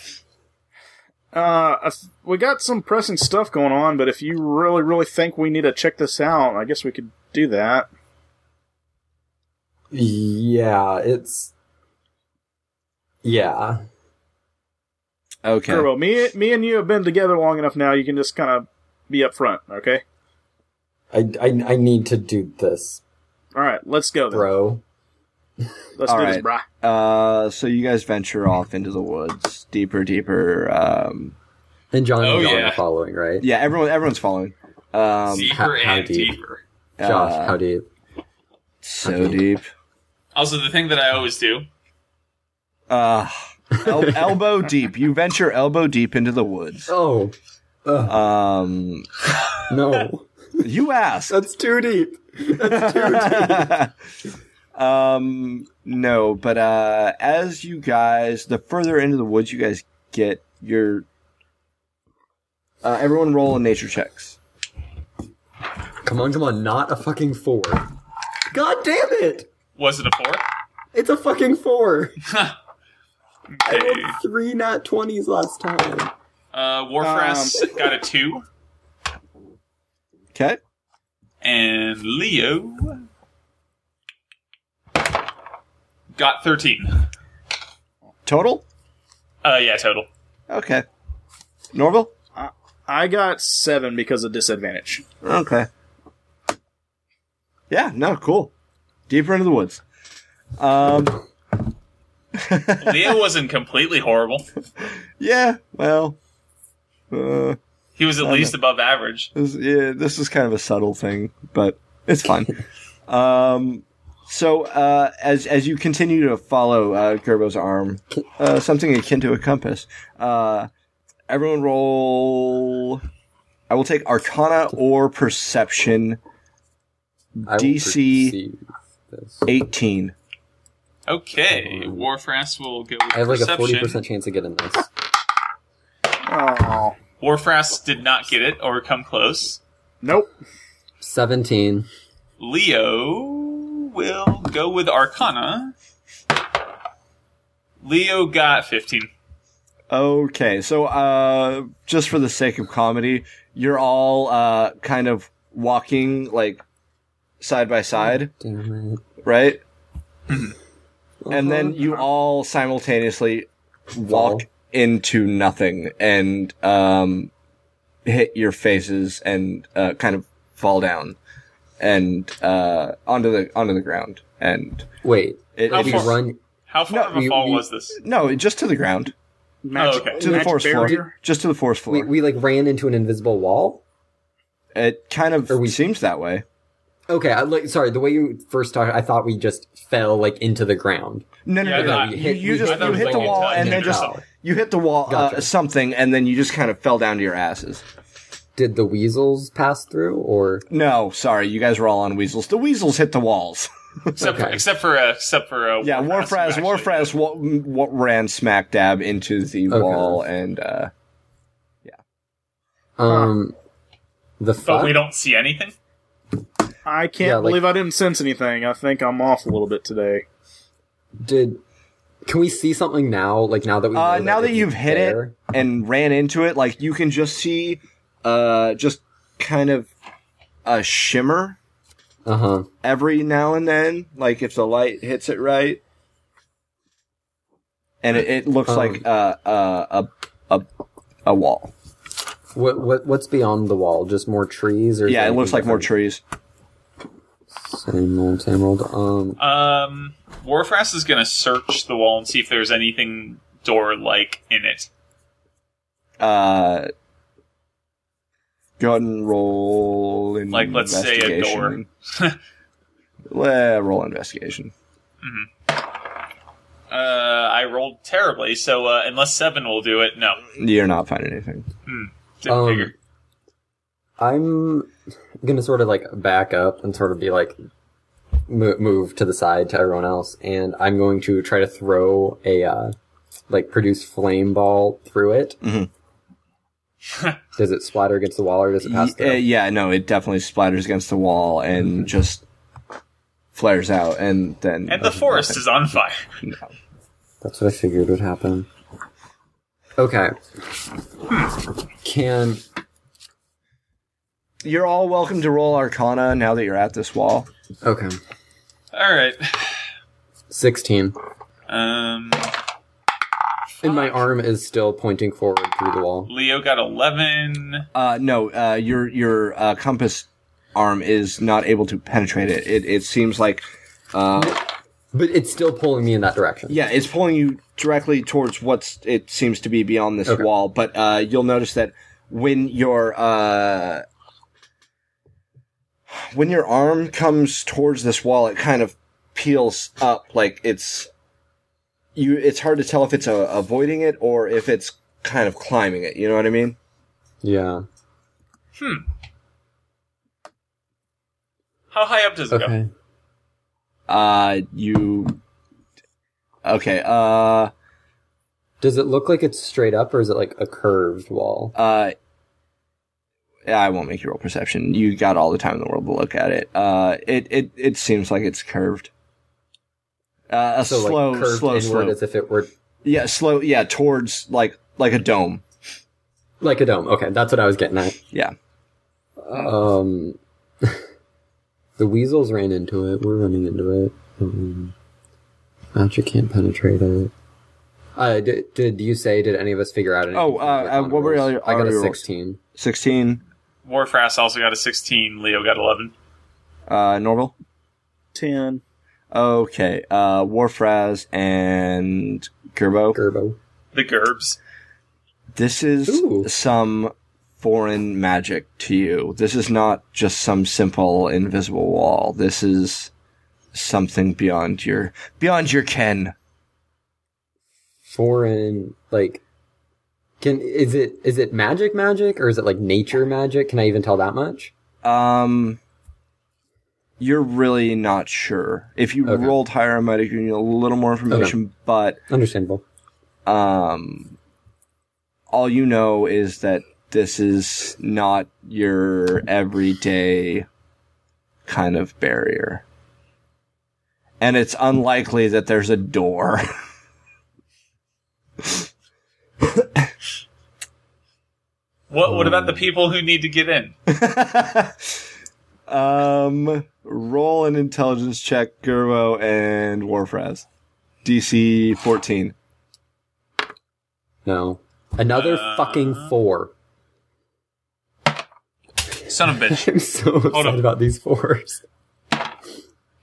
[SPEAKER 4] I th- we got some pressing stuff going on, but if you really, really think we need to check this out, I guess we could do that.
[SPEAKER 2] Yeah, it's. Yeah.
[SPEAKER 1] okay.
[SPEAKER 4] Gerbo, me, me and you have been together long enough now. You can just kind of be up front, okay?
[SPEAKER 2] I, I, I need to do this,
[SPEAKER 4] All right, let's go. Then.
[SPEAKER 2] bro.
[SPEAKER 4] Let's
[SPEAKER 1] All
[SPEAKER 4] do this,
[SPEAKER 1] right.
[SPEAKER 4] brah.
[SPEAKER 1] Uh, so you guys venture off into the woods, deeper, deeper. Um,
[SPEAKER 2] And John
[SPEAKER 3] Oh,
[SPEAKER 2] and John
[SPEAKER 3] yeah.
[SPEAKER 2] are following, right?
[SPEAKER 1] yeah, everyone, everyone's following. Um,
[SPEAKER 3] deeper
[SPEAKER 2] how
[SPEAKER 3] and
[SPEAKER 2] deep?
[SPEAKER 3] deeper.
[SPEAKER 2] Josh,
[SPEAKER 1] uh,
[SPEAKER 2] how deep?
[SPEAKER 1] so deep.
[SPEAKER 3] Also, the thing that I always do.
[SPEAKER 1] Uh, el- elbow deep. You venture elbow deep into the woods.
[SPEAKER 2] Oh,
[SPEAKER 1] Um,
[SPEAKER 2] no.
[SPEAKER 1] you ask.
[SPEAKER 2] That's too deep. That's too deep.
[SPEAKER 1] um, no, but uh, as you guys, the further into the woods you guys get, your uh, everyone roll in nature checks.
[SPEAKER 2] Come on, come on. Not a fucking four. God damn it!
[SPEAKER 3] Was it a four?
[SPEAKER 2] It's a fucking four. I
[SPEAKER 3] Okay.
[SPEAKER 2] rolled three nat 20s last time.
[SPEAKER 3] Uh, Warfrass
[SPEAKER 2] Um,
[SPEAKER 3] got a two,
[SPEAKER 1] Okay.
[SPEAKER 3] and Leo got thirteen.
[SPEAKER 1] Total.
[SPEAKER 3] Uh, yeah, total.
[SPEAKER 1] Okay. Norval.
[SPEAKER 4] I got seven because of disadvantage.
[SPEAKER 1] Okay. Yeah. No. Cool. Deeper into the woods. Um.
[SPEAKER 3] Leo wasn't completely horrible.
[SPEAKER 1] Yeah. Well. Uh,
[SPEAKER 3] He was at least above average.
[SPEAKER 1] This, yeah, this is kind of a subtle thing, but it's fun. um, so uh, as as you continue to follow uh, Gerbo's arm, uh, something akin to a compass. Uh, everyone roll. I will take Arcana or Perception
[SPEAKER 2] I will
[SPEAKER 1] DC.
[SPEAKER 2] perceive this.
[SPEAKER 1] eighteen.
[SPEAKER 3] Okay, Warfrass will go with
[SPEAKER 2] I have like a forty
[SPEAKER 3] perception.
[SPEAKER 2] percent chance of getting this.
[SPEAKER 4] Oh,
[SPEAKER 3] Warfrass did not get it or come close.
[SPEAKER 4] nope.
[SPEAKER 2] Seventeen.
[SPEAKER 3] Leo will go with Arcana. Leo got 15.
[SPEAKER 1] Okay, so uh, just for the sake of comedy, you're all uh, kind of walking like side by side,
[SPEAKER 2] Damn it.
[SPEAKER 1] right? and then you all simultaneously walk
[SPEAKER 2] Mm-hmm. Uh-huh. Fall.
[SPEAKER 1] into nothing and um, hit your faces and uh, kind of fall down and uh, onto the onto the ground and
[SPEAKER 2] Wait.
[SPEAKER 1] it,
[SPEAKER 3] How
[SPEAKER 1] it
[SPEAKER 2] We
[SPEAKER 3] far-
[SPEAKER 2] run.
[SPEAKER 3] How far
[SPEAKER 1] No,
[SPEAKER 3] of a
[SPEAKER 2] you-
[SPEAKER 3] fall
[SPEAKER 2] you-
[SPEAKER 3] was this?
[SPEAKER 1] no just to the ground
[SPEAKER 4] Magic,
[SPEAKER 3] okay.
[SPEAKER 1] to the
[SPEAKER 4] magic
[SPEAKER 1] force floor
[SPEAKER 4] barrier.
[SPEAKER 1] just to the force
[SPEAKER 2] We,
[SPEAKER 1] floor
[SPEAKER 2] we like ran into an invisible wall.
[SPEAKER 1] it kind of
[SPEAKER 2] Or we-
[SPEAKER 1] seems that way
[SPEAKER 2] Okay. I, like, sorry. The way you first talked, I thought we just fell like into the ground.
[SPEAKER 1] no no
[SPEAKER 3] Yeah, I
[SPEAKER 1] no,
[SPEAKER 3] thought-
[SPEAKER 1] no.
[SPEAKER 2] we
[SPEAKER 1] You,
[SPEAKER 2] hit-
[SPEAKER 1] you
[SPEAKER 2] we
[SPEAKER 1] just
[SPEAKER 3] hit the
[SPEAKER 1] you hit the
[SPEAKER 3] wall
[SPEAKER 1] wall and
[SPEAKER 3] and
[SPEAKER 1] then
[SPEAKER 3] then
[SPEAKER 1] just
[SPEAKER 3] fell.
[SPEAKER 1] you hit the wall uh,
[SPEAKER 2] Gotcha.
[SPEAKER 1] something and then you just kind of fell down to your asses
[SPEAKER 2] Did the weasels pass through, or
[SPEAKER 1] no sorry you guys were all on weasels the weasels hit the walls
[SPEAKER 3] Except, for,
[SPEAKER 2] Okay.
[SPEAKER 3] except for, uh, except for, uh,
[SPEAKER 1] Yeah, Warfraz.
[SPEAKER 3] who actually-
[SPEAKER 1] Warfraz wa- m- wa- ran smack dab into the
[SPEAKER 2] Okay.
[SPEAKER 1] wall, and uh,
[SPEAKER 2] um, the fuck?
[SPEAKER 3] But we don't see anything?
[SPEAKER 4] I can't
[SPEAKER 2] Yeah, like-
[SPEAKER 4] believe I didn't sense anything. I think I'm off a little bit today.
[SPEAKER 2] Did can we see something now? Like now that we
[SPEAKER 1] Uh,
[SPEAKER 2] know
[SPEAKER 1] now that
[SPEAKER 2] it's
[SPEAKER 1] you've hit
[SPEAKER 2] there?
[SPEAKER 1] it and ran into it, like you can just see, uh, just kind of a shimmer
[SPEAKER 2] Uh huh.
[SPEAKER 1] every now and then, like if the light hits it right, and it, it looks
[SPEAKER 2] Um.
[SPEAKER 1] like a a a a, a wall.
[SPEAKER 2] What what what's beyond the wall? Just more trees or is
[SPEAKER 1] Yeah,
[SPEAKER 2] there
[SPEAKER 1] it looks like
[SPEAKER 2] anything
[SPEAKER 1] more trees.
[SPEAKER 2] different? Same old, same old. Um,
[SPEAKER 3] Um, Warfrass is gonna search the wall and see if there's anything door-like in it.
[SPEAKER 1] Uh, go ahead and roll.
[SPEAKER 3] Like, let's say a door.
[SPEAKER 1] investigation. Well, roll investigation.
[SPEAKER 3] Uh, I rolled terribly, so uh, unless seven will do it, no.
[SPEAKER 1] You're not finding anything.
[SPEAKER 3] Didn't
[SPEAKER 2] Um,
[SPEAKER 3] figure.
[SPEAKER 2] I'm gonna sort of like back up and sort of be like mo- move to the side to everyone else, and I'm going to try to throw a uh, like produce flame ball through it.
[SPEAKER 1] Mhm.
[SPEAKER 2] does it splatter against the wall or does it pass
[SPEAKER 1] Y- uh,
[SPEAKER 2] through?
[SPEAKER 1] yeah, no, it definitely splatters against the wall and just flares out, and then
[SPEAKER 3] And the forest is on fire.
[SPEAKER 2] That's what I figured would happen. Okay. Can
[SPEAKER 1] You're all welcome to roll Arcana now that you're at this wall.
[SPEAKER 2] okay.
[SPEAKER 3] All right.
[SPEAKER 2] Sixteen.
[SPEAKER 3] Um,
[SPEAKER 2] And my arm is still pointing forward through the wall.
[SPEAKER 3] Leo got eleven.
[SPEAKER 1] Uh, no, uh, your your uh, compass arm is not able to penetrate it. It it seems like, uh,
[SPEAKER 2] But it's still pulling me in that direction.
[SPEAKER 1] yeah, it's pulling you directly towards what's it seems to be beyond this
[SPEAKER 2] Okay.
[SPEAKER 1] wall. But uh, you'll notice that when your uh, when your arm comes towards this wall, it kind of peels up like it's you. It's hard to tell if it's uh avoiding it or if it's kind of climbing it. You know what I mean?
[SPEAKER 2] Yeah.
[SPEAKER 3] How high up does it go?
[SPEAKER 2] Okay.
[SPEAKER 1] Uh, you. Okay. Uh,
[SPEAKER 2] Does it look like it's straight up or is it like a curved wall?
[SPEAKER 1] uh. yeah, I won't make you roll perception. You got all the time in the world to look at it. Uh, it it it seems like it's curved. Uh, a
[SPEAKER 2] So
[SPEAKER 1] slow,
[SPEAKER 2] like curved
[SPEAKER 1] slow,
[SPEAKER 2] inward
[SPEAKER 1] slow.
[SPEAKER 2] as if it were
[SPEAKER 1] Yeah, slow. Yeah, towards like like a dome.
[SPEAKER 2] like a dome. Okay, that's what I was getting at.
[SPEAKER 1] Yeah.
[SPEAKER 2] Um The weasels ran into it. We're running into it. Um, magic can't penetrate it. Uh, did, did you say, did any of us figure out anything?
[SPEAKER 1] Oh,
[SPEAKER 2] from
[SPEAKER 1] uh,
[SPEAKER 2] the
[SPEAKER 1] uh, what were
[SPEAKER 2] rolls?
[SPEAKER 1] your-
[SPEAKER 2] I got
[SPEAKER 1] our
[SPEAKER 2] a
[SPEAKER 1] rolls?
[SPEAKER 2] 16.
[SPEAKER 1] Sixteen.
[SPEAKER 3] Warfrass also got a sixteen. Leo got eleven.
[SPEAKER 1] Uh, normal.
[SPEAKER 4] Ten.
[SPEAKER 1] Okay. Uh, Warfraz and Gerbo.
[SPEAKER 2] Gerbo.
[SPEAKER 3] The Gerbs.
[SPEAKER 1] This is
[SPEAKER 2] Ooh.
[SPEAKER 1] some foreign magic to you. This is not just some simple invisible wall. This is something beyond your beyond your ken.
[SPEAKER 2] Foreign, like, can, is it, is it magic magic or is it like nature magic? Can I even tell that much?
[SPEAKER 1] Um you're really not sure. If you
[SPEAKER 2] Okay.
[SPEAKER 1] rolled higher, I might have given you a little more information, but
[SPEAKER 2] Understandable.
[SPEAKER 1] um all you know is that this is not your everyday kind of barrier and it's unlikely that there's a door
[SPEAKER 3] What? What about the people who need to get in?
[SPEAKER 1] um roll an intelligence check gerbo and warfraz dc 14
[SPEAKER 2] No. Another
[SPEAKER 3] Uh,
[SPEAKER 2] fucking four.
[SPEAKER 3] Son of a bitch.
[SPEAKER 2] I'm so upset
[SPEAKER 3] on.
[SPEAKER 2] about these fours.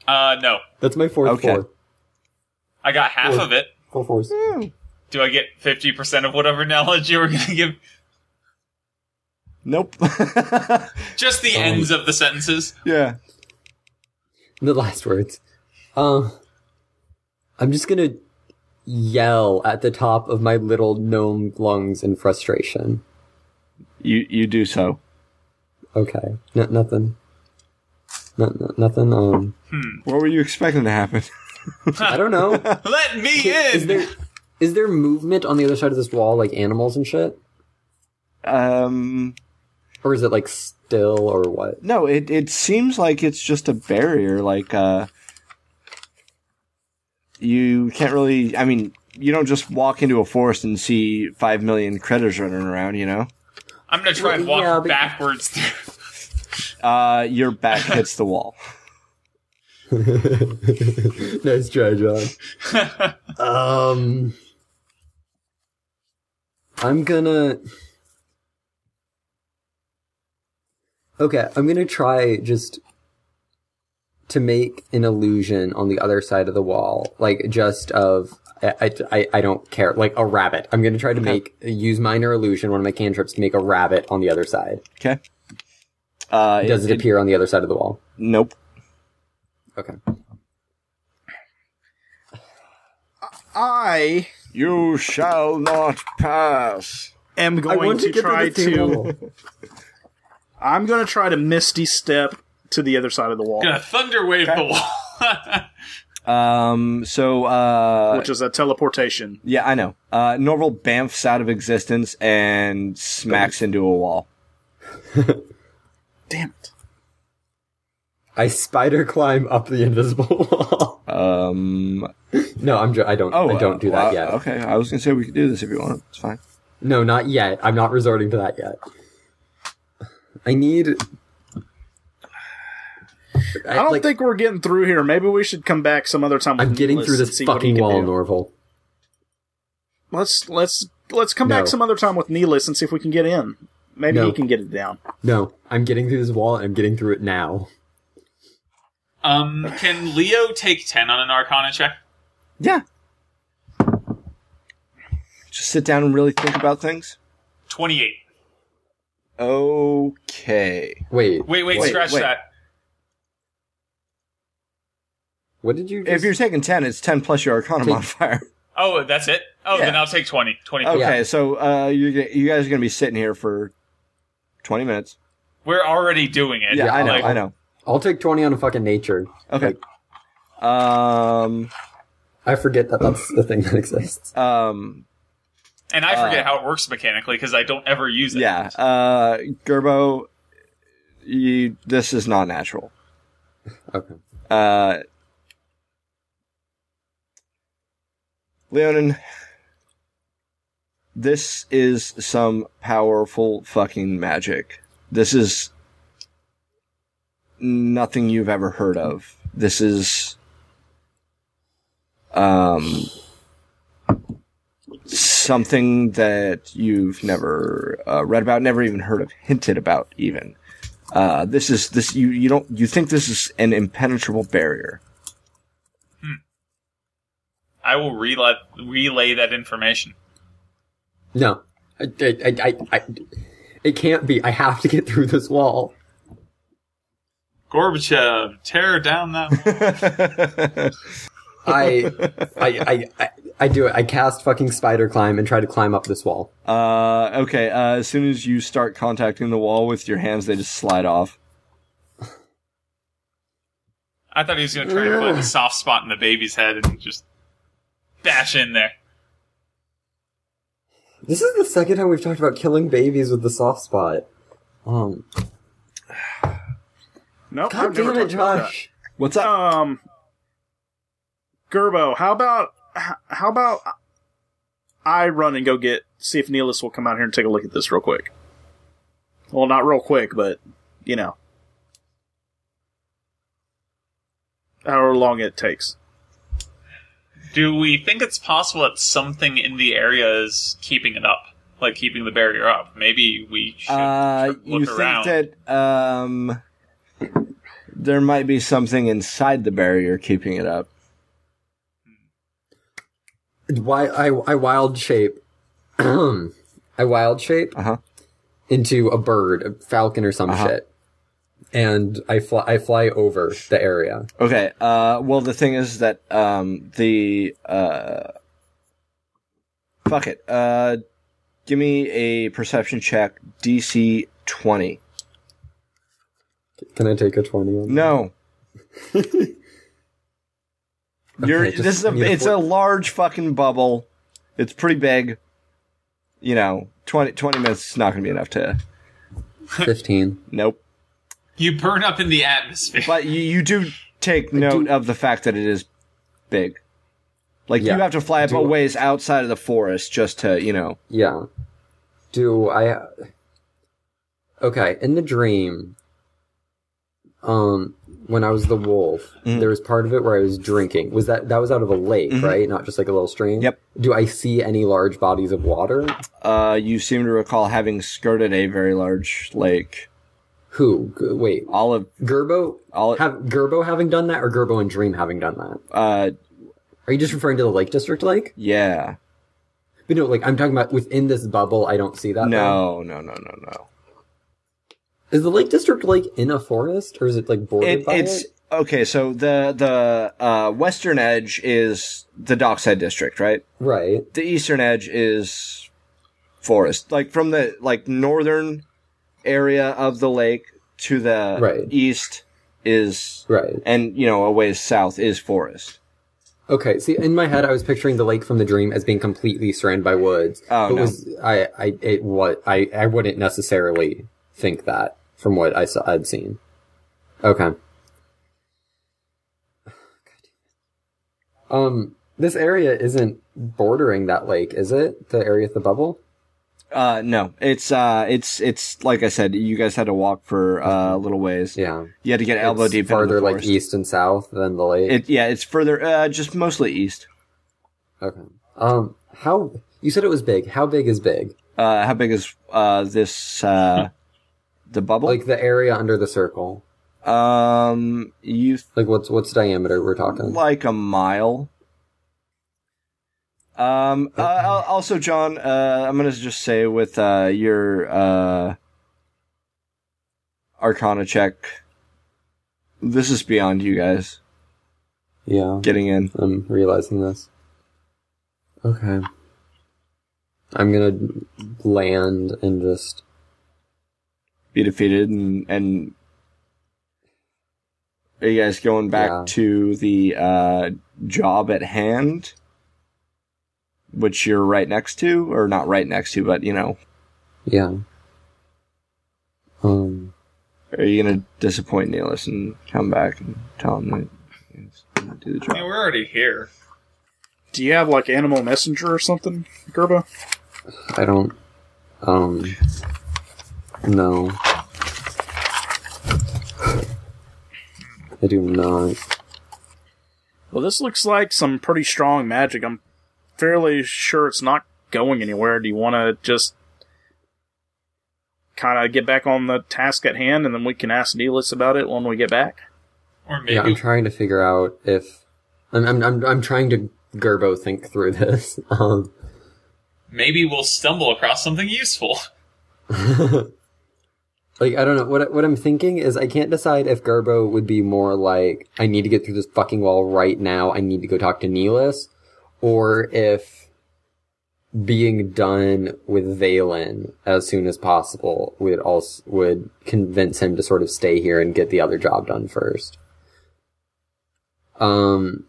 [SPEAKER 3] Uh, no.
[SPEAKER 2] That's my fourth
[SPEAKER 1] Okay.
[SPEAKER 2] four.
[SPEAKER 3] I got half
[SPEAKER 2] Four.
[SPEAKER 3] of it.
[SPEAKER 2] Four fours.
[SPEAKER 3] Do I get fifty percent of whatever knowledge you were going to give?
[SPEAKER 1] nope
[SPEAKER 3] Just
[SPEAKER 1] Oh.
[SPEAKER 3] the ends of the sentences.
[SPEAKER 1] yeah
[SPEAKER 2] The last words. Um, I'm just gonna yell at the top of my little gnome lungs in frustration.
[SPEAKER 1] you you do so
[SPEAKER 2] Okay. N- nothing. N- n- nothing. Um,
[SPEAKER 1] what were you expecting to happen
[SPEAKER 2] I don't know.
[SPEAKER 3] Let me in.
[SPEAKER 2] is there is there movement on the other side of this wall, like animals and shit,
[SPEAKER 1] um
[SPEAKER 2] or is it like st- still or what?
[SPEAKER 1] No, it, it seems like it's just a barrier. Like, uh, you can't really. I mean, you don't just walk into a forest and see five million critters running around. You know,
[SPEAKER 3] I'm gonna try and walk
[SPEAKER 2] Yeah, but-
[SPEAKER 3] backwards. through-
[SPEAKER 1] uh, your back hits the wall.
[SPEAKER 2] nice try, John. um, I'm gonna. Okay, I'm gonna try just to make an illusion on the other side of the wall, like just of. I, I, I don't care. Like a rabbit. I'm going to try to make, use minor illusion, one of my cantrips, to make a rabbit on the other side.
[SPEAKER 1] Okay. Uh, it-
[SPEAKER 2] Does it
[SPEAKER 1] it-
[SPEAKER 2] appear on the other side of the wall?
[SPEAKER 1] Nope.
[SPEAKER 2] Okay.
[SPEAKER 4] I
[SPEAKER 1] You shall not pass.
[SPEAKER 4] am going to, try to. I'm going to try to misty step to the other side of the wall,
[SPEAKER 3] gonna thunder wave the wall.
[SPEAKER 1] Um. So, uh,
[SPEAKER 4] which is a teleportation.
[SPEAKER 1] yeah, I know. Uh, Norval bamfs out of existence and smacks into a wall.
[SPEAKER 4] Damn it!
[SPEAKER 2] I spider climb up the invisible wall.
[SPEAKER 1] Um.
[SPEAKER 2] no, I'm. Jo- I don't.
[SPEAKER 1] Oh,
[SPEAKER 2] I don't do
[SPEAKER 1] uh,
[SPEAKER 2] that
[SPEAKER 1] well,
[SPEAKER 2] yet.
[SPEAKER 1] Okay, I was gonna say we could do this if you want. It's fine.
[SPEAKER 2] No, not yet. I'm not resorting to that yet. I need.
[SPEAKER 4] I don't
[SPEAKER 2] like,
[SPEAKER 4] think we're getting through here. Maybe we should come back some other time. with
[SPEAKER 2] I'm getting
[SPEAKER 4] Nicholas
[SPEAKER 2] through
[SPEAKER 4] and
[SPEAKER 2] this
[SPEAKER 4] see what he
[SPEAKER 2] fucking
[SPEAKER 4] can
[SPEAKER 2] wall,
[SPEAKER 4] do.
[SPEAKER 2] Norval.
[SPEAKER 4] Let's let's let's come
[SPEAKER 2] No.
[SPEAKER 4] back some other time with Neelis and see if we can get in. Maybe
[SPEAKER 2] No.
[SPEAKER 4] he can get it down.
[SPEAKER 2] No, I'm getting through this wall, and I'm getting through it now.
[SPEAKER 3] um, can Leo take ten on an Arcana check?
[SPEAKER 1] Yeah. Just sit down and really think about things.
[SPEAKER 3] Twenty-eight.
[SPEAKER 1] Okay.
[SPEAKER 2] Wait,
[SPEAKER 3] Wait, wait,
[SPEAKER 1] Wait,
[SPEAKER 3] scratch
[SPEAKER 1] wait.
[SPEAKER 3] that.
[SPEAKER 2] what did you? Just...
[SPEAKER 1] If you're taking ten, it's ten plus your Arcana modifier.
[SPEAKER 3] Oh, that's it. Oh,
[SPEAKER 1] Yeah.
[SPEAKER 3] then I'll take 20. 20.
[SPEAKER 1] Okay, so uh, you you guys are gonna be sitting here for twenty minutes.
[SPEAKER 3] We're already doing it.
[SPEAKER 1] Yeah, I know.
[SPEAKER 3] Like,
[SPEAKER 1] I know.
[SPEAKER 2] I'll take twenty on a fucking nature.
[SPEAKER 1] Okay. Um.
[SPEAKER 2] I forget that that's the thing that exists.
[SPEAKER 1] Um.
[SPEAKER 3] And I forget
[SPEAKER 1] Uh,
[SPEAKER 3] how it works mechanically because I don't ever use it.
[SPEAKER 1] Yeah. Uh. Gerbo, you. This is not natural.
[SPEAKER 2] Okay.
[SPEAKER 1] Uh. Leonin, this is some powerful fucking magic. This is nothing you've ever heard of. This is um something that you've never uh, read about, never even heard of, hinted about even. Uh, this is this you you don't you think this is an impenetrable barrier.
[SPEAKER 3] I will relay, relay that information.
[SPEAKER 2] No, I, I, I, I, I, it can't be. I have to get through this wall.
[SPEAKER 3] Gorbachev, tear down that wall.
[SPEAKER 1] Uh,
[SPEAKER 2] I, I, I, I, I do it. I cast fucking spider climb and try to climb up this wall.
[SPEAKER 1] Uh, okay. Uh, as soon as you start contacting the wall with your hands, they just slide off.
[SPEAKER 3] I thought he was going to try to put a soft spot in the baby's head and just bash in there.
[SPEAKER 2] This is the second time we've talked about killing babies with the soft spot. Um,
[SPEAKER 4] Nope.
[SPEAKER 2] God
[SPEAKER 4] I've never
[SPEAKER 2] damn it,
[SPEAKER 4] talked about that.
[SPEAKER 2] Josh.
[SPEAKER 1] What's up?
[SPEAKER 4] Um, Gerbo, how about h- how about I run and go get see if Neelis will come out here and take a look at this real quick. Well, not real quick, but you know, however long it takes.
[SPEAKER 3] Do we think it's possible that something in the area is keeping it up? Like keeping the barrier up? Maybe we should
[SPEAKER 1] Uh,
[SPEAKER 3] look
[SPEAKER 1] you think
[SPEAKER 3] around.
[SPEAKER 1] that um, there might be something inside the barrier keeping it up.
[SPEAKER 2] Why I, I wild shape. I wild shape
[SPEAKER 1] Uh huh.
[SPEAKER 2] into a bird, a falcon or some
[SPEAKER 1] Uh-huh.
[SPEAKER 2] shit, and I fly. I fly over the area.
[SPEAKER 1] Okay. Uh, well, the thing is that um, the uh, fuck it. Uh, give me a perception check, DC twenty.
[SPEAKER 2] Can I take a twenty? On
[SPEAKER 1] No. You're
[SPEAKER 2] Okay, just
[SPEAKER 1] this is a
[SPEAKER 2] need a
[SPEAKER 1] it's
[SPEAKER 2] four-
[SPEAKER 1] a large fucking bubble. It's pretty big. You know, 20, 20 minutes is not going to be enough to.
[SPEAKER 2] fifteen?
[SPEAKER 1] Nope.
[SPEAKER 3] You burn up in the atmosphere.
[SPEAKER 1] But you, you do take note of the fact that it is big. Like
[SPEAKER 2] Yeah.
[SPEAKER 1] you have to fly up
[SPEAKER 2] Do-
[SPEAKER 1] a ways outside of the forest just to, you know.
[SPEAKER 2] Yeah. Do I Okay, in the dream um when I was the wolf,
[SPEAKER 1] Mm.
[SPEAKER 2] there was part of it where I was drinking. Was that that was out of a lake, right? Not just like a little stream.
[SPEAKER 1] Mm-hmm. Yep.
[SPEAKER 2] Do I see any large bodies of water?
[SPEAKER 1] Uh, you seem to recall having skirted a very large lake.
[SPEAKER 2] Who? G- wait.
[SPEAKER 1] Olive,
[SPEAKER 2] Gerbo
[SPEAKER 1] I'll-
[SPEAKER 2] have Gerbo having done that or Gerbo and Dream having done that?
[SPEAKER 1] uh,
[SPEAKER 2] Are you just referring to the Lake District lake?
[SPEAKER 1] yeah.
[SPEAKER 2] But no, like I'm talking about within this bubble, I don't see that. though.
[SPEAKER 1] No, no, no, no, no.
[SPEAKER 2] Is the Lake District lake in a forest or is it like bordered
[SPEAKER 1] It,
[SPEAKER 2] by
[SPEAKER 1] it's
[SPEAKER 2] it?
[SPEAKER 1] okay. So the the uh, western edge is the dockside district, right?
[SPEAKER 2] Right.
[SPEAKER 1] The eastern edge is forest. Like from the like northern area of the lake to the
[SPEAKER 2] Right.
[SPEAKER 1] east is
[SPEAKER 2] Right.
[SPEAKER 1] and you know a ways south is forest.
[SPEAKER 2] Okay. See, in my head, I was picturing the lake from the dream as being completely surrounded by woods.
[SPEAKER 1] Oh,
[SPEAKER 2] but
[SPEAKER 1] no.
[SPEAKER 2] was I? I it what I I wouldn't necessarily think that from what I saw I'd seen. Okay. Um, this area isn't bordering that lake, is it? The area of the bubble.
[SPEAKER 1] Uh, no, it's uh, it's it's like I said, you guys had to walk for uh, a little ways.
[SPEAKER 2] Yeah.
[SPEAKER 1] You had to get elbow
[SPEAKER 2] It's
[SPEAKER 1] deep into
[SPEAKER 2] farther
[SPEAKER 1] the
[SPEAKER 2] like
[SPEAKER 1] forest.
[SPEAKER 2] east and south than the lake.
[SPEAKER 1] It, yeah, it's further, uh, just mostly east.
[SPEAKER 2] okay. Um, how you said it was big? How big is big?
[SPEAKER 1] Uh, how big is uh, this uh, the bubble?
[SPEAKER 2] Like the area under the circle.
[SPEAKER 1] um, you
[SPEAKER 2] Like what's what's diameter we're talking?
[SPEAKER 1] like a mile. Um. uh, al- also, John, uh, I'm gonna just say with uh, your uh, Arcana check, this is beyond you guys
[SPEAKER 2] Yeah,
[SPEAKER 1] getting in.
[SPEAKER 2] I'm realizing this. Okay. I'm gonna land and just
[SPEAKER 1] be defeated and and are you guys going back
[SPEAKER 2] Yeah.
[SPEAKER 1] to the uh job at hand which you're right next to or not right next to but you know
[SPEAKER 2] yeah. Um
[SPEAKER 1] are you gonna disappoint Neelis and come back and tell him that you didn't do the
[SPEAKER 3] I mean,
[SPEAKER 1] job
[SPEAKER 3] we're already here.
[SPEAKER 4] Do you have like animal messenger or something, Gerba?
[SPEAKER 2] I don't um no. I do not.
[SPEAKER 4] Well, this looks like some pretty strong magic. I'm fairly sure it's not going anywhere. Do you want to just kind of get back on the task at hand, and then we can ask Neelis about it when we get back?
[SPEAKER 3] Or maybe
[SPEAKER 2] Yeah, I'm trying to figure out if I'm I'm I'm, I'm trying to Gerbo think through this. Um
[SPEAKER 3] maybe we'll stumble across something useful.
[SPEAKER 2] Like I don't know what what I'm thinking is I can't decide if Gerbo would be more like I need to get through this fucking wall right now. I need to go talk to Neelis, or if being done with Valen as soon as possible would also would convince him to sort of stay here and get the other job done first. Um,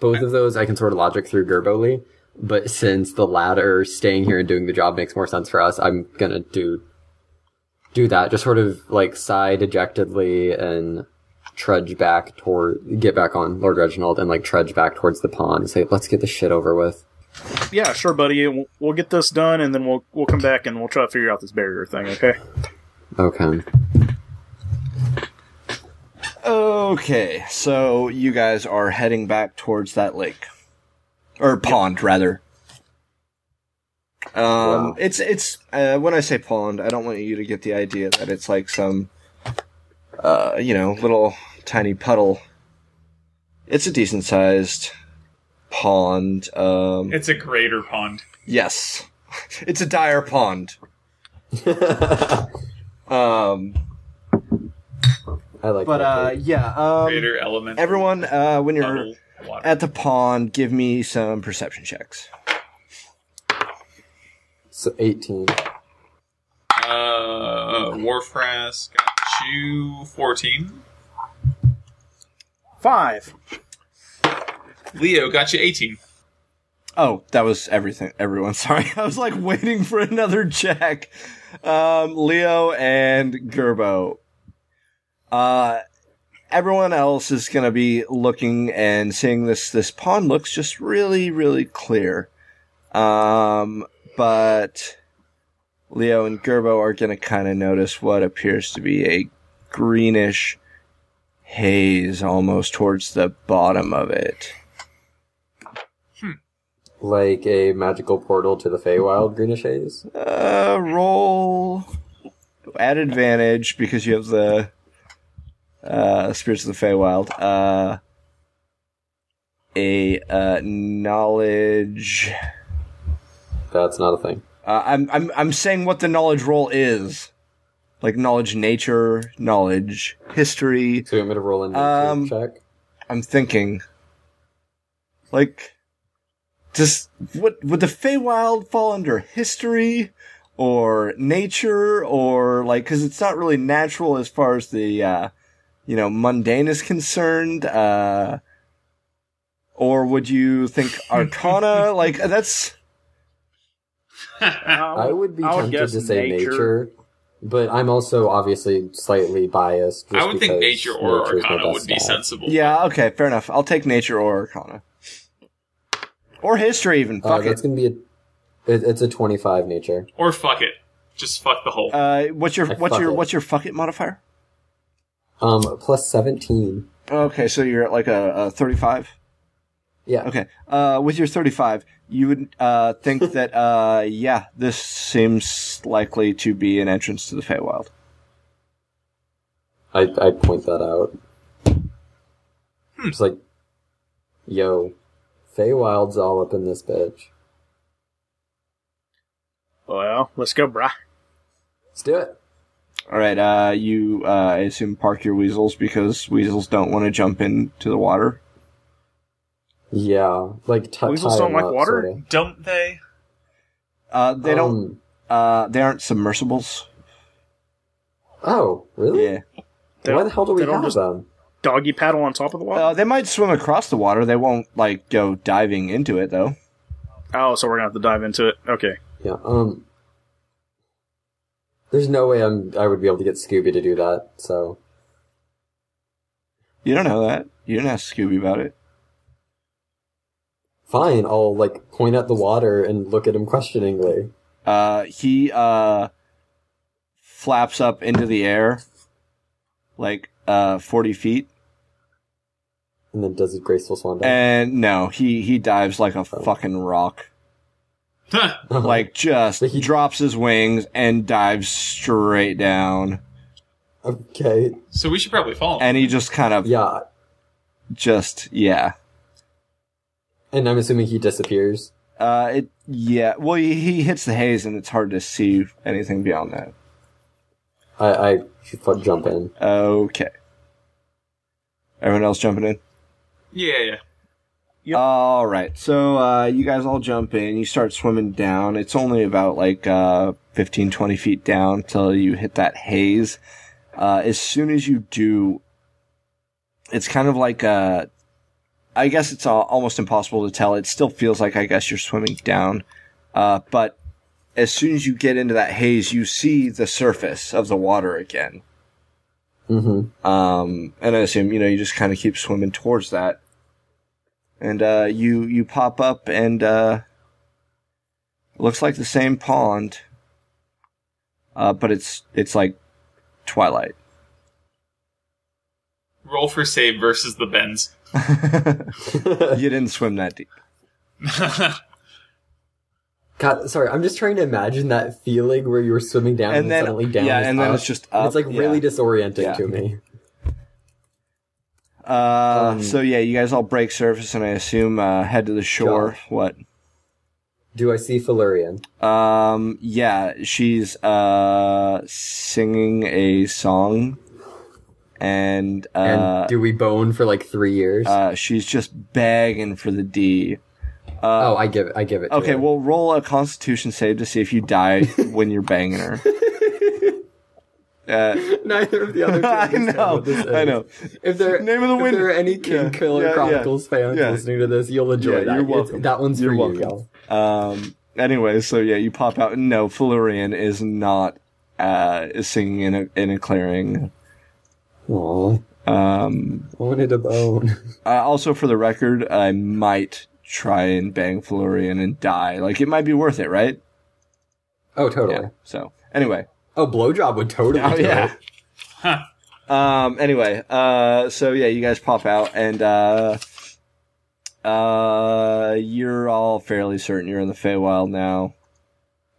[SPEAKER 2] both of those I can sort of logic through Gerboli, but since the latter staying here and doing the job makes more sense for us, I'm gonna do do that. Just sort of like sigh dejectedly and trudge back toward get back on Lord Reginald and like trudge back towards the pond and say, "Let's get this shit over with."
[SPEAKER 4] Yeah, sure, buddy. We'll, we'll get this done, and then we'll we'll come back and we'll try to figure out this barrier thing. Okay.
[SPEAKER 2] Okay.
[SPEAKER 1] okay so you guys are heading back towards that lake or pond rather um it's it's uh, when i say pond i don't want you to get the idea that it's like some uh you know little tiny puddle it's a decent sized pond um
[SPEAKER 3] It's a greater pond.
[SPEAKER 1] yes it's a dire pond um
[SPEAKER 2] I like
[SPEAKER 1] but
[SPEAKER 2] that.
[SPEAKER 1] uh yeah um
[SPEAKER 3] Greater element.
[SPEAKER 1] everyone uh when you're
[SPEAKER 3] level water.
[SPEAKER 1] at the pond, give me some perception checks.
[SPEAKER 2] so 18.
[SPEAKER 3] Uh, Warfrass got you 14.
[SPEAKER 4] Five.
[SPEAKER 3] Leo got you 18.
[SPEAKER 1] Oh, that was everything. Everyone, sorry. I was like waiting for another check. Um, Leo and Gerbo, Uh, everyone else is going to be looking and seeing this. This pond looks just really, really clear. Um, but Leo and Gerbo are going to kind of notice what appears to be a greenish haze almost towards the bottom of it.
[SPEAKER 2] Like a magical portal to the Feywild greenish haze.
[SPEAKER 1] Uh, roll at advantage because you have the uh, spirits of the Feywild. Uh, a uh, knowledge.
[SPEAKER 2] That's not a thing.
[SPEAKER 1] Uh, I'm I'm I'm saying what the knowledge roll is, like knowledge nature, knowledge history.
[SPEAKER 2] So you want me to roll in
[SPEAKER 1] Um,
[SPEAKER 2] check?
[SPEAKER 1] I'm thinking, like, just what would the Feywild fall under history or nature or like because it's not really natural as far as the uh, you know mundane is concerned. Uh, or would you think Arcana? like that's
[SPEAKER 2] I would be tempted to say nature. but I'm also obviously slightly biased. just
[SPEAKER 3] I would think
[SPEAKER 2] because
[SPEAKER 3] nature or
[SPEAKER 2] nature is my
[SPEAKER 3] arcana
[SPEAKER 2] best
[SPEAKER 3] would be
[SPEAKER 2] stat.
[SPEAKER 3] sensible.
[SPEAKER 1] yeah okay, fair enough. I'll take nature or Arcana or history even.
[SPEAKER 2] Uh,
[SPEAKER 1] Fuck it.
[SPEAKER 2] that's gonna be a. It, it's a 25 nature.
[SPEAKER 3] Or fuck it. Just fuck the whole.
[SPEAKER 1] Uh, what's your
[SPEAKER 2] Like,
[SPEAKER 1] what's
[SPEAKER 2] fuck
[SPEAKER 1] your
[SPEAKER 2] it.
[SPEAKER 1] what's your fuck it modifier?
[SPEAKER 2] Um, plus 17.
[SPEAKER 1] Okay, so you're at like a, a 35.
[SPEAKER 2] Yeah.
[SPEAKER 1] Okay, uh, with your 35, you would uh, think that uh, yeah, this seems likely to be an entrance to the Feywild.
[SPEAKER 2] I I point that out.
[SPEAKER 3] Hmm.
[SPEAKER 2] It's like, yo, Feywild's all up in this bitch.
[SPEAKER 4] Well, let's go, brah.
[SPEAKER 2] Let's do it.
[SPEAKER 1] All right, uh, you uh, I assume park your weasels because weasels don't want to jump into the water.
[SPEAKER 2] Yeah, like t-
[SPEAKER 4] Weasels
[SPEAKER 2] tie
[SPEAKER 4] don't
[SPEAKER 2] 'em
[SPEAKER 4] like
[SPEAKER 2] up,
[SPEAKER 4] water?
[SPEAKER 2] sorta.
[SPEAKER 6] Don't they?
[SPEAKER 1] Uh, they don't.
[SPEAKER 2] Um,
[SPEAKER 1] Uh, they aren't submersibles.
[SPEAKER 2] oh, really?
[SPEAKER 1] Yeah,
[SPEAKER 4] They
[SPEAKER 2] Why
[SPEAKER 4] don't-
[SPEAKER 2] the hell do we
[SPEAKER 4] they don't
[SPEAKER 2] have
[SPEAKER 4] just
[SPEAKER 2] them?
[SPEAKER 4] doggy paddle on top of the
[SPEAKER 1] uh,
[SPEAKER 4] water?
[SPEAKER 1] they might swim across the water. They won't like go diving into it though.
[SPEAKER 4] oh, so we're gonna have to dive into it. Okay.
[SPEAKER 2] Yeah. Um. There's no way I'm. I would be able to get Scooby to do that. So
[SPEAKER 1] You don't know that. You didn't ask Scooby about it.
[SPEAKER 2] fine. I'll like point at the water and look at him questioningly.
[SPEAKER 1] Uh, he uh, flaps up into the air, like uh, forty feet,
[SPEAKER 2] And then does a graceful swan dive.
[SPEAKER 1] and no, he he dives
[SPEAKER 2] Oh.
[SPEAKER 1] like a fucking rock. Like just
[SPEAKER 2] But Uh-huh. he-
[SPEAKER 1] drops his wings and dives straight down,
[SPEAKER 2] okay,
[SPEAKER 3] so we should probably follow.
[SPEAKER 1] and he just kind of
[SPEAKER 2] yeah,
[SPEAKER 1] just yeah.
[SPEAKER 2] and I'm assuming he disappears.
[SPEAKER 1] Uh, it yeah. Well, he, he hits the haze, and it's hard to see anything beyond that.
[SPEAKER 2] I, I should fuck jump in.
[SPEAKER 1] Okay. Everyone else jumping in.
[SPEAKER 3] yeah, yeah.
[SPEAKER 4] Yep.
[SPEAKER 1] All right. So uh, you guys all jump in. You start swimming down. It's only about like uh, 15, 20 feet down till you hit that haze. Uh, as soon as you do, it's kind of like uh, I guess it's al- almost impossible to tell. It still feels like I guess you're swimming down. Uh, but as soon as you get into that haze, you see the surface of the water again.
[SPEAKER 2] hmm
[SPEAKER 1] Um, and I assume you know you just kind of keep swimming towards that, and uh, you you pop up and uh, looks like the same pond, uh, but it's it's like twilight.
[SPEAKER 3] Roll for save versus the bends.
[SPEAKER 1] you didn't swim that deep.
[SPEAKER 2] God, sorry, I'm just trying to imagine that feeling where you were swimming down and,
[SPEAKER 1] And then-
[SPEAKER 2] suddenly down.
[SPEAKER 1] yeah,
[SPEAKER 2] is
[SPEAKER 1] and then
[SPEAKER 2] up.
[SPEAKER 1] it's just
[SPEAKER 2] And
[SPEAKER 1] up,
[SPEAKER 2] it's like really
[SPEAKER 1] yeah.
[SPEAKER 2] disorienting
[SPEAKER 1] Yeah.
[SPEAKER 2] to me.
[SPEAKER 1] Uh,
[SPEAKER 2] Um,
[SPEAKER 1] so yeah, you guys all break surface, and I assume uh, head to the shore. What?
[SPEAKER 2] Do I see Falurian?
[SPEAKER 1] Um, yeah, she's uh singing a song, and uh,
[SPEAKER 2] And do we bone for like three years?
[SPEAKER 1] Uh, she's just begging for the D.
[SPEAKER 2] oh, I give it. I give it. To
[SPEAKER 1] Okay,
[SPEAKER 2] her.
[SPEAKER 1] we'll roll a Constitution save to see if you die when you're banging her. Uh,
[SPEAKER 2] neither of the other. Two
[SPEAKER 1] I
[SPEAKER 2] understand
[SPEAKER 1] know,
[SPEAKER 2] what this is.
[SPEAKER 1] I know.
[SPEAKER 2] If there,
[SPEAKER 1] Name of the
[SPEAKER 2] if
[SPEAKER 1] wind-
[SPEAKER 2] there are any King
[SPEAKER 1] Yeah,
[SPEAKER 2] Killer
[SPEAKER 1] yeah, yeah,
[SPEAKER 2] Chronicles fans
[SPEAKER 1] yeah.
[SPEAKER 2] listening to this, you'll enjoy
[SPEAKER 1] Yeah,
[SPEAKER 2] that.
[SPEAKER 1] you're
[SPEAKER 2] It's-
[SPEAKER 1] welcome.
[SPEAKER 2] that one's
[SPEAKER 1] You're
[SPEAKER 2] for
[SPEAKER 1] welcome.
[SPEAKER 2] you, y'all.
[SPEAKER 1] Um, anyway, so yeah, you pop out. No, Florian is not uh, singing in a in a clearing.
[SPEAKER 2] Aw,
[SPEAKER 1] Um,
[SPEAKER 2] I wanted a bone.
[SPEAKER 1] uh, also, for the record, I might try and bang Florian and die. Like it might be worth it, right?
[SPEAKER 2] Oh, totally.
[SPEAKER 1] Yeah. So anyway,
[SPEAKER 2] Oh, blowjob would totally.
[SPEAKER 1] oh
[SPEAKER 2] do it.
[SPEAKER 1] yeah. Um. Anyway. Uh. So yeah, you guys pop out, and uh, uh, you're all fairly certain you're in the Feywild now,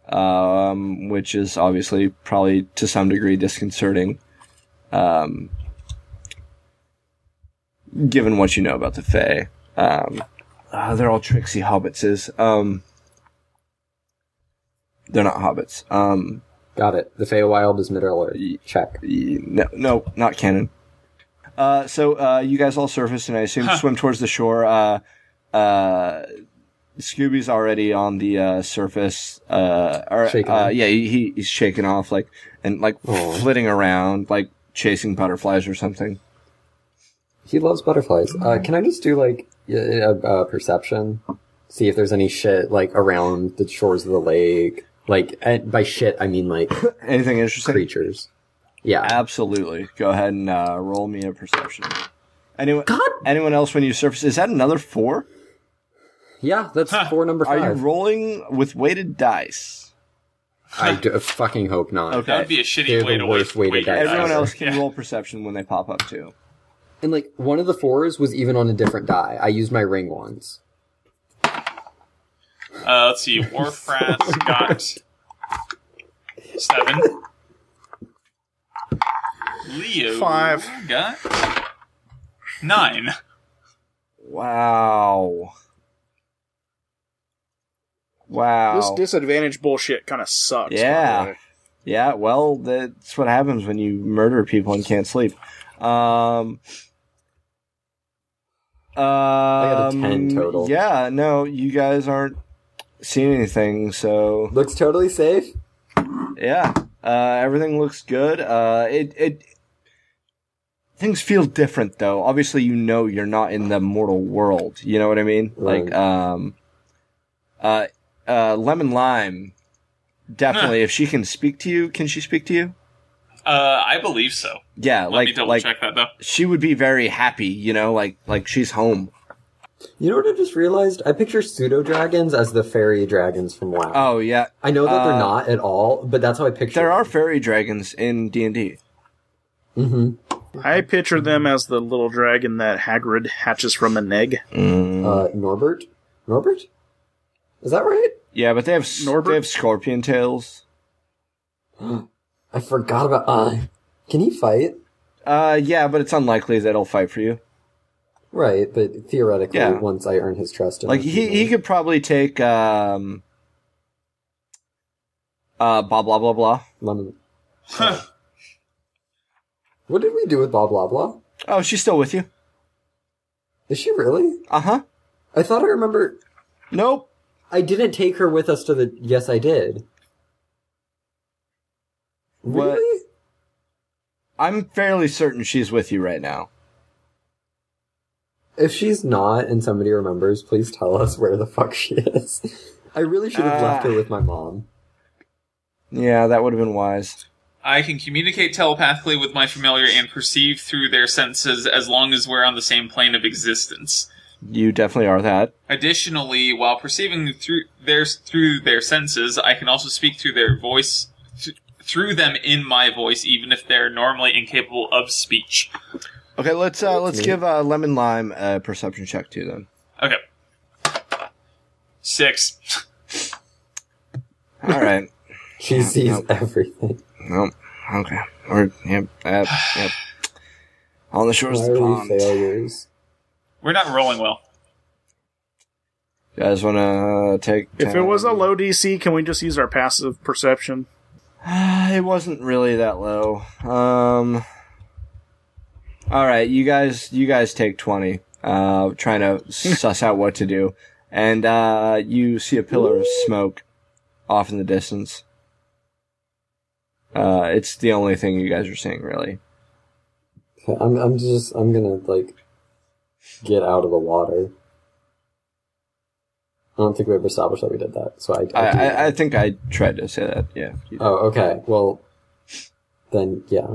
[SPEAKER 1] um, which is obviously probably to some degree disconcerting, um, given what you know about the Fey. Um, ah, they're all tricksy hobbitses. Um, they're not hobbits. Um,
[SPEAKER 2] Got it. The Feywild is Middle Earth. Check.
[SPEAKER 1] no, no, not canon. Uh, so uh, you guys all surface and I assume swim towards the shore. Uh, uh, Scooby's already on the uh, surface. Uh, or,
[SPEAKER 2] Shaking
[SPEAKER 1] uh,
[SPEAKER 2] off. Oh.
[SPEAKER 1] yeah, he, he's shaking off like and like flitting around, like chasing butterflies or something.
[SPEAKER 2] He loves butterflies. Uh, can I just do like a, uh perception? See if there's any shit like around the shores of the lake. Like and by shit, I mean like
[SPEAKER 1] Anything interesting?
[SPEAKER 2] creatures. Yeah.
[SPEAKER 1] Absolutely. Go ahead and uh, roll me a perception. Anyone? Anyone else when you surface? Is that another four?
[SPEAKER 2] Yeah, that's for number
[SPEAKER 1] Are you
[SPEAKER 2] five.
[SPEAKER 1] rolling with weighted dice?
[SPEAKER 2] I d- uh, fucking hope not.
[SPEAKER 1] Okay.
[SPEAKER 3] That would be a shitty
[SPEAKER 2] They're
[SPEAKER 3] way
[SPEAKER 2] the
[SPEAKER 3] to
[SPEAKER 2] worst
[SPEAKER 3] waste
[SPEAKER 2] way to
[SPEAKER 3] weight.
[SPEAKER 2] die.
[SPEAKER 1] Everyone
[SPEAKER 2] Dice.
[SPEAKER 1] else can roll perception when they pop up too.
[SPEAKER 2] And like one of the fours was even on a different die. I used my ring once.
[SPEAKER 7] Uh, let's see. Warfrass got seven.
[SPEAKER 3] Leo
[SPEAKER 4] Five.
[SPEAKER 3] got
[SPEAKER 7] Nine.
[SPEAKER 1] Wow. Wow.
[SPEAKER 4] This disadvantage bullshit kind of sucks. by the
[SPEAKER 1] Yeah.
[SPEAKER 4] way.
[SPEAKER 1] yeah, well, that's what happens when you murder people and can't sleep. Um,
[SPEAKER 2] had a
[SPEAKER 1] um,
[SPEAKER 2] 10 total.
[SPEAKER 1] Yeah, no, you guys aren't seeing anything, so
[SPEAKER 2] Looks totally safe.
[SPEAKER 1] yeah, uh, everything looks good. Uh, it it things feel different though. Obviously, you know you're not in the mortal world. You know what I mean?
[SPEAKER 2] Right.
[SPEAKER 1] Like, um, uh, uh, lemon lime. Definitely, if she can speak to you, can she speak to you?
[SPEAKER 7] Uh, I believe so.
[SPEAKER 1] Yeah,
[SPEAKER 3] Let me
[SPEAKER 1] like
[SPEAKER 3] double
[SPEAKER 1] like
[SPEAKER 3] check that though.
[SPEAKER 1] she would be very happy. You know, like like she's home.
[SPEAKER 2] You know what I just realized? I picture pseudo dragons as the fairy dragons from WoW.
[SPEAKER 1] Oh yeah,
[SPEAKER 2] I know that they're
[SPEAKER 1] uh,
[SPEAKER 2] not at all, but that's how I picture.
[SPEAKER 1] there are fairy dragons in D anD D.
[SPEAKER 2] hmm
[SPEAKER 4] I picture them as the little dragon that Hagrid hatches from an egg.
[SPEAKER 1] Mm.
[SPEAKER 2] Uh, Norbert. Norbert. Is that right?
[SPEAKER 1] Yeah, but they have s-
[SPEAKER 4] Norbert?
[SPEAKER 1] they have scorpion tails.
[SPEAKER 2] I forgot about. Uh, can he fight?
[SPEAKER 1] Uh, yeah, but it's unlikely that he'll fight for you.
[SPEAKER 2] Right, but theoretically,
[SPEAKER 1] Yeah.
[SPEAKER 2] once I earn his trust,
[SPEAKER 1] Like he he could probably take um uh blah blah blah blah.
[SPEAKER 2] Lemon. What did we do with blah blah blah?
[SPEAKER 1] Oh, she's still with you.
[SPEAKER 2] Is she really?
[SPEAKER 1] Uh huh.
[SPEAKER 2] I thought I remember.
[SPEAKER 1] Nope.
[SPEAKER 2] I didn't take her with us to the. Yes, I did.
[SPEAKER 1] What?
[SPEAKER 2] Really?
[SPEAKER 1] I'm fairly certain she's with you right now.
[SPEAKER 2] If she's not and somebody remembers, please tell us where the fuck she is. I really should have left
[SPEAKER 1] Ah.
[SPEAKER 2] her with my mom.
[SPEAKER 1] Yeah, that would have been wise.
[SPEAKER 3] I can communicate telepathically with my familiar and perceive through their senses as long as we're on the same plane of existence.
[SPEAKER 1] You definitely are that.
[SPEAKER 3] Additionally, while perceiving through their through their senses, I can also speak through their voice th- through them in my voice, even if they're normally incapable of speech.
[SPEAKER 1] Okay, let's uh let's give uh lemon lime a perception check too then.
[SPEAKER 3] Okay, six.
[SPEAKER 1] All right.
[SPEAKER 2] She sees everything.
[SPEAKER 1] nope. Okay. Or yep. Yep. yep. On the shores of the
[SPEAKER 2] Entirely
[SPEAKER 1] pond. You
[SPEAKER 2] failures.
[SPEAKER 7] We're not rolling well.
[SPEAKER 1] guys want to take?
[SPEAKER 4] If it was a
[SPEAKER 1] time?
[SPEAKER 4] low DC, can we just use our passive perception?
[SPEAKER 1] it wasn't really that low. Um. All right, you guys, you guys take twenty. Uh, trying to suss out what to do, and uh, you see a pillar of smoke off in the distance. Uh, it's the only thing you guys are seeing, really.
[SPEAKER 2] Okay, I'm, I'm just, I'm gonna, like, get out of the water. I don't think we ever established that we did that, so I.
[SPEAKER 1] I,
[SPEAKER 2] do
[SPEAKER 1] I, I
[SPEAKER 2] that.
[SPEAKER 1] think I tried to say that. Yeah.
[SPEAKER 2] oh, okay. Well, then, yeah.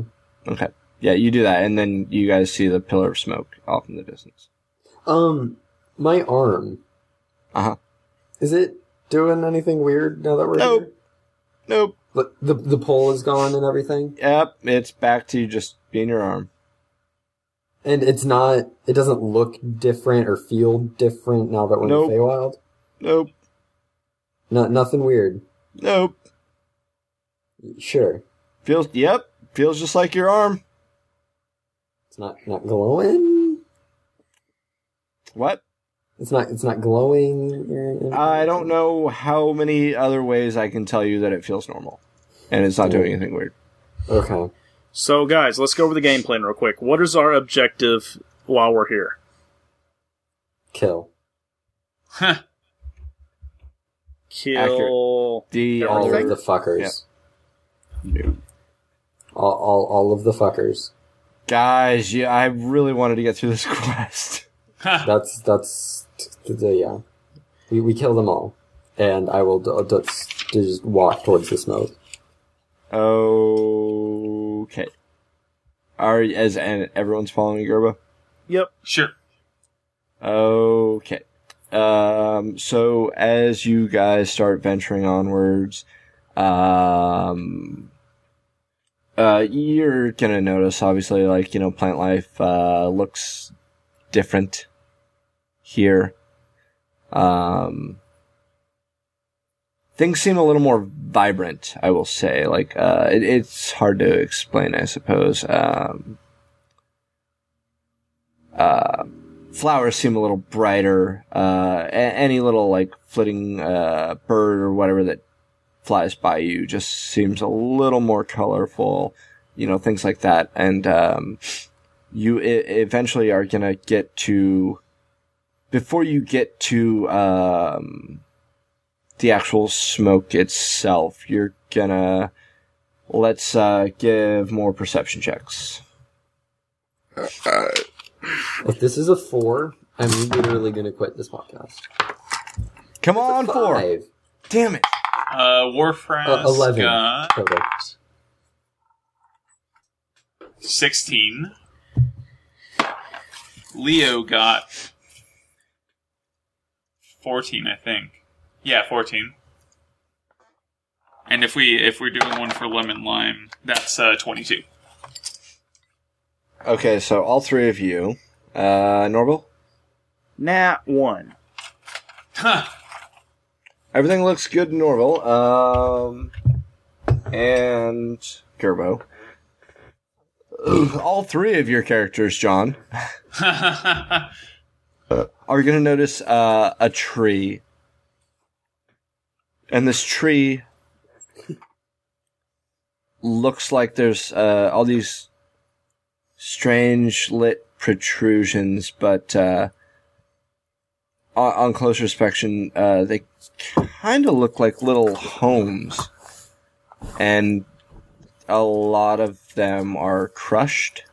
[SPEAKER 1] Okay. Yeah, you do that, and then you guys see the pillar of smoke off in the distance.
[SPEAKER 2] Um, my arm.
[SPEAKER 1] Uh huh.
[SPEAKER 2] Is it doing anything weird now that we're
[SPEAKER 1] Nope.
[SPEAKER 2] here?
[SPEAKER 1] Nope.
[SPEAKER 2] Look, the the pole is gone and everything,
[SPEAKER 1] Yep. It's back to just being your arm.
[SPEAKER 2] and it's not. It doesn't look different or feel different now that we're
[SPEAKER 1] Nope.
[SPEAKER 2] in the Feywild.
[SPEAKER 1] Nope.
[SPEAKER 2] Not nothing weird.
[SPEAKER 1] Nope.
[SPEAKER 2] Sure,
[SPEAKER 1] Feels. Yep. Feels just like your arm.
[SPEAKER 2] it's not not glowing.
[SPEAKER 1] What?
[SPEAKER 2] It's not it's not glowing.
[SPEAKER 1] I don't know how many other ways I can tell you that it feels normal, and it's not doing anything weird.
[SPEAKER 2] Okay.
[SPEAKER 4] So, guys, let's go over the game plan real quick. What is our objective while we're here?
[SPEAKER 2] Kill.
[SPEAKER 4] Kill.
[SPEAKER 1] The
[SPEAKER 2] All
[SPEAKER 4] Everything?
[SPEAKER 2] of the fuckers.
[SPEAKER 1] Yeah.
[SPEAKER 2] All, all all of the fuckers.
[SPEAKER 1] guys, yeah, I really wanted to get through this quest. Ah.
[SPEAKER 2] That's that's t- t- yeah. We we kill them all, and I will d- d- s- just walk towards the smoke.
[SPEAKER 1] Okay. Are as and everyone's following Gerba?
[SPEAKER 4] Yep.
[SPEAKER 3] Sure.
[SPEAKER 1] Okay. Um, so as you guys start venturing onwards, um, uh, you're gonna notice obviously, like you know, plant life uh, looks different here. Um, things seem a little more vibrant, I will say. Like uh, it, it's hard to explain, I suppose. Um, uh, flowers seem a little brighter. Uh, a- any little like flitting uh, bird or whatever that flies by you just seems a little more colorful. You know things like that, and um, you e- eventually are gonna get to before you get to um, the actual smoke itself. You're gonna let's uh, give more perception checks.
[SPEAKER 2] If this is a four, I'm literally gonna quit this podcast.
[SPEAKER 1] Come on, four.
[SPEAKER 2] Five.
[SPEAKER 1] Damn it.
[SPEAKER 3] Uh, Warfrask.
[SPEAKER 2] Uh, Eleven.
[SPEAKER 3] uh,
[SPEAKER 2] total.
[SPEAKER 3] 16. Leo got 14, I think. Yeah, 14. And if we if we're doing one for lemon lime, that's uh, 22.
[SPEAKER 1] Okay, so all three of you. Uh, Norval,
[SPEAKER 4] Nat one.
[SPEAKER 3] Huh.
[SPEAKER 1] everything looks good, in Norval. Um, and Gerbo. Ugh, all three of your characters, John, are going to notice uh, a tree. And this tree looks like there's uh, all these strange lit protrusions, but uh, on, on close inspection, uh, they kind of look like little homes. And a lot of them are crushed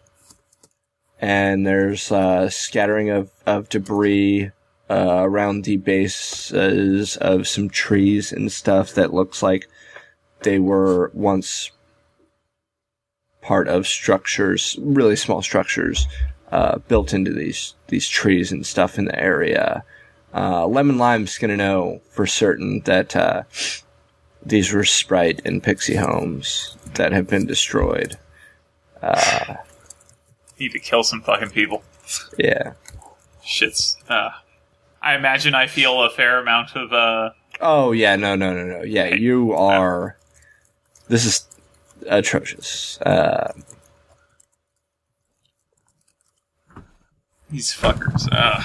[SPEAKER 1] and there's uh, scattering of, of debris uh, around the bases of some trees and stuff that looks like they were once part of structures, really small structures, uh, built into these these trees and stuff in the area. Uh, Lemon Lime's gonna know for certain that uh, these were Sprite and Pixie homes that have been destroyed.
[SPEAKER 3] Need to kill some fucking people.
[SPEAKER 1] Yeah.
[SPEAKER 3] Shit's. Uh, I imagine I feel a fair amount of. Uh,
[SPEAKER 1] Oh yeah, no, no, no, no. Yeah, you are. This is atrocious. Uh,
[SPEAKER 3] these fuckers. Uh,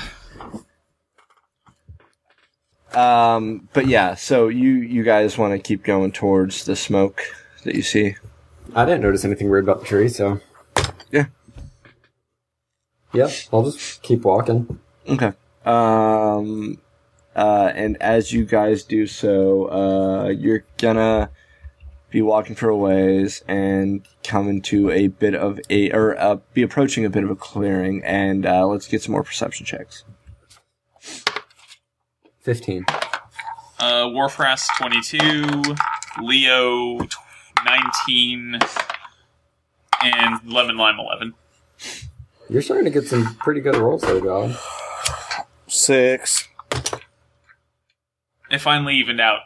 [SPEAKER 1] um, but yeah, so you you guys want to keep going towards the smoke that you see.
[SPEAKER 2] I didn't notice anything weird about the tree, so
[SPEAKER 1] Yeah.
[SPEAKER 2] yeah, I'll just keep walking.
[SPEAKER 1] Okay. Um, uh, and as you guys do so, uh, you're gonna be walking for a ways and come into a bit of a or uh, be approaching a bit of a clearing. And uh, let's get some more perception checks.
[SPEAKER 2] Fifteen.
[SPEAKER 3] uh, Warfrask 22, Leo tw- 19, and Lemon Lime 11.
[SPEAKER 2] You're starting to get some pretty good rolls there, John.
[SPEAKER 4] Six.
[SPEAKER 3] It finally evened out.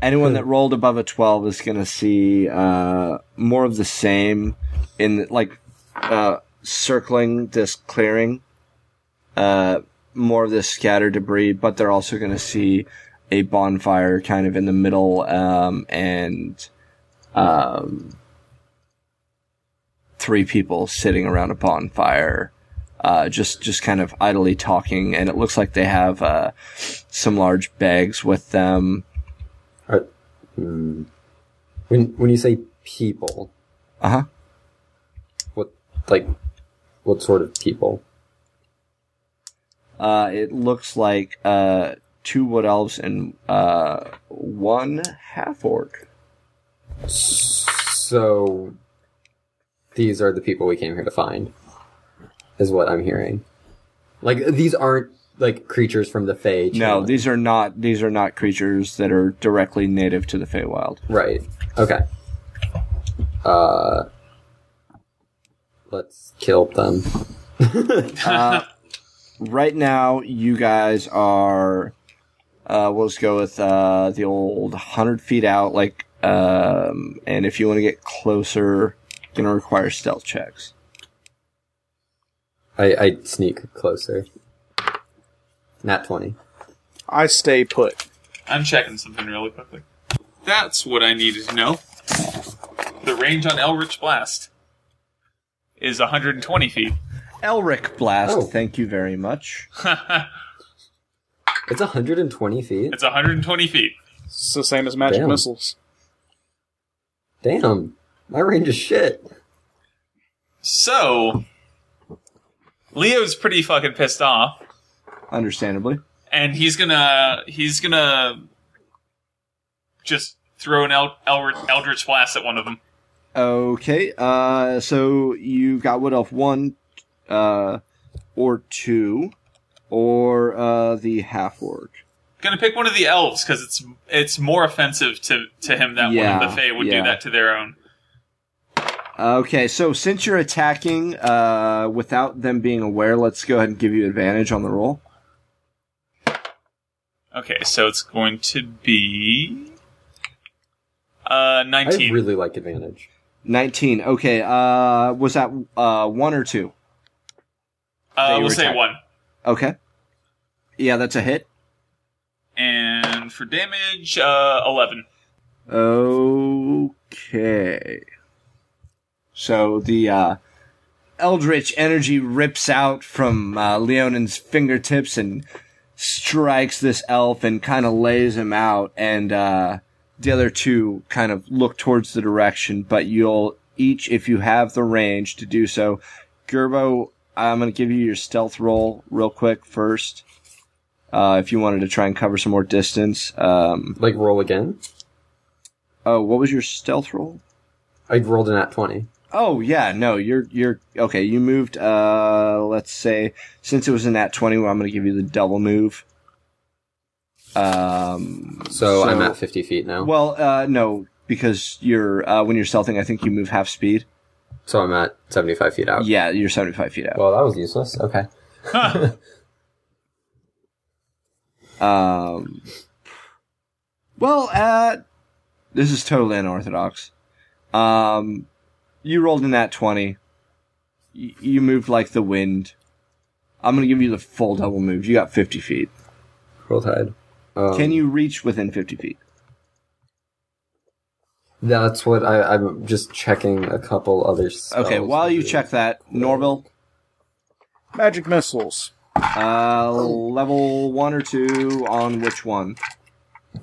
[SPEAKER 1] Anyone that rolled above a 12 is going to see uh, more of the same in the, like uh, circling this clearing, uh, more of this scattered debris, but they're also going to see a bonfire kind of in the middle um, and um, three people sitting around a bonfire. Uh, just, just kind of idly talking, and it looks like they have uh, some large bags with them.
[SPEAKER 2] Are, hmm. When when you say people,
[SPEAKER 1] Uh huh.
[SPEAKER 2] what like what sort of people?
[SPEAKER 1] Uh, it looks like uh, two wood elves and uh, one half orc.
[SPEAKER 2] So these are the people we came here to find, is what I'm hearing. Like these aren't like creatures from the Fae.
[SPEAKER 1] No,
[SPEAKER 2] channel.
[SPEAKER 1] these are not these are not creatures that are directly native to the Feywild.
[SPEAKER 2] Right. Okay. Uh, let's kill them.
[SPEAKER 1] Uh, right now, you guys are. Uh, we'll just go with uh, the old hundred feet out, like, um, and if you want to get closer, gonna require stealth checks.
[SPEAKER 2] I, I sneak closer. Nat twenty.
[SPEAKER 4] I stay put.
[SPEAKER 8] I'm checking something really quickly. That's what I needed to know. The range on Elrich Blast.
[SPEAKER 3] Is 120 feet.
[SPEAKER 1] Elric blast.
[SPEAKER 2] Oh.
[SPEAKER 1] Thank you very much.
[SPEAKER 2] It's hundred and twenty feet.
[SPEAKER 3] It's 120 feet.
[SPEAKER 4] It's the same as magic
[SPEAKER 2] Damn.
[SPEAKER 4] missiles.
[SPEAKER 2] Damn, my range is shit.
[SPEAKER 3] So, Leo's pretty fucking pissed off,
[SPEAKER 1] Understandably.
[SPEAKER 3] and he's gonna he's gonna just throw an El- El- Eldritch Blast at one of them.
[SPEAKER 1] Okay, uh, so you've got Wood Elf 1, uh, or 2, or uh, the Half Orc.
[SPEAKER 3] Gonna pick one of the elves because it's it's more offensive to to him that one
[SPEAKER 1] Yeah,
[SPEAKER 3] of the Fae would
[SPEAKER 1] yeah.
[SPEAKER 3] do that to their own.
[SPEAKER 1] Okay, so since you're attacking uh, without them being aware, let's go ahead and give you advantage on the roll.
[SPEAKER 3] Okay, so it's going to be uh
[SPEAKER 2] I
[SPEAKER 3] 19.
[SPEAKER 2] really like advantage.
[SPEAKER 1] 19. Okay, uh, was that uh, 1 or 2?
[SPEAKER 3] uh,
[SPEAKER 1] that you
[SPEAKER 3] we'll
[SPEAKER 1] were
[SPEAKER 3] say
[SPEAKER 1] attacking.
[SPEAKER 3] one.
[SPEAKER 1] Okay. Yeah, that's a hit.
[SPEAKER 3] And for damage, uh, 11.
[SPEAKER 1] Okay. So the uh, eldritch energy rips out from uh, Leonin's fingertips and strikes this elf and kind of lays him out. And uh, the other two kind of look towards the direction, but you'll each, if you have the range to do so, Gerbo. I'm going to give you your stealth roll real quick first. Uh, if you wanted to try and cover some more distance. Um,
[SPEAKER 2] Like roll again.
[SPEAKER 1] oh, what was your stealth roll?
[SPEAKER 2] I rolled a nat twenty.
[SPEAKER 1] Oh yeah, no, you're you're okay. You moved. Uh, let's say since it was in that twenty, well, I'm going to give you the double move. Um.
[SPEAKER 2] So,
[SPEAKER 1] So-
[SPEAKER 2] I'm at fifty feet now.
[SPEAKER 1] Well, uh, no, because you're uh, when you're stealthing, I think you move half speed.
[SPEAKER 2] so I'm at seventy five feet out.
[SPEAKER 1] Yeah, you're seventy five feet out.
[SPEAKER 2] Well, that was useless. Okay.
[SPEAKER 1] Um. Well, uh, this is totally unorthodox. Um, you rolled in that twenty. Y- you moved like the wind. I'm going to give you the full double move. You got fifty feet.
[SPEAKER 2] Roll tide. Um,
[SPEAKER 1] Can you reach within 50 feet?
[SPEAKER 2] That's what I, I'm just checking a couple other. Spells
[SPEAKER 1] Okay, while you
[SPEAKER 2] really
[SPEAKER 1] check that, Norville,
[SPEAKER 4] Magic missiles.
[SPEAKER 1] uh, level one or two on which one?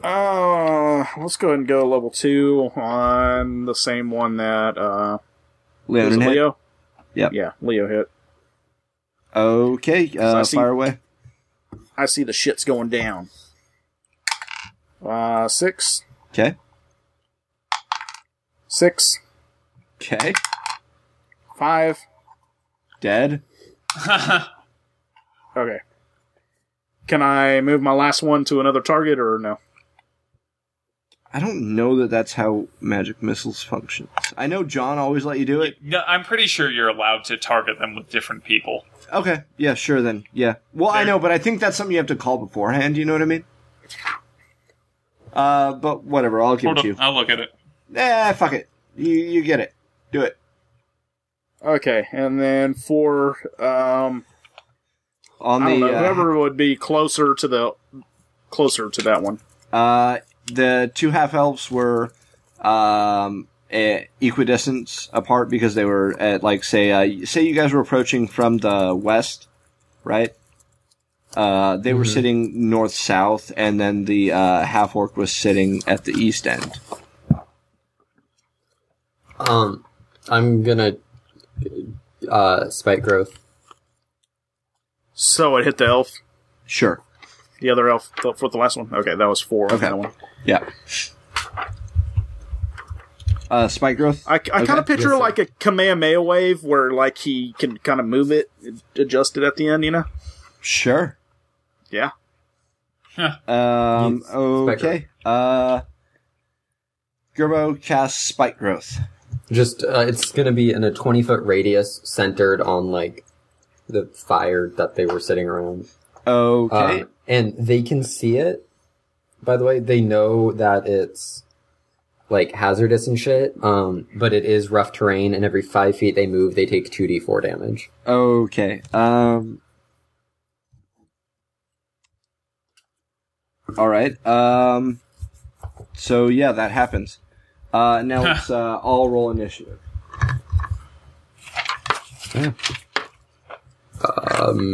[SPEAKER 4] Uh, let's go ahead and go level two on the same one that uh was
[SPEAKER 1] Leonin
[SPEAKER 4] it
[SPEAKER 1] hit?
[SPEAKER 4] Leo.
[SPEAKER 1] Yep.
[SPEAKER 4] Yeah, Leo hit.
[SPEAKER 1] Okay,
[SPEAKER 4] I
[SPEAKER 1] uh,
[SPEAKER 4] see-
[SPEAKER 1] fire away.
[SPEAKER 4] I see the shit's going down. Uh, six,
[SPEAKER 1] Okay,
[SPEAKER 4] six,
[SPEAKER 1] okay,
[SPEAKER 4] five.
[SPEAKER 1] dead.
[SPEAKER 4] Okay. Can I move my last one to another target or no?
[SPEAKER 1] I don't know that that's how magic missiles function. I know John always let you do it.
[SPEAKER 3] No, I'm pretty sure you're allowed to target them with different people.
[SPEAKER 1] Okay, yeah, sure then. Yeah. Well, I
[SPEAKER 3] There-
[SPEAKER 1] know, but I think that's something you have to call beforehand. You know what I mean? Uh, but whatever. I'll give
[SPEAKER 3] Hold
[SPEAKER 1] it to
[SPEAKER 3] on,
[SPEAKER 1] you.
[SPEAKER 3] I'll look at it.
[SPEAKER 1] Eh, fuck it. You you get it. Do it.
[SPEAKER 4] Okay, and then for um,
[SPEAKER 1] On
[SPEAKER 4] I
[SPEAKER 1] the
[SPEAKER 4] don't know,
[SPEAKER 1] uh,
[SPEAKER 4] whoever would be closer to the closer to that one.
[SPEAKER 1] Uh, the two half elves were um, eh, equidistant apart because they were at like say uh, say you guys were approaching from the west, right? Uh, they were sitting north south, and then the uh, half orc was sitting at the east end.
[SPEAKER 2] Um, I'm gonna uh spike growth.
[SPEAKER 4] So it hit the elf,
[SPEAKER 1] Sure.
[SPEAKER 4] the other elf the, for the last one. Okay, that was four. on
[SPEAKER 1] Okay.
[SPEAKER 4] that one.
[SPEAKER 1] Yeah. Uh, spike growth.
[SPEAKER 4] I, I kind
[SPEAKER 1] Okay.
[SPEAKER 4] of picture
[SPEAKER 2] Yes, sir.
[SPEAKER 4] like a Kamehameha wave where like he can kind of move it, adjust it at the end. You know?
[SPEAKER 1] sure.
[SPEAKER 4] Yeah.
[SPEAKER 1] Um,
[SPEAKER 2] Yes. Spike
[SPEAKER 1] okay. Uh, Gerbo casts spike growth.
[SPEAKER 2] Just uh, it's gonna be in a 20 foot radius centered on like the fire that they were sitting around.
[SPEAKER 1] Okay.
[SPEAKER 2] Um, and they can see it. By the way, they know that it's like hazardous and shit. Um, but it is rough terrain, and every five feet they move, they take two d four damage.
[SPEAKER 1] okay. Um. All right. Um. So yeah, that happens. Uh, now let's uh, all roll initiative.
[SPEAKER 2] Um,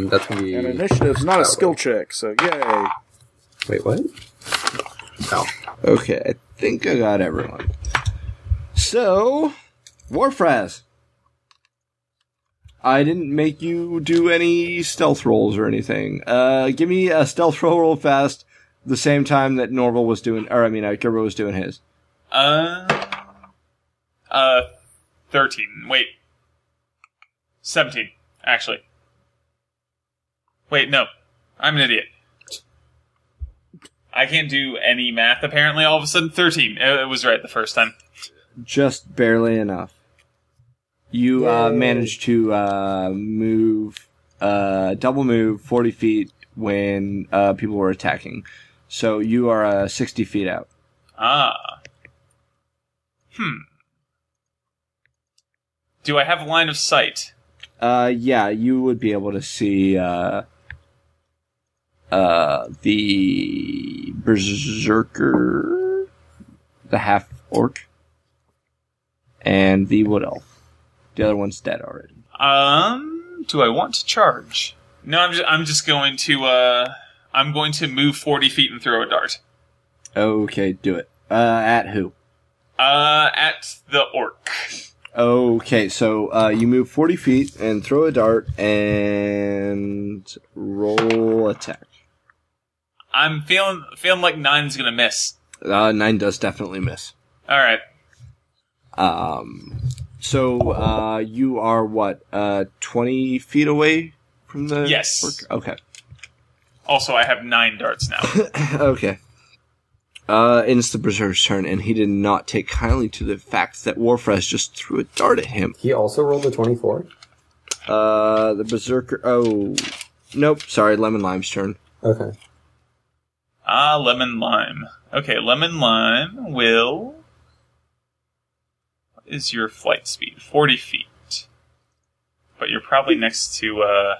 [SPEAKER 2] that's gonna
[SPEAKER 4] And
[SPEAKER 2] be
[SPEAKER 4] initiative's not a skill check, so yay.
[SPEAKER 2] wait what?
[SPEAKER 1] Okay, I think I got everyone. So, Warfraz, I didn't make you do any stealth rolls or anything. Uh, give me a stealth roll real fast, the same time that Norval was doing, or I mean, uh, Gerber was doing his.
[SPEAKER 3] Uh, uh, thirteen. Wait, seventeen. Actually, wait, no, I'm an idiot. I can't do any math. Apparently, all of a sudden, thirteen. It, it was right the first time.
[SPEAKER 1] Just barely enough. You uh, managed to uh, move, uh, double move 40 feet when uh, people were attacking. So you are uh, 60 feet out.
[SPEAKER 3] Ah. Hmm. Do I have a line of sight?
[SPEAKER 1] Uh, yeah, you would be able to see uh, uh, the berserker, the half orc, and the wood elf. The other one's dead already.
[SPEAKER 3] Um, do I want to charge? No, I'm just, I'm just going to uh I'm going to move 40 feet and throw a dart.
[SPEAKER 1] Okay, do it. Uh, at who?
[SPEAKER 3] Uh at the orc.
[SPEAKER 1] Okay, so uh, you move forty feet and throw a dart and roll attack.
[SPEAKER 3] I'm feeling feeling like 9's going to miss.
[SPEAKER 1] Uh, nine does definitely miss.
[SPEAKER 3] All right.
[SPEAKER 1] Um, so uh, you are what uh, twenty feet away from the
[SPEAKER 3] Yes.
[SPEAKER 1] work- Okay.
[SPEAKER 3] Also, I have 9 darts now.
[SPEAKER 1] okay. Uh, and it's the berserker's turn, and he did not take kindly to the fact that Warfrez just threw a dart at him.
[SPEAKER 2] He also rolled a 24.
[SPEAKER 1] Uh, the berserker. Oh, nope. Sorry, Lemon Lime's turn.
[SPEAKER 2] Okay.
[SPEAKER 3] ah, lemon lime. Okay, lemon lime will What is your flight speed? 40 feet. But you're probably next to uh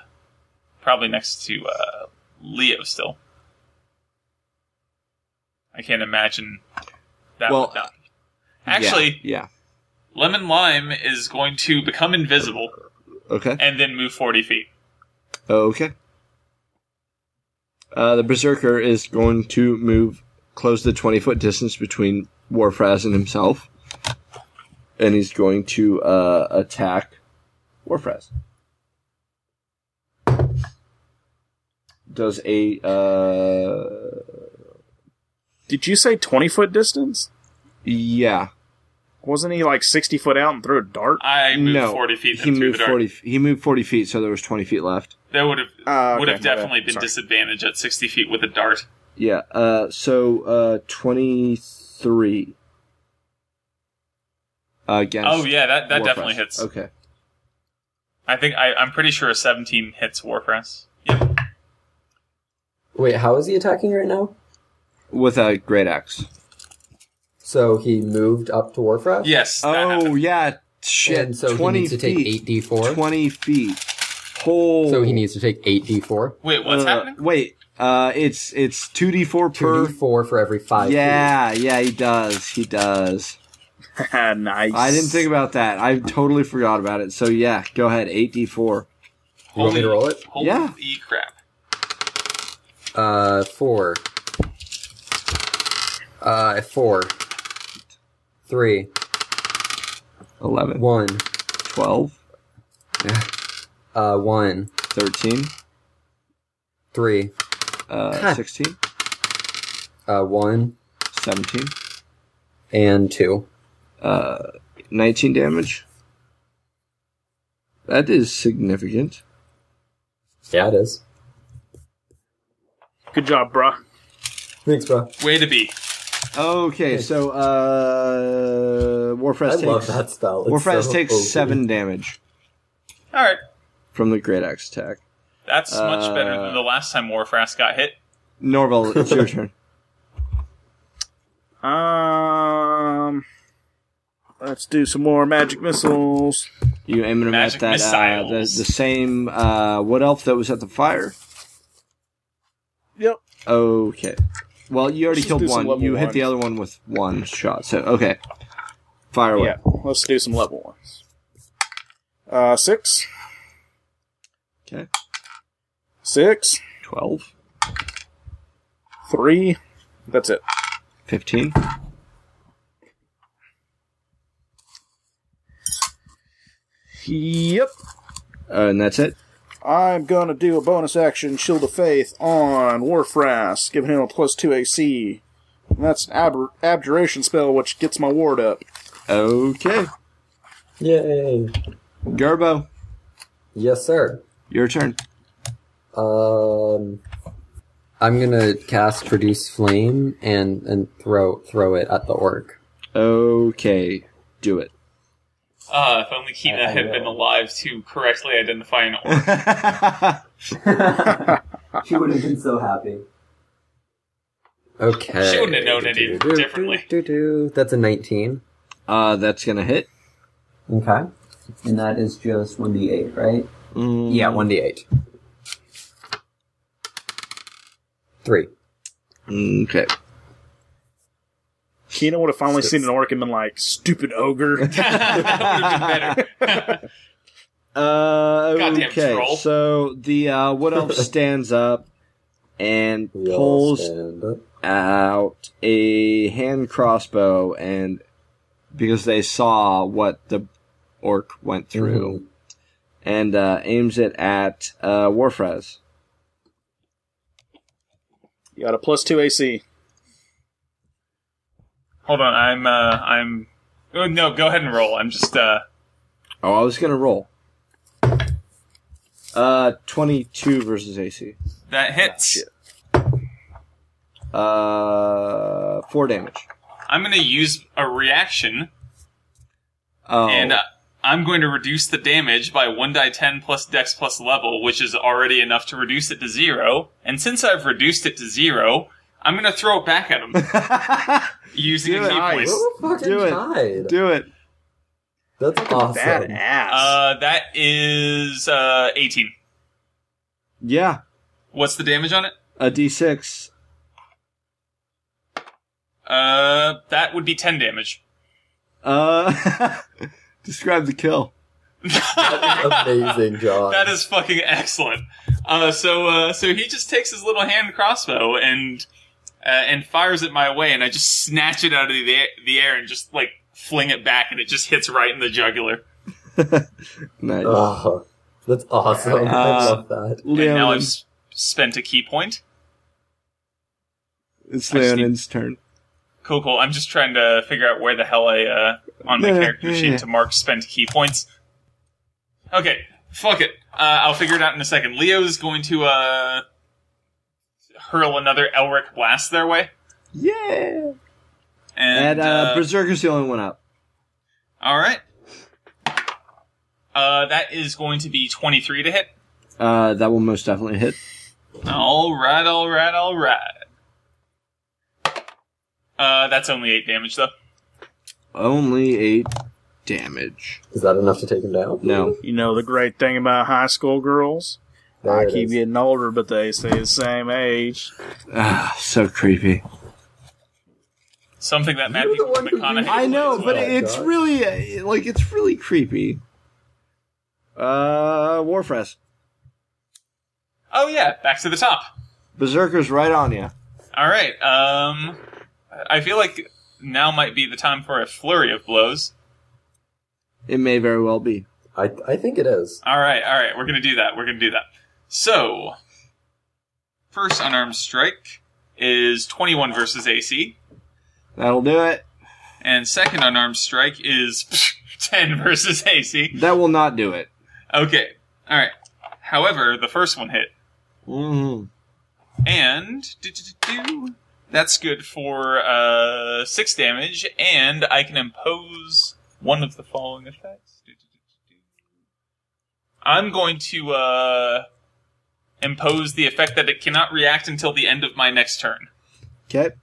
[SPEAKER 3] probably next to uh Leo still. I can't imagine that
[SPEAKER 1] Well, uh,
[SPEAKER 3] would not- Actually,
[SPEAKER 1] yeah.
[SPEAKER 3] Lemon Lime is going to become invisible
[SPEAKER 1] yeah. Okay.
[SPEAKER 3] and then move 40 feet.
[SPEAKER 1] Okay. Uh, the berserker is going to move, close the twenty foot distance between Warfraz and himself, and he's going to uh, attack Warfraz. Does a uh,
[SPEAKER 4] Did you say twenty foot distance?
[SPEAKER 1] yeah?
[SPEAKER 4] Wasn't he like sixty foot out and threw a dart?
[SPEAKER 3] I moved
[SPEAKER 1] no,
[SPEAKER 3] 40 feet
[SPEAKER 1] He
[SPEAKER 3] then through
[SPEAKER 1] moved
[SPEAKER 3] the dart.
[SPEAKER 1] forty. He moved forty feet, so there was twenty feet left.
[SPEAKER 3] That would have
[SPEAKER 4] Ah,
[SPEAKER 3] would
[SPEAKER 4] okay,
[SPEAKER 3] have
[SPEAKER 4] my bad.
[SPEAKER 3] definitely been
[SPEAKER 4] Sorry.
[SPEAKER 3] disadvantage at 60 feet with a dart.
[SPEAKER 1] Yeah. Uh, so uh, twenty three. Against.
[SPEAKER 9] Oh yeah, that that
[SPEAKER 1] Warframe.
[SPEAKER 9] definitely hits.
[SPEAKER 1] Okay.
[SPEAKER 9] I think I, I'm pretty sure a 17 hits Warpress. Yep.
[SPEAKER 2] Wait, how is he attacking right now?
[SPEAKER 1] With a great axe.
[SPEAKER 2] So he moved up to Warfrath?
[SPEAKER 3] Yes. that
[SPEAKER 1] Oh
[SPEAKER 3] happened.
[SPEAKER 1] yeah, shit.
[SPEAKER 2] And so he
[SPEAKER 1] Twenty
[SPEAKER 2] needs to take
[SPEAKER 1] feet.
[SPEAKER 2] 8d4.
[SPEAKER 1] Twenty feet. Whole.
[SPEAKER 2] So he needs to take 8d4.
[SPEAKER 3] Wait, what's
[SPEAKER 1] uh,
[SPEAKER 3] happening?
[SPEAKER 1] Wait. Uh, it's it's two d four per.
[SPEAKER 2] 2d4 for every 5
[SPEAKER 1] Yeah, yeah, he does. He does.
[SPEAKER 4] Ah, nice.
[SPEAKER 1] I didn't think about that. I totally forgot about it. So yeah, go ahead. Eight d four.
[SPEAKER 2] feet. You want me to roll it?
[SPEAKER 3] Holy
[SPEAKER 1] yeah.
[SPEAKER 3] crap.
[SPEAKER 2] Uh, 4. Uh, 4. 3.
[SPEAKER 1] 11,
[SPEAKER 2] 1.
[SPEAKER 1] 12,
[SPEAKER 2] Uh, 1.
[SPEAKER 1] 13,
[SPEAKER 2] 3.
[SPEAKER 1] uh,
[SPEAKER 2] Huh.
[SPEAKER 1] 16,
[SPEAKER 2] Uh, 1.
[SPEAKER 1] 17,
[SPEAKER 2] And 2.
[SPEAKER 1] uh, 19 damage. That is significant.
[SPEAKER 2] Yeah, it is.
[SPEAKER 4] Good job, bruh.
[SPEAKER 2] Thanks, bro.
[SPEAKER 3] Way to be.
[SPEAKER 1] Okay, so uh, Warfrest
[SPEAKER 2] I
[SPEAKER 1] takes
[SPEAKER 2] love that spell. It's
[SPEAKER 1] Warfrest
[SPEAKER 2] so
[SPEAKER 1] takes
[SPEAKER 2] OP.
[SPEAKER 1] seven damage
[SPEAKER 3] All right.
[SPEAKER 1] from the great axe attack.
[SPEAKER 9] That's much
[SPEAKER 1] Uh,
[SPEAKER 9] better than the last time Warfrass got hit.
[SPEAKER 1] Norval, it's your turn.
[SPEAKER 4] Um, let's do some more magic missiles.
[SPEAKER 1] You aiming him
[SPEAKER 9] Magic
[SPEAKER 1] at that uh, the, the
[SPEAKER 9] missiles.
[SPEAKER 1] same uh, wood elf that was at the fire.
[SPEAKER 4] Yep.
[SPEAKER 1] Okay. Well, you already
[SPEAKER 4] Let's
[SPEAKER 1] killed
[SPEAKER 4] do some
[SPEAKER 1] one.
[SPEAKER 4] level
[SPEAKER 1] You hit
[SPEAKER 4] one.
[SPEAKER 1] the other one with one shot. So okay. Fire away.
[SPEAKER 4] Yeah. Let's do some level ones. Uh, six,
[SPEAKER 1] Okay.
[SPEAKER 4] six,
[SPEAKER 1] 12,
[SPEAKER 4] three. That's it.
[SPEAKER 1] 15.
[SPEAKER 4] Yep.
[SPEAKER 1] Uh, and that's it.
[SPEAKER 4] I'm gonna do a bonus action Shield of Faith on Warfrass, giving him a plus two AC. And that's an abjur- abjuration spell, which gets my ward up.
[SPEAKER 1] Okay.
[SPEAKER 2] Yay.
[SPEAKER 1] Gerbo,
[SPEAKER 2] Yes, sir.
[SPEAKER 1] your turn.
[SPEAKER 2] Um, I'm gonna cast produce flame and and throw throw it at the orc.
[SPEAKER 1] Okay. Do it.
[SPEAKER 3] Uh, if only Keena
[SPEAKER 2] I- I
[SPEAKER 3] had been
[SPEAKER 2] will.
[SPEAKER 3] alive to correctly identify an orc.
[SPEAKER 2] She would have been so happy. Okay.
[SPEAKER 3] She wouldn't have known any differently.
[SPEAKER 2] Do-do-do-do-do. That's a 19.
[SPEAKER 1] uh, that's going to hit.
[SPEAKER 2] Okay. And that is just 1d8, right?
[SPEAKER 1] Mm,
[SPEAKER 2] Yeah, 1d8. Three.
[SPEAKER 1] Okay.
[SPEAKER 4] Kina would have finally seen an orc and been like, stupid ogre.
[SPEAKER 3] that would have been better.
[SPEAKER 1] Uh,
[SPEAKER 3] Goddamn
[SPEAKER 1] okay.
[SPEAKER 3] troll.
[SPEAKER 1] So the uh, wood elf stands up and
[SPEAKER 2] We'll
[SPEAKER 1] pulls
[SPEAKER 2] stand up.
[SPEAKER 1] out a hand crossbow, and because they saw what the orc went
[SPEAKER 2] Mm-hmm.
[SPEAKER 1] through, and uh, aims it at uh, Warfraz.
[SPEAKER 4] you got a plus two AC.
[SPEAKER 9] Hold on, I'm uh, I'm. Oh, no, go ahead and roll. I'm just uh,
[SPEAKER 1] Oh, I was gonna roll. Uh, twenty-two versus AC.
[SPEAKER 3] that hits.
[SPEAKER 1] Uh, four damage.
[SPEAKER 3] I'm going to use a reaction,
[SPEAKER 1] Oh,
[SPEAKER 3] and uh, I'm going to reduce the damage by 1 die 10 plus dex plus level, which is already enough to reduce it to zero. And since I've reduced it to zero, I'm going to throw it back at him using
[SPEAKER 1] Do
[SPEAKER 3] a
[SPEAKER 1] it.
[SPEAKER 3] key
[SPEAKER 1] Nice.
[SPEAKER 3] point.
[SPEAKER 2] Oh, fucking
[SPEAKER 1] Do it.
[SPEAKER 2] tied.
[SPEAKER 1] do it.
[SPEAKER 2] That's awesome.
[SPEAKER 4] Badass.
[SPEAKER 9] uh, that is uh, 18.
[SPEAKER 1] Yeah,
[SPEAKER 3] What's the damage on it?
[SPEAKER 1] a D6.
[SPEAKER 9] Uh, that would be 10 damage.
[SPEAKER 1] Uh, describe the kill.
[SPEAKER 2] Amazing job.
[SPEAKER 3] That is fucking excellent. Uh, so uh, so he just takes his little hand crossbow and uh, and fires it my way, and I just snatch it out of the air, the air and just like fling it back, and it just hits right in the jugular.
[SPEAKER 1] Nice.
[SPEAKER 2] Oh, that's awesome. I love that.
[SPEAKER 1] Leonin.
[SPEAKER 9] And now I've s- spent a key point. I just
[SPEAKER 1] it's
[SPEAKER 9] need-
[SPEAKER 1] Leonin's turn.
[SPEAKER 9] Cool, cool. I'm just trying to figure out where the hell I, uh, on my
[SPEAKER 1] Yeah,
[SPEAKER 9] character
[SPEAKER 1] yeah,
[SPEAKER 9] sheet
[SPEAKER 1] yeah.
[SPEAKER 9] to mark spent key points. Okay, fuck it. Uh, I'll figure it out in a second. Leo's going to, uh, hurl another Elric blast their way.
[SPEAKER 1] Yeah. And
[SPEAKER 3] And,
[SPEAKER 1] uh,
[SPEAKER 3] uh,
[SPEAKER 1] Berserker's the only one up.
[SPEAKER 3] all right. Uh, that is going to be 23 to hit.
[SPEAKER 1] Uh, that will most definitely hit.
[SPEAKER 3] All right, all right, all right. Uh, that's only eight damage though.
[SPEAKER 1] Only eight damage.
[SPEAKER 2] Is that enough to take him down?
[SPEAKER 1] No.
[SPEAKER 4] You know the great thing about high school girls?
[SPEAKER 2] There
[SPEAKER 4] I
[SPEAKER 2] it
[SPEAKER 4] keep
[SPEAKER 2] is.
[SPEAKER 4] getting older, but they stay the same age.
[SPEAKER 1] Ah, so creepy.
[SPEAKER 3] Something that Matthew
[SPEAKER 2] the one who
[SPEAKER 3] McConaughey.
[SPEAKER 2] did-
[SPEAKER 1] I know, but
[SPEAKER 2] Oh my
[SPEAKER 1] it's
[SPEAKER 2] God.
[SPEAKER 1] really uh, like it's really creepy. Uh, Warfress,
[SPEAKER 3] Oh yeah, back to the top.
[SPEAKER 1] Berserker's right on you.
[SPEAKER 3] All right. Um, I feel like now might be the time for a flurry of blows.
[SPEAKER 1] It may very well be.
[SPEAKER 2] I, I think it is.
[SPEAKER 3] All right, all right. We're gonna do that. We're gonna do that. So, first unarmed strike is 21 versus AC,
[SPEAKER 1] That'll do it.
[SPEAKER 3] and second unarmed strike is 10 versus AC.
[SPEAKER 1] That will not do it.
[SPEAKER 3] Okay. All right. However, the first one hit,
[SPEAKER 1] Mm.
[SPEAKER 3] and do-do-do-do, that's good for uh, six damage, and I can impose one of the following effects. Do-do-do-do-do. I'm going to uh, impose the effect that it cannot react until the end of my next turn.
[SPEAKER 1] Okay.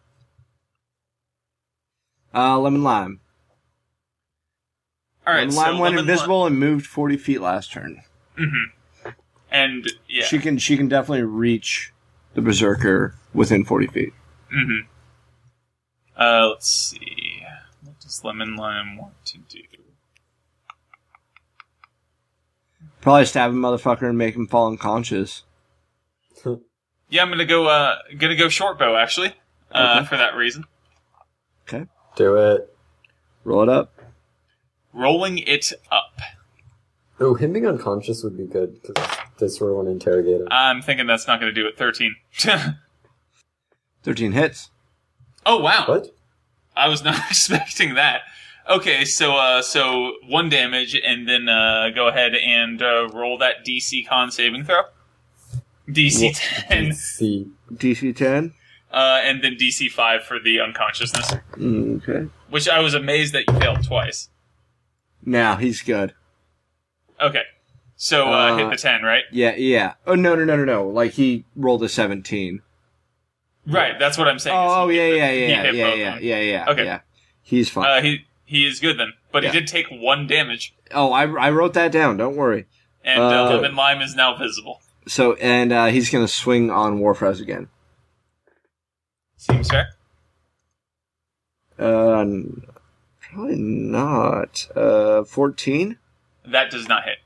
[SPEAKER 1] Uh, lemon lime.
[SPEAKER 3] All right,
[SPEAKER 1] lemon
[SPEAKER 3] so
[SPEAKER 1] lime went
[SPEAKER 3] lemon
[SPEAKER 1] invisible and moved forty feet last turn.
[SPEAKER 3] li- and yeah,
[SPEAKER 1] She can she can definitely reach the berserker within forty feet.
[SPEAKER 3] mhm. uh, let's see. What does lemon lime want to do?
[SPEAKER 1] Probably stab a motherfucker and make him fall unconscious.
[SPEAKER 3] Yeah, I'm gonna go. Uh, gonna go short bow actually. Uh, for that reason.
[SPEAKER 2] Do it.
[SPEAKER 1] Roll it up.
[SPEAKER 3] rolling it up.
[SPEAKER 2] Oh, him being unconscious would be good because they sort of want to interrogate him.
[SPEAKER 3] I'm thinking that's not going to do it. 13.
[SPEAKER 1] Thirteen hits.
[SPEAKER 3] oh wow!
[SPEAKER 2] what?
[SPEAKER 3] I was not expecting that. Okay, so uh, so one damage, and then uh, go ahead and uh, roll that DC con saving throw. DC ten,
[SPEAKER 2] See,
[SPEAKER 1] DC ten.
[SPEAKER 3] uh, and then DC five for the unconsciousness,
[SPEAKER 1] Okay.
[SPEAKER 3] which I was amazed that you failed twice.
[SPEAKER 1] Now he's good.
[SPEAKER 3] Okay, so uh,
[SPEAKER 1] Uh,
[SPEAKER 3] hit the ten, right?
[SPEAKER 1] Yeah, yeah. Oh no, no, no, no, no. Like he rolled a seventeen.
[SPEAKER 3] Right, that's what I'm saying. is
[SPEAKER 1] Oh, oh
[SPEAKER 3] he
[SPEAKER 1] yeah,
[SPEAKER 3] hit the-
[SPEAKER 1] yeah,
[SPEAKER 3] he
[SPEAKER 1] yeah, yeah,
[SPEAKER 3] hit
[SPEAKER 1] yeah,
[SPEAKER 3] both
[SPEAKER 1] yeah,
[SPEAKER 3] of them.
[SPEAKER 1] yeah, yeah.
[SPEAKER 3] Okay.
[SPEAKER 1] yeah. He's fine.
[SPEAKER 3] Uh, he he is good then, but
[SPEAKER 1] Yeah.
[SPEAKER 3] he did take one damage,
[SPEAKER 1] oh, I, I wrote that down. Don't worry.
[SPEAKER 3] and uh,
[SPEAKER 1] Uh,
[SPEAKER 3] lemon lime is now visible.
[SPEAKER 1] So, and uh, he's gonna swing on Warfrez again.
[SPEAKER 3] Seems fair.
[SPEAKER 1] Uh, n- probably not. Uh, fourteen.
[SPEAKER 3] That does not hit.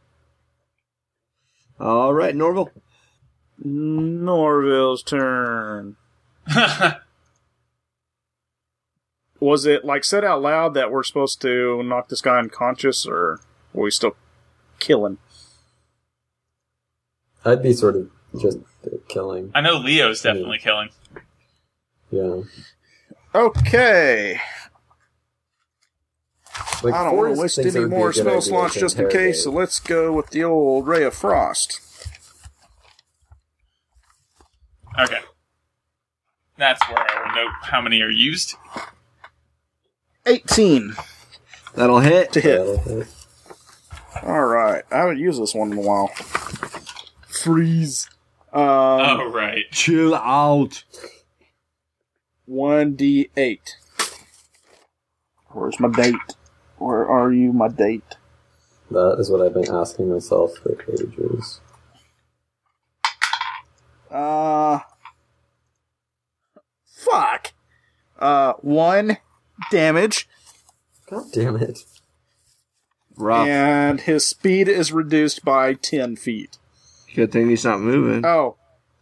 [SPEAKER 1] All right, Norval.
[SPEAKER 4] Norville's turn. Was it like said out loud that we're supposed to knock this guy unconscious, or were we still killing?
[SPEAKER 2] I'd be sort of just killing.
[SPEAKER 3] I know Leo's definitely killing.
[SPEAKER 2] Yeah.
[SPEAKER 4] Okay,
[SPEAKER 2] Like,
[SPEAKER 4] I don't want
[SPEAKER 2] Forrest
[SPEAKER 4] to waste
[SPEAKER 2] thinks it
[SPEAKER 4] any
[SPEAKER 2] would be a
[SPEAKER 4] more
[SPEAKER 2] good
[SPEAKER 4] spell
[SPEAKER 2] idea
[SPEAKER 4] slots
[SPEAKER 2] to
[SPEAKER 4] just in case, so
[SPEAKER 2] interrogate.
[SPEAKER 4] let's go with the old Ray of Frost.
[SPEAKER 3] Okay. That's where I will note how many are used.
[SPEAKER 4] 18
[SPEAKER 1] That'll hit.
[SPEAKER 4] to hit.
[SPEAKER 2] That'll hit.
[SPEAKER 4] All right, I haven't used this one in a while. Freeze. Um,
[SPEAKER 3] Oh, right.
[SPEAKER 1] Chill out.
[SPEAKER 4] 1d8. Where's my date? Where are you, my date?
[SPEAKER 2] That is what I've been asking myself for ages.
[SPEAKER 4] Uh. Fuck. Uh, one damage,
[SPEAKER 2] God damn it.
[SPEAKER 1] Rough.
[SPEAKER 4] and his speed is reduced by 10 feet.
[SPEAKER 1] Good thing he's not moving.
[SPEAKER 4] Oh,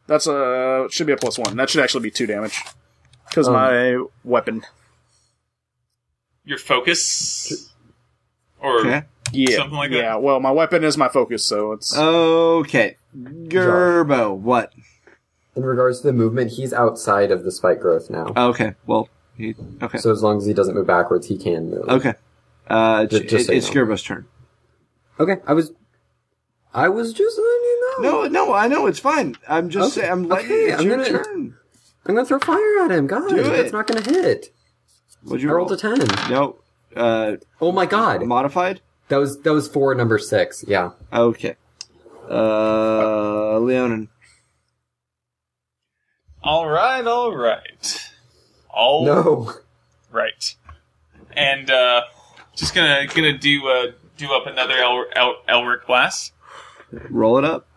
[SPEAKER 4] that's a. Should be a plus one. That should actually be two damage. Because my weapon.
[SPEAKER 3] Your focus. Or.
[SPEAKER 1] Okay.
[SPEAKER 4] Yeah.
[SPEAKER 3] Something like that.
[SPEAKER 4] Yeah, well, my weapon is my focus, so it's.
[SPEAKER 2] Uh,
[SPEAKER 1] Okay. Gerbo. What?
[SPEAKER 2] In regards to the movement, he's outside of the spike growth now.
[SPEAKER 1] Okay. Well. He, okay.
[SPEAKER 2] So as long as he doesn't move backwards, he can move.
[SPEAKER 1] Okay. Uh,
[SPEAKER 2] Ju-
[SPEAKER 1] it's-
[SPEAKER 2] just so you
[SPEAKER 1] it's
[SPEAKER 2] know.
[SPEAKER 1] Gerbo's turn.
[SPEAKER 2] Okay, I was, I was just letting you know.
[SPEAKER 1] No, no, I know it's fine. I'm just
[SPEAKER 2] Okay.
[SPEAKER 1] saying. I'm letting
[SPEAKER 2] Okay,
[SPEAKER 1] it's
[SPEAKER 2] I'm
[SPEAKER 1] your
[SPEAKER 2] gonna-
[SPEAKER 1] turn.
[SPEAKER 2] I'm gonna throw fire at him. God,
[SPEAKER 1] Do it.
[SPEAKER 2] that's not gonna hit.
[SPEAKER 1] Would you
[SPEAKER 10] I rolled a ten.
[SPEAKER 1] No. Uh,
[SPEAKER 10] Oh my god,
[SPEAKER 1] modified.
[SPEAKER 10] that was that was for number six. Yeah,
[SPEAKER 1] Okay. Uh, Leonin.
[SPEAKER 3] All right, all right,
[SPEAKER 1] Oh.
[SPEAKER 3] all right.
[SPEAKER 10] no,
[SPEAKER 3] And uh, just gonna gonna do uh, do up another El- El- Elric blast.
[SPEAKER 1] Roll it up.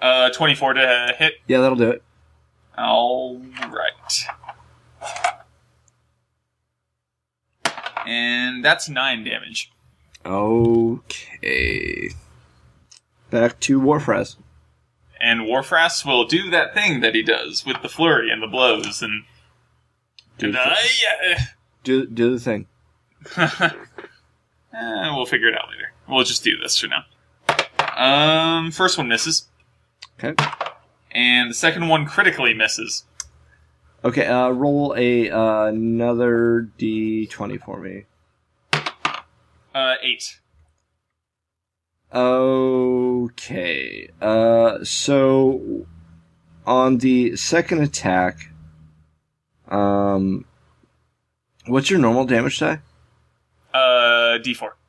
[SPEAKER 3] Uh, twenty four to hit.
[SPEAKER 1] Yeah, that'll do it.
[SPEAKER 3] All right. And that's nine damage.
[SPEAKER 1] Okay. Back to Warfraz.
[SPEAKER 3] And Warfrass will do that thing that he does with the flurry and the blows and.
[SPEAKER 1] Do,
[SPEAKER 3] Uh, yeah.
[SPEAKER 1] do, do the thing.
[SPEAKER 3] Eh, we'll figure it out later. We'll just do this for now. Um, first one misses,
[SPEAKER 1] Okay.
[SPEAKER 3] and the second one critically misses.
[SPEAKER 1] Okay. Uh, roll a uh, another d20 for me.
[SPEAKER 3] Uh, eight.
[SPEAKER 1] Okay. Uh, so on the second attack, um, what's your normal damage die?
[SPEAKER 3] Uh, D four.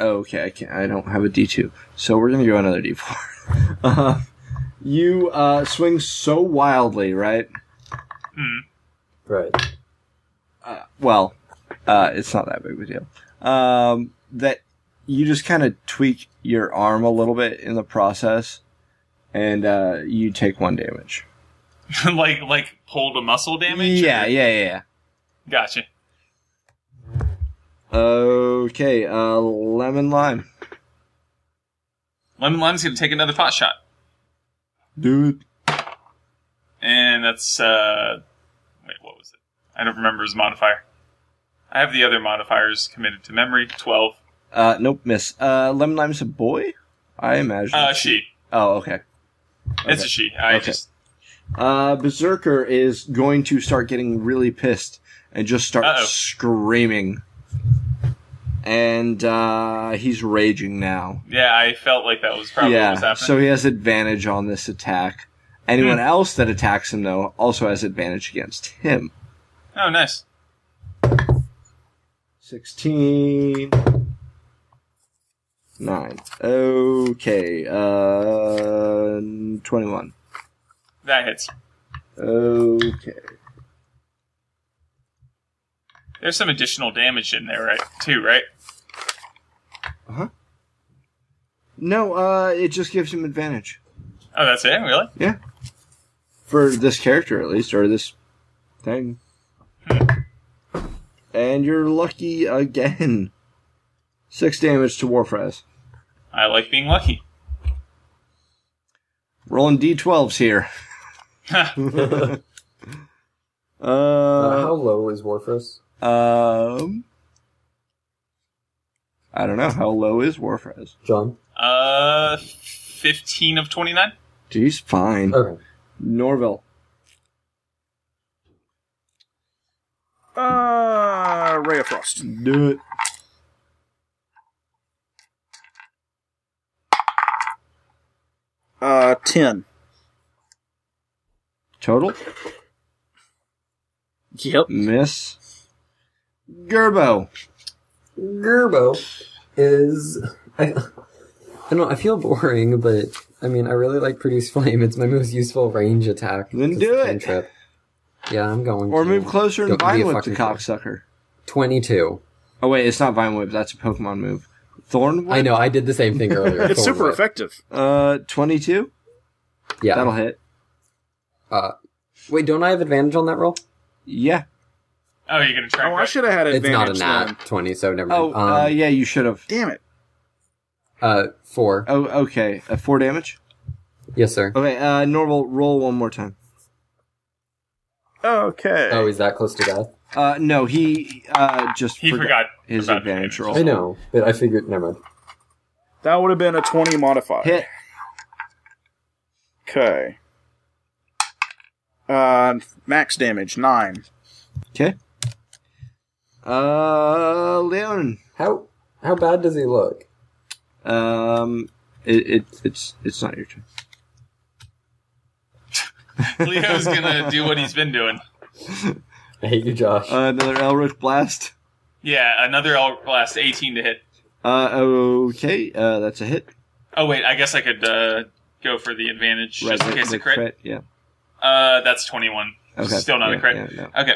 [SPEAKER 1] Oh, Okay, I can't. I don't have a D two, so we're gonna go another D four. uh, you uh, swing so wildly, right?
[SPEAKER 2] Right.
[SPEAKER 1] Well, uh, it's not that big of a deal. Um, that you just kind of tweak your arm a little bit in the process, and uh, you take one damage.
[SPEAKER 3] like like pulled a muscle damage.
[SPEAKER 1] Yeah,
[SPEAKER 3] or-
[SPEAKER 1] yeah, yeah.
[SPEAKER 3] Gotcha.
[SPEAKER 1] yeah. Okay, uh, lemon lime,
[SPEAKER 3] Lemon Lime's gonna take another pot shot,
[SPEAKER 1] dude.
[SPEAKER 3] and that's uh, wait, what was it? I don't remember his modifier. I have the other modifiers committed to memory. Twelve.
[SPEAKER 1] Uh, nope, miss. Uh, lemon lime's a boy, I imagine.
[SPEAKER 3] Uh, she.
[SPEAKER 1] oh, okay.
[SPEAKER 3] It's a she. I
[SPEAKER 1] Okay.
[SPEAKER 3] just
[SPEAKER 1] Uh, Berserker is going to start getting really pissed and just start
[SPEAKER 3] Uh-oh.
[SPEAKER 1] screaming. And uh, he's raging now.
[SPEAKER 3] yeah, I felt like that was probably what was
[SPEAKER 1] yeah,
[SPEAKER 3] happening. Hmm.
[SPEAKER 1] so he has advantage on this attack. Anyone else that attacks him, though, also has advantage against him.
[SPEAKER 3] oh, nice.
[SPEAKER 1] 16. 9. Okay, uh, 21.
[SPEAKER 3] That hits.
[SPEAKER 1] Okay.
[SPEAKER 3] There's some additional damage in there, right? Too, right?
[SPEAKER 1] No, uh, it just gives him advantage.
[SPEAKER 3] Oh, that's it. Really?
[SPEAKER 1] Yeah. For this character, at least, or this thing. And you're lucky again. Six damage to Warfraz.
[SPEAKER 3] I like being lucky.
[SPEAKER 1] Rolling d12s here.
[SPEAKER 2] Uh,
[SPEAKER 1] uh,
[SPEAKER 2] how low is Warfros?
[SPEAKER 1] um, I don't know. How low is Warfraz?
[SPEAKER 2] John?
[SPEAKER 3] Uh, fifteen of twenty-nine.
[SPEAKER 1] He's fine.
[SPEAKER 2] Okay.
[SPEAKER 1] Norville.
[SPEAKER 4] Uh, Ray of Frost.
[SPEAKER 1] Do it.
[SPEAKER 4] Uh, ten.
[SPEAKER 1] Total?
[SPEAKER 4] Yep.
[SPEAKER 1] Miss. Gerbo.
[SPEAKER 10] Gerbo.
[SPEAKER 2] Is I, I don't know, I feel boring, but I mean I really like produce flame. It's my most useful range attack.
[SPEAKER 1] Then
[SPEAKER 2] It's
[SPEAKER 1] do
[SPEAKER 2] a
[SPEAKER 1] it.
[SPEAKER 2] cantrip. Yeah, I'm going
[SPEAKER 1] Or
[SPEAKER 2] to.
[SPEAKER 1] move closer and
[SPEAKER 2] Don't be a
[SPEAKER 1] bind with the
[SPEAKER 2] fucking fool.
[SPEAKER 1] cocksucker.
[SPEAKER 2] twenty-two.
[SPEAKER 1] Oh wait, it's not Vine Whip. That's a Pokemon move. Thorn Whip.
[SPEAKER 2] I know, I did the same thing earlier.
[SPEAKER 4] It's
[SPEAKER 2] Thorn
[SPEAKER 4] super
[SPEAKER 2] whip.
[SPEAKER 4] effective.
[SPEAKER 1] Uh, twenty-two.
[SPEAKER 2] Yeah.
[SPEAKER 1] That'll hit.
[SPEAKER 2] Wait, don't I have advantage on that roll?
[SPEAKER 1] Yeah.
[SPEAKER 3] Oh, you're gonna try.
[SPEAKER 4] Oh, I should have had
[SPEAKER 2] It's not
[SPEAKER 4] advantage.
[SPEAKER 2] a nat
[SPEAKER 4] then.
[SPEAKER 2] twenty, so never
[SPEAKER 1] Oh,
[SPEAKER 2] mind.
[SPEAKER 1] uh,
[SPEAKER 2] um,
[SPEAKER 1] yeah. You should have.
[SPEAKER 4] Damn it.
[SPEAKER 2] uh, four.
[SPEAKER 1] Oh, okay. Uh, four damage.
[SPEAKER 2] Yes, sir.
[SPEAKER 1] Okay. Uh, normal. Roll one more time.
[SPEAKER 4] Okay.
[SPEAKER 2] Oh, is that close to death?
[SPEAKER 1] Uh, no, he uh just
[SPEAKER 3] He forgot
[SPEAKER 1] his
[SPEAKER 3] about
[SPEAKER 1] advantage
[SPEAKER 3] advantage.
[SPEAKER 1] roll.
[SPEAKER 2] I know, but I figured. Never mind.
[SPEAKER 4] That would have been a twenty modifier.
[SPEAKER 1] Hit.
[SPEAKER 4] Okay. Uh, max damage nine.
[SPEAKER 1] Okay. Uh, Leon.
[SPEAKER 2] How how bad does he look?
[SPEAKER 1] Um, it, it it's it's not your turn.
[SPEAKER 3] Leo's gonna do what he's been doing.
[SPEAKER 2] I hate you, Josh.
[SPEAKER 1] Uh, another Elric blast.
[SPEAKER 3] Yeah, another Elric blast, eighteen to hit.
[SPEAKER 1] Uh, okay, uh, that's a hit.
[SPEAKER 3] Oh wait, I guess I could uh, go for the advantage just in
[SPEAKER 1] with-
[SPEAKER 3] case
[SPEAKER 1] with
[SPEAKER 3] it crit.
[SPEAKER 1] Yeah.
[SPEAKER 3] Uh, that's twenty-one. Still not
[SPEAKER 1] yeah,
[SPEAKER 3] a crit.
[SPEAKER 1] yeah, no.
[SPEAKER 3] Okay.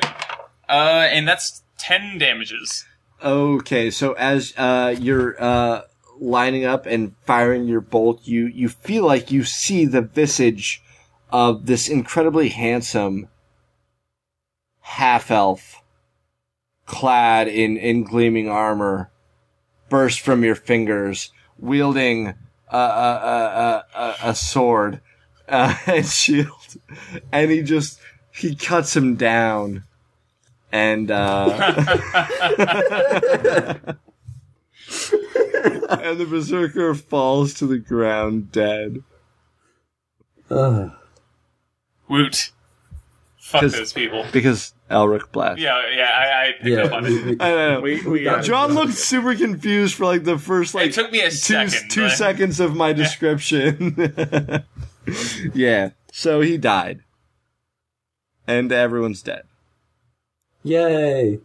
[SPEAKER 3] Uh, and that's 10 damages.
[SPEAKER 1] Okay, so as uh, you're uh, lining up and firing your bolt, you you feel like you see the visage of this incredibly handsome half elf, clad in in gleaming armor, burst from your fingers, wielding a a a, a, a sword uh, and shield, and he just he cuts him down, and. Uh, and the berserker falls to the ground dead.
[SPEAKER 2] Ugh.
[SPEAKER 3] Woot. Fuck
[SPEAKER 1] 'Cause-
[SPEAKER 3] those people.
[SPEAKER 1] Because Elric Blast.
[SPEAKER 3] Yeah, yeah, I, I picked up
[SPEAKER 2] Yeah.
[SPEAKER 3] on it.
[SPEAKER 2] we- we-
[SPEAKER 1] I don't know.
[SPEAKER 4] We, we got it.
[SPEAKER 1] John looked super confused for like the first like
[SPEAKER 3] it took me a
[SPEAKER 1] two,
[SPEAKER 3] second.
[SPEAKER 1] two
[SPEAKER 3] but-
[SPEAKER 1] seconds of my description. yeah. So he died. And everyone's dead.
[SPEAKER 2] Yay!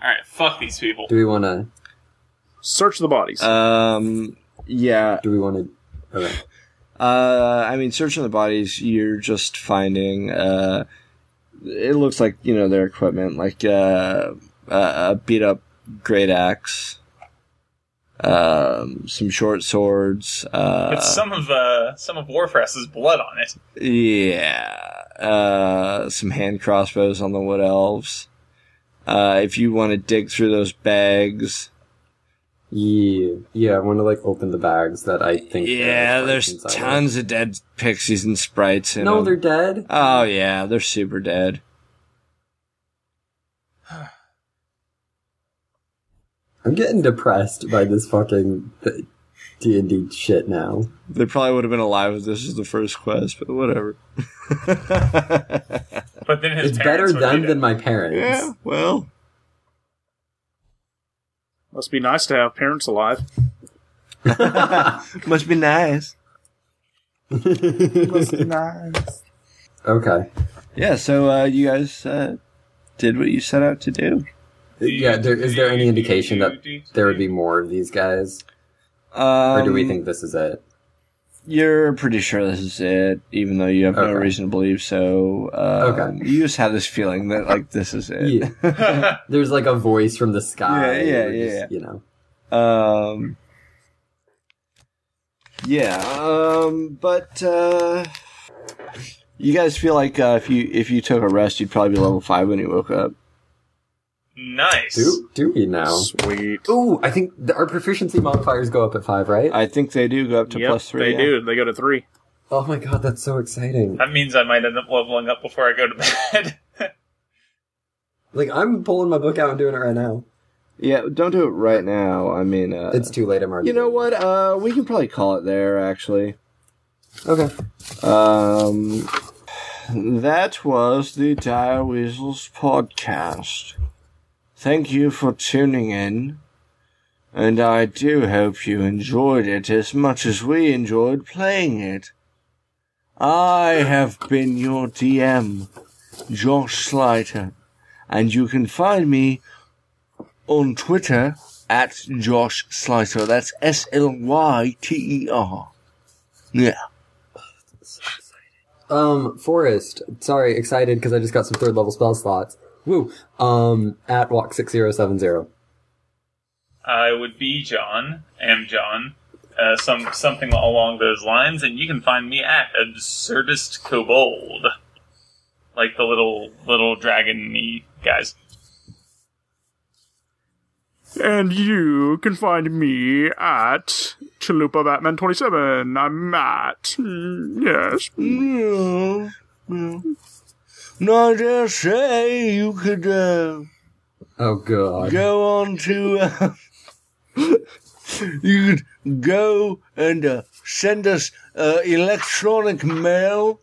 [SPEAKER 3] Alright, fuck these people.
[SPEAKER 2] Do we want to?
[SPEAKER 4] Search the bodies.
[SPEAKER 2] Uh,
[SPEAKER 1] Um yeah.
[SPEAKER 2] Do we want to? Okay.
[SPEAKER 1] Uh, I mean, searching the bodies, you're just finding. Uh, it looks like you know their equipment, like uh, uh, a beat up great axe, um, some short swords. Uh,
[SPEAKER 3] With some of uh, some of Warfrass's blood on it.
[SPEAKER 1] yeah, uh, some hand crossbows on the wood elves. Uh, if you want to dig through those bags,
[SPEAKER 2] Yeah, yeah. I want to like open the bags that I think. there
[SPEAKER 1] yeah,
[SPEAKER 2] are
[SPEAKER 1] there's
[SPEAKER 2] inside of.
[SPEAKER 1] tons of dead pixies and sprites in
[SPEAKER 2] No,
[SPEAKER 1] them.
[SPEAKER 2] they're dead.
[SPEAKER 1] Oh yeah, they're super dead.
[SPEAKER 2] I'm getting depressed by this fucking D and D shit now.
[SPEAKER 1] They probably would have been alive if this was the first quest, but whatever.
[SPEAKER 3] But then his
[SPEAKER 2] It's better
[SPEAKER 3] parents would
[SPEAKER 2] them
[SPEAKER 3] be
[SPEAKER 2] than
[SPEAKER 3] dead.
[SPEAKER 2] my parents.
[SPEAKER 1] yeah, well,
[SPEAKER 4] Must be nice to have parents alive.
[SPEAKER 1] must be nice.
[SPEAKER 2] Okay.
[SPEAKER 1] Yeah, so uh, you guys uh, did what you set out to do.
[SPEAKER 2] Yeah. There, is there any indication that there would be more of these guys,
[SPEAKER 1] Um,
[SPEAKER 2] or do we think this is it?
[SPEAKER 1] you're pretty sure this is it? Even though you have no
[SPEAKER 2] Okay.
[SPEAKER 1] reason to believe so. Um,
[SPEAKER 2] Okay.
[SPEAKER 1] You just have this feeling that like this is it.
[SPEAKER 2] Yeah. There's like a voice from the
[SPEAKER 1] Yeah,
[SPEAKER 2] sky.
[SPEAKER 1] yeah,
[SPEAKER 2] or just,
[SPEAKER 1] yeah.
[SPEAKER 2] You know.
[SPEAKER 1] Um, yeah, um, but uh, you guys feel like uh, if you if you took a rest, you'd probably be level five when you woke up.
[SPEAKER 3] Nice.
[SPEAKER 2] Do do we now?
[SPEAKER 4] Sweet.
[SPEAKER 2] oh. Ooh, I think th- our proficiency modifiers go up at five, right?
[SPEAKER 1] I think they do go up to
[SPEAKER 4] Yep,
[SPEAKER 1] plus three.
[SPEAKER 4] they
[SPEAKER 1] yeah.
[SPEAKER 4] do. They go to three.
[SPEAKER 2] oh my god, that's so exciting!
[SPEAKER 3] That means I might end up leveling up before I go to bed.
[SPEAKER 2] Like I'm pulling my book out and doing it right now.
[SPEAKER 1] Yeah, don't do it right now. I mean, uh,
[SPEAKER 2] It's too late. I'm already.
[SPEAKER 1] you know what? Uh, we can probably call it there. Actually,
[SPEAKER 2] Okay.
[SPEAKER 1] um, that was the Dire Weasels podcast. Thank you for tuning in. And I do hope you enjoyed it as much as we enjoyed playing it. I have been your DM, Josh Slater, and you can find me on Twitter at Josh Slater. That's S L Y T E R. Yeah.
[SPEAKER 2] Um, Forest. Sorry, excited because I just got some third level spell slots. Woo. Um, at walk six zero seven zero.
[SPEAKER 3] I would be John, am John, uh, some something along those lines, and you can find me at Absurdist Kobold, like the little little dragony guys.
[SPEAKER 4] And you can find me at Chalupa Batman 27. I'm Matt. Mm, Yes.
[SPEAKER 1] Yeah. yeah. No, I dare say you could uh,
[SPEAKER 2] Oh god.
[SPEAKER 1] go on to. Uh, you could go and uh, send us uh, electronic mail.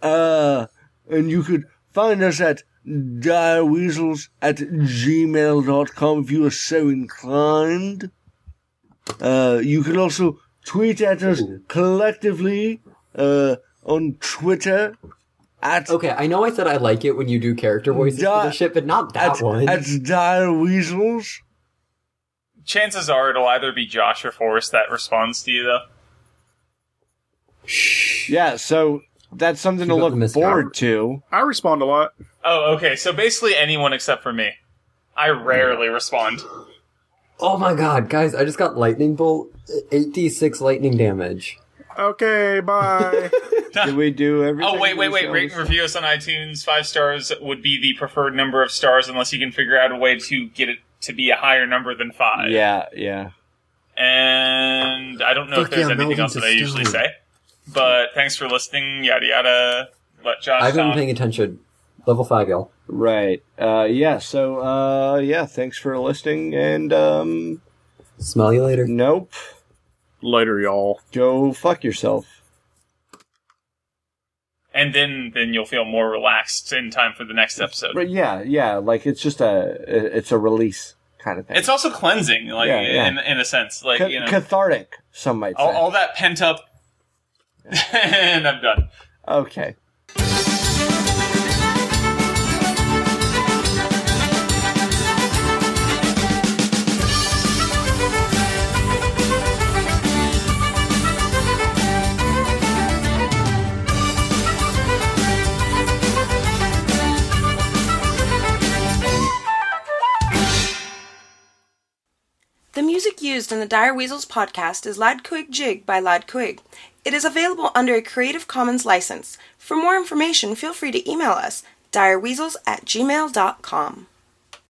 [SPEAKER 1] Uh, and you could find us at direweasels at gmail.com if you are so inclined. Uh, you can also tweet at us collectively uh, on Twitter at
[SPEAKER 2] Okay, I know I said I like it when you do character voices
[SPEAKER 1] Duh.
[SPEAKER 2] for this shit, but not that
[SPEAKER 1] at,
[SPEAKER 2] one.
[SPEAKER 1] at Dire Weasels.
[SPEAKER 3] Chances are it'll either be Josh or Forrest that responds to you, though.
[SPEAKER 1] Yeah, so that's something to
[SPEAKER 2] Keep up the
[SPEAKER 1] look
[SPEAKER 2] mystery.
[SPEAKER 1] forward to.
[SPEAKER 4] I respond a lot.
[SPEAKER 3] Oh, okay. So basically anyone except for me. I rarely respond.
[SPEAKER 2] oh my god, guys, I just got lightning bolt, 8d6 lightning damage.
[SPEAKER 4] Okay, bye.
[SPEAKER 1] Did we do everything?
[SPEAKER 3] Oh, wait, wait, wait. Rate and review us on iTunes. Five stars would be the preferred number of stars unless you can figure out a way to get it to be a higher number than five.
[SPEAKER 1] Yeah, yeah.
[SPEAKER 3] And I don't know if
[SPEAKER 2] Fuck
[SPEAKER 3] there's
[SPEAKER 2] yeah,
[SPEAKER 3] anything
[SPEAKER 2] Melvin's
[SPEAKER 3] else that
[SPEAKER 2] a
[SPEAKER 3] I usually
[SPEAKER 2] stud.
[SPEAKER 3] say. But thanks for listening, yada yada. Let Josh
[SPEAKER 2] I've been
[SPEAKER 3] talk.
[SPEAKER 2] paying attention. Level 5, y'all.
[SPEAKER 1] Right. Uh, yeah, so, uh, yeah, thanks for listening, and, um,
[SPEAKER 2] Smell you later.
[SPEAKER 1] nope.
[SPEAKER 4] Later, y'all.
[SPEAKER 1] Go fuck yourself.
[SPEAKER 3] and then then you'll feel more relaxed in time for the next episode.
[SPEAKER 1] But yeah, yeah, like, it's just a, it's a release kind of thing.
[SPEAKER 3] It's also cleansing, like
[SPEAKER 1] Yeah, yeah.
[SPEAKER 3] In, in a sense, like
[SPEAKER 1] Ca-
[SPEAKER 3] you know,
[SPEAKER 1] cathartic, some might say.
[SPEAKER 3] all, all that pent up, and I'm done.
[SPEAKER 1] okay.
[SPEAKER 11] The music used in the Dire Weasels podcast is Lad Quig Jig by Lad Quig. It is available under a Creative Commons license. For more information, feel free to email us direweasels at gmail.com.